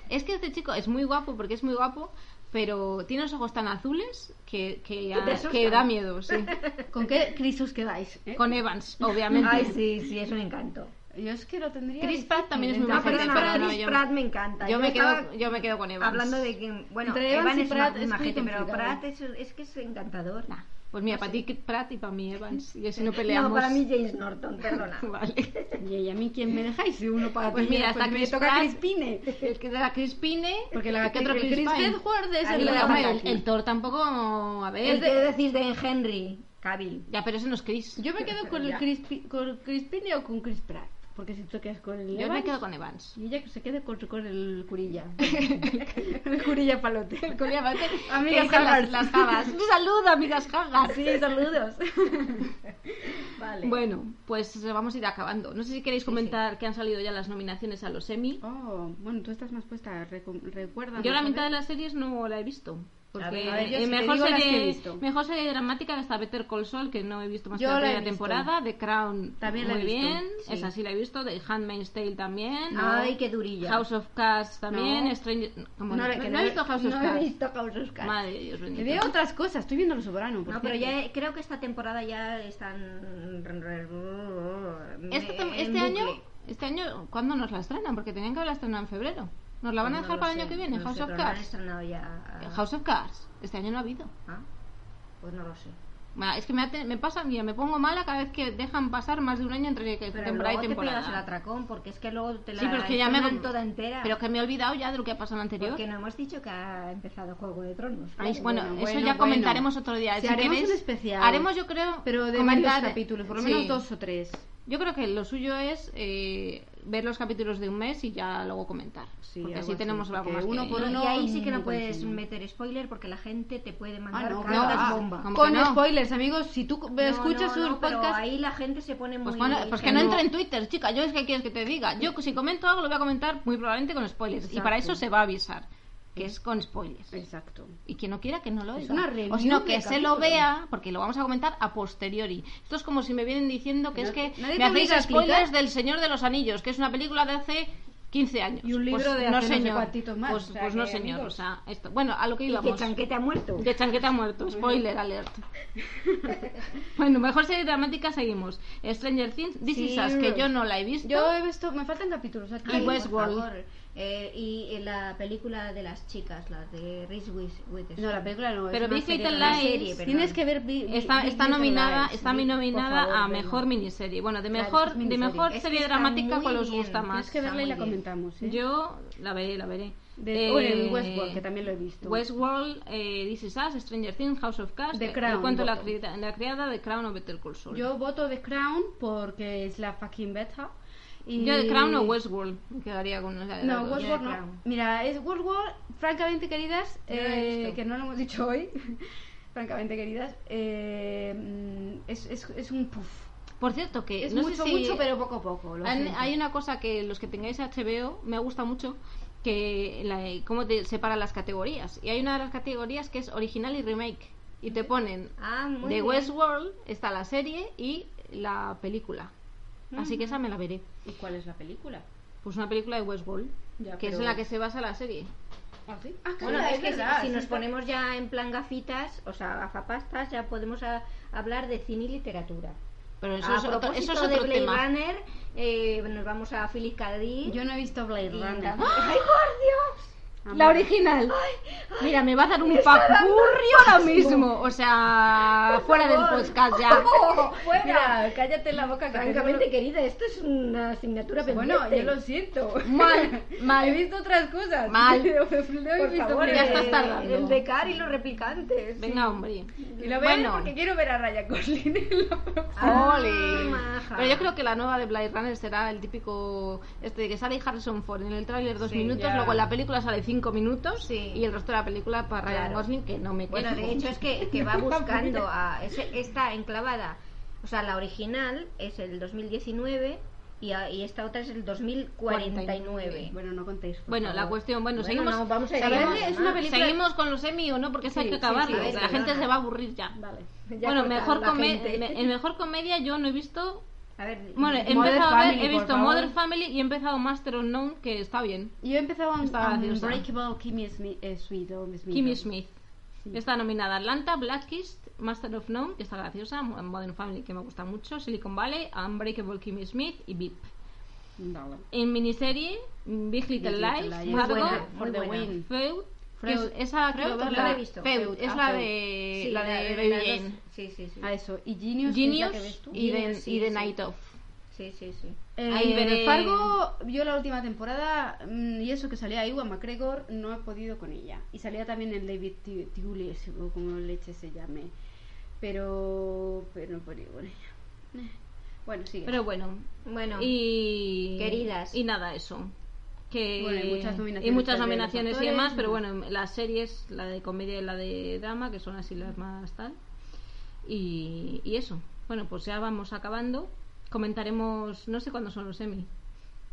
A: Es que este chico es muy guapo porque es muy guapo, pero tiene los ojos tan azules que, que,
D: te
A: que,
D: asustan.
A: da miedo, sí.
B: ¿Con qué Chris os quedáis? eh?
A: Con Evans, obviamente.
D: Ay, sí, sí, es un encanto.
B: Yo es que lo tendría. Ah,
A: Chris Pratt también es muy
B: No,
A: guapo.
B: pero
D: perdona,
A: pero no,
D: Chris
A: yo-
D: Pratt me encanta.
A: yo, me
D: estaba
A: quedo, yo me quedo con Evans.
D: Hablando de que, bueno,
B: Entre Evans
D: Evan
B: y
D: es
B: Pratt
D: ma-
B: es muy
D: majete, pero
B: complicado.
D: Pratt es, es que es encantador.
A: Nah, Pues mira, para ti Pratt y para mí Evans. Y así no peleamos.
D: No, para mí James Norton, perdona.
A: Vale.
B: ¿Y, a mí quién me dejáis? Ah, Si uno para
A: Pues
B: ti,
A: mira,
B: después
A: está
B: me
A: Chris
B: toca
A: Pratt.
B: Chris Pine.
A: El que de la Chris Pine.
B: Porque la
A: ¿qué otro
B: el Chris
A: Pine?
B: Hemsworth es
A: Ah,
B: el
A: y
B: de la
A: luego el,
B: Pataki.
A: el Thor tampoco. A ver.
D: El que decís de Henry Cavill.
A: Ya, pero ese no es Chris.
B: Yo me quedo con el Chris, Pi- con Chris Pine o con Chris Pratt. Porque si tú te quedas con el
A: Yo me
B: Evans,
A: quedo con Evans.
B: Y ella que se quede con, con el curilla. el curilla palote.
A: Con Evans. Que dicen
B: Amigas
A: las,
B: Haggard.
A: las jagas. Un saludo, amigas jagas.
B: Sí, saludos.
D: Vale.
A: Bueno, pues eh, vamos a ir acabando. No sé si queréis comentar que han salido ya las nominaciones a los Emmy.
B: Oh, bueno, tú estás más puesta. Recuerda.
A: Yo la mitad de las series no la he visto. Porque
D: A ver, a ver,
B: yo
A: eh,
B: sí te
A: mejor,
B: digo las que he
A: serie,
B: visto.
A: mejor serie dramática está Better Call Saul, que no he visto más
B: Yo
A: que la
B: la he
A: primera
B: visto.
A: temporada. The Crown
B: También la
A: muy
B: he visto,
A: bien,
B: sí.
A: esa sí la he visto. The Handmaid's Tale también. Oh,
D: Ay, qué durilla.
A: House of Cards también.
B: No.
A: Stranger... ¿cómo no,
B: la-
A: ¿No
B: que
A: he visto House of
B: no he
A: Cards.
B: visto House of Cards.
A: Madre de Dios
B: Me
A: bendito.
B: veo otras cosas. Estoy viendo Los Soberano. por
D: No, pero
B: cierto.
D: ya creo que esta temporada ya están.
A: Este, tem-
D: en
A: este
D: bucle.
A: año, este año, ¿cuándo nos la estrenan? Porque tenían que haberla estrenado en febrero. ¿Nos la van a
D: Pues
A: dejar
D: no
A: para
D: lo
A: el año
D: sé,
A: que viene?
D: no
A: House
D: sé,
A: of
D: pero no han
A: Cards. Eh,
D: estrenado ya.
A: House of Cards. Este año no ha habido.
D: Ah, Pues no lo sé.
A: Ma, Es que me, hace- me pasa, mira, me pongo mala cada vez que dejan pasar más de un año entre que
D: Pero
A: temporada
D: luego
A: y
D: te pegas el
A: temporada.
D: atracón porque es que luego te la
A: Sí, pero es que ya me-
D: estrenan toda entera.
A: Pero que me he olvidado ya de lo que ha pasado en la anterior.
D: Porque no hemos dicho que ha empezado Juego de Tronos.
A: Ay,
D: claro.
A: bueno,
B: bueno,
A: eso
B: bueno,
A: ya
B: bueno.
A: comentaremos otro día.
B: Sí, haremos un especial.
A: Haremos, yo creo,
B: Pero de
A: comentar-
B: varios capítulos, por lo menos
A: sí.
B: dos o tres.
A: Yo creo que lo suyo es eh, ver los capítulos de un mes y ya luego comentar.
B: Sí,
A: porque
B: algo
A: así
B: así,
A: tenemos algo
B: porque
A: más.
B: uno
A: que-
B: por
D: No,
B: uno-
D: y ahí sí que no
B: no
D: puedes
B: consumo.
D: meter spoiler porque la gente te puede mandar
B: no,
A: claro,
D: cartas
A: ah,
D: bomba.
A: ¿cómo
B: Con
A: que no?
B: spoilers, amigos, si tú
D: No,
B: escuchas
D: no, no,
B: un
D: pero
B: podcast...
D: ahí la gente se pone muy
A: Pues, pone- pues que no
D: pero-
A: entra en Twitter, chica. Yo es que quieres que te diga. Yo si comento algo lo voy a comentar muy probablemente con spoilers. Y para
B: Exacto.
A: eso se va a avisar, que es con spoilers.
B: Exacto.
A: Y quien no quiera que no lo
B: Es
A: oiga.
B: una review
A: o sino
B: de
A: que se lo
B: capítulo.
A: vea, porque lo vamos a comentar a posteriori. Esto es como si me vienen diciendo que
B: No-
A: es que
B: nadie
A: me
B: te
A: hacéis
B: obliga a
A: spoilers
B: explicar.
A: del Señor de los Anillos, que es una película de hace 15 años.
B: Y un libro
A: Pues
B: de
A: no
B: hace no sé
A: señor.
B: cuántitos más.
A: Pues,
B: O sea,
A: pues no
B: que,
A: señor,
B: amigos.
A: o sea, esto. Bueno, a lo que
D: Y que
A: íbamos.
D: chanquete ha muerto.
A: De chanqueta muerto, spoiler alert. bueno, mejor serie dramática seguimos. Stranger Things, This
B: Sí,
A: Is Us, que yo no la he visto.
B: Yo he visto... Me faltan capítulos aquí.
A: Y
D: Ay, por
A: Westworld.
D: favor. Eh, y la película de las chicas, la de Reese With- Witherspoon.
B: No, la película no. es
A: Pero
B: una
A: Big
B: serie,
A: Little
B: ¿no?
D: una
A: Lies
D: serie, perdón.
F: Tienes que ver. Bi- Bi-
A: Está,
F: Big
A: está
F: Little
A: nominada,
F: Lies.
A: está
F: Bi-
A: nominada
B: favor,
A: a
B: velo.
A: mejor miniserie. Bueno, de
B: Claro,
A: mejor,
B: es
A: de
B: miniserie.
A: mejor
D: Es que
A: serie
D: está
A: dramática,
D: muy
A: ¿cuál os
D: bien.
A: gusta más?
F: Tienes
D: Es
F: que verla y la
D: Está muy bien.
F: comentamos. ¿eh?
A: Yo la veré, la veré.
F: De-
A: Eh,
B: Bueno, y oh, Westworld, que también lo he visto.
A: Westworld, eh, This Is Us, Stranger Things, House of Cards,
B: The
A: eh,
B: Crown,
A: el cuento de la,
B: voto.
A: criada- la criada de Crown o Better Call Saul.
B: Yo voto The Crown porque es la fucking beta. Y...
A: Yo de Crown o Westworld, me quedaría con una de las
B: No,
A: dos.
B: Westworld
D: Yo de
B: no.
D: Crown.
B: Mira, es Westworld, francamente queridas,
D: Yo la
B: eh,
D: he visto.
B: que no lo hemos dicho hoy, francamente queridas, eh, mm, es, es, es un puff.
A: Por cierto, que
B: Es
A: no sé
B: mucho,
A: si-
B: mucho, pero poco a poco. lo
A: Han-
B: siento.
A: hay una cosa que los que tengáis HBO me gusta mucho que la- cómo te separa las categorías y hay una de las categorías que es original y remake y te ponen
D: Ah, muy
A: de
D: bien.
A: Westworld está la serie y la película así que esa me la veré
B: ¿Y cuál es la película?
A: pues una película de Westworld
B: Ya,
A: que es
B: pero-
A: en la que se basa la serie
B: ¿Ah, sí? Ah,
D: Bueno,
B: claro,
D: es que si-
B: verdad,
D: si
B: sí,
D: nos
B: está-
D: ponemos ya en plan gafitas, o sea, gafapastas, ya podemos a- hablar de cine y literatura.
A: pero eso
D: a
A: es otro,
D: propósito
A: eso es
D: de
A: otro
D: Blade
A: tema
D: Runner, eh, nos vamos a Philip K. Dick.
B: Yo no he visto Blade
D: Y
B: Runner.
D: también- ¡Ay, por Dios!
A: la original mira me va a dar un papurrio ahora mismo o sea fuera del podcast ya
D: Fuera.
B: Mira, cállate la boca, que
D: Francamente, querida, esto es una asignatura pendiente.
B: Bueno, yo lo siento.
A: Mal, mal.
B: He visto otras cosas.
A: Mal.
B: No he
D: Por
B: visto
D: favor,
B: Blade
A: ya
D: el-
A: estás
B: Runner.
A: tardando.
D: El de Car y los replicantes.
A: venga hombre
B: Y lo voy a ver
A: Bueno.
B: porque quiero ver a Raya Gosling en la próxima.
D: Ah,
A: ¡Ole!
D: maja.
A: Pero yo creo que la nueva de Blade Runner será el típico este de que sale Harrison Ford en el tráiler dos
B: Sí,
A: minutos,
B: ya.
A: luego en la película sale cinco minutos
D: Sí.
A: y el resto de la película para Ryan
D: Claro.
A: Gosling que no me quejo.
D: Bueno, de hecho es que, que va buscando a ese- esta enclavada. O sea, la original es el 2019 y, a- y esta otra es el 2049.
B: Bueno, no contéis. por
A: Bueno,
B: favor.
A: la cuestión, bueno,
D: Bueno,
A: seguimos,
D: no, vamos a
A: seguimos-
D: llegar, ¿no?
A: es una película- Ah, seguimos con los Emmy o no, porque esa hay
B: Sí,
A: que
B: sí,
A: acabarlo,
B: sí,
A: o sea, la
B: venga,
A: gente
D: va.
A: se va a aburrir ya.
B: Vale.
D: Ya
A: bueno,
D: cortaron
A: mejor
D: la
A: come-
D: gente.
A: me- en mejor comedia yo no he visto,
D: A ver,
A: bueno, he
B: Modern
A: empezado a ver,
B: Family,
A: he
B: por
A: visto
B: favor.
A: Modern Family y he empezado Master Unknown que está bien.
B: Yo he empezado con
A: Está
B: con
A: graciosa.
B: Unbreakable Kimmy Smith. eh, Sweet, o Miss Smith.
A: Kimmy Smith. Está nominada Atlanta, Blackist, Master of None, que está graciosa, Mo- Modern Family, que me gusta mucho, Silicon Valley, Unbreakable Kimmy Smith y VIP.
B: Vale.
A: En miniserie, mm, Big Little
B: Little
A: Lies,
B: Lies. Muy
A: Fargo,
D: buena,
B: For the win.
A: Feud, que es-
B: Freud.
A: esa creo
B: Freud,
A: que es
B: no
A: la
B: la
A: de-
B: he visto.
A: Feud,
B: Feud,
A: es
B: ah,
A: la
B: Feud.
A: de
D: sí,
A: la de Baby
D: las dos-
A: Jane.
D: Sí, sí, sí.
B: A eso. Y Genius. que es la
A: Genius
B: que ves tú.
A: y The,
D: Genius, sí,
A: y The
D: sí.
A: Night Of.
D: Sí, sí, sí.
B: Eh,
A: Ahí veré-
B: Fargo, yo la última temporada mm, y eso que salía Iwan McGregor, no he podido con ella. Y salía también el David Ti- Tiulis, o como leche se llame. Pero, pero no he podido con ella. Eh, Bueno, sigue.
A: Pero bueno,
D: Bueno,
A: y
D: Queridas.
A: y nada eso que
B: Bueno, hay muchas
A: y
B: nominaciones
A: muchas
B: de los
A: nominaciones y
B: actores.
A: demás pero bueno las series la de comedia y la de drama que son así las más tal y, y eso bueno pues ya vamos acabando comentaremos no sé cuándo son los Emmy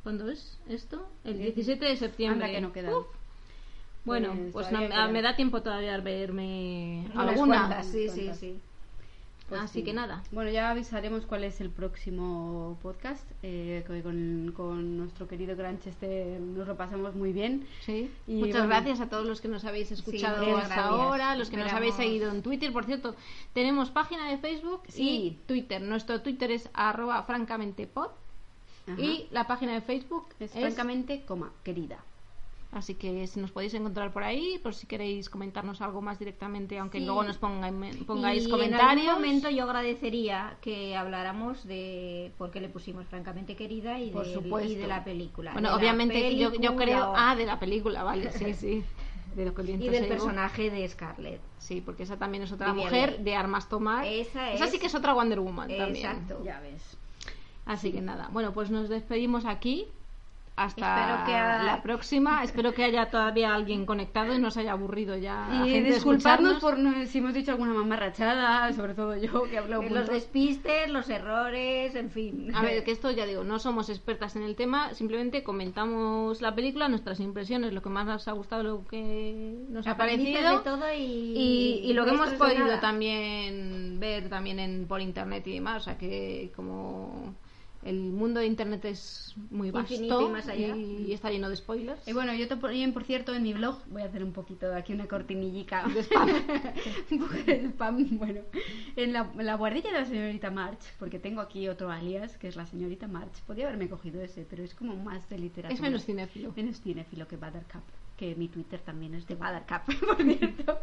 A: ¿cuándo es esto? el 17 de septiembre
B: Eh, Anda que no quedan.
A: Uf. bueno
B: Pues
A: pues
B: todavía
A: no-
B: quedan.
A: me da tiempo todavía a verme
D: unas
A: alguna
D: cuantas, sí,
B: Unas cuantas.
D: sí, sí.
B: Pues
A: así
B: sí.
A: que nada
B: Bueno, ya avisaremos cuál es el próximo podcast. eh, que con, con nuestro querido Gran Chester nos lo pasamos muy bien.
A: Sí.
B: Y
A: Muchas
B: bueno.
A: gracias a todos los que nos habéis escuchado
B: muchas
A: hasta
B: gracias.
A: ahora, los que nos
B: Esperamos.
A: habéis seguido en Twitter. Por cierto, tenemos página de Facebook
B: Sí.
A: y Twitter. Nuestro Twitter es arroba francamentepod
B: Ajá.
A: y la página de Facebook
B: es,
A: es...
B: francamente, coma, querida.
A: Así que si nos podéis encontrar por ahí, por si queréis comentarnos algo más directamente, aunque
D: Sí.
A: luego nos ponga- pongáis
D: Y
A: comentarios.
D: En algún momento yo agradecería que habláramos de por qué le pusimos francamente querida y,
A: Por
D: del-
A: supuesto.
D: y de la película.
A: Bueno,
D: De la
A: obviamente yo, yo
D: película
A: creo...
D: o-
A: Ah, de la película, vale, sí, sí. De lo que
D: y
A: entonces
D: del
A: digo.
D: personaje de Scarlett.
A: Sí, porque esa también es otra
D: Vivian
A: mujer
D: Leigh.
A: de armas tomar.
D: Esa
A: esa
D: es-
A: sí que es otra Wonder Woman Ah, también.
D: Exacto.
B: Ya ves.
A: Así que nada, bueno, pues nos despedimos aquí. Hasta
B: Espero que a-
A: la próxima. Espero que haya todavía alguien conectado y no se haya aburrido ya. a
B: Y
A: gente de
B: disculpadnos
A: escucharnos.
B: por no- si hemos dicho alguna mamarrachada, sobre todo yo, que hablo
D: Los
B: mucho.
D: despistes, los errores, en fin.
A: A ver, que esto ya digo, no somos expertas en el tema, simplemente comentamos la película, nuestras impresiones, lo que más nos ha gustado, lo que nos ha
D: Aprendiste
A: parecido.
D: de todo y,
A: y, y lo que
D: no
A: hemos
D: estás de
A: podido
D: nada.
A: también ver también en, por internet y demás, o sea que como el mundo de internet es muy vasto
D: Infinito y más allá.
A: y está lleno de spoilers.
B: Y bueno, yo también, por cierto, en mi blog voy a hacer un poquito de aquí una cortinillica.
A: De spam.
B: un poco de spam, bueno. En la, en la guardilla de la señorita March, porque tengo aquí otro alias, que es la señorita March. Podría haberme cogido ese, pero es como más de literatura.
A: es menos cinéfilo.
B: Menos cinéfilo que Buttercup, que mi Twitter también es de Buttercup, por cierto.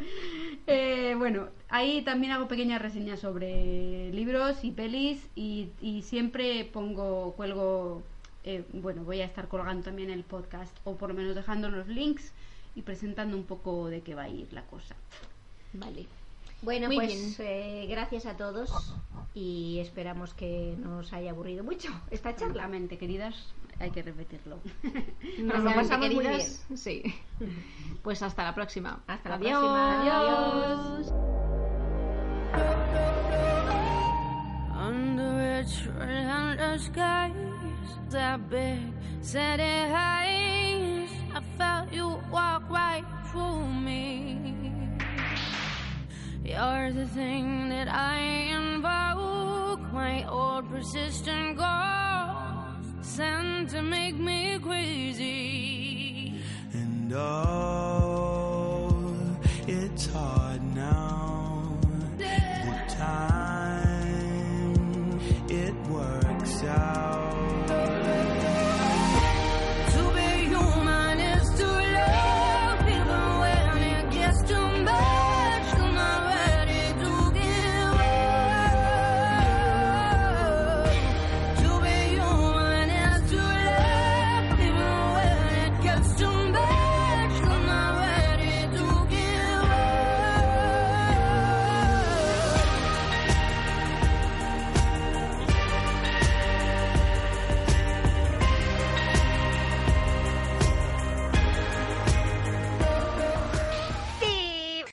B: Eh, bueno, ahí también hago pequeñas reseñas sobre libros y pelis y, y siempre pongo, cuelgo, eh, bueno, voy a estar colgando también el podcast o por lo menos dejando los links y presentando un poco de qué va a ir la cosa.
A: Vale.
D: Bueno,
A: Muy
D: pues eh, gracias a todos y esperamos que no os haya aburrido mucho esta charla.
B: Francamente, queridas, hay que repetirlo.
A: Nos lo
D: Realmente
A: pasamos muy
D: queridas.
A: bien. Sí. Pues hasta la próxima.
D: Hasta la
A: Adiós.
D: próxima. Adiós.
I: Under a tree under skies, that big city haze. I felt you walk right through me. You're the thing that I invoke, my old persistent goals, sent to make me crazy.
E: And oh, all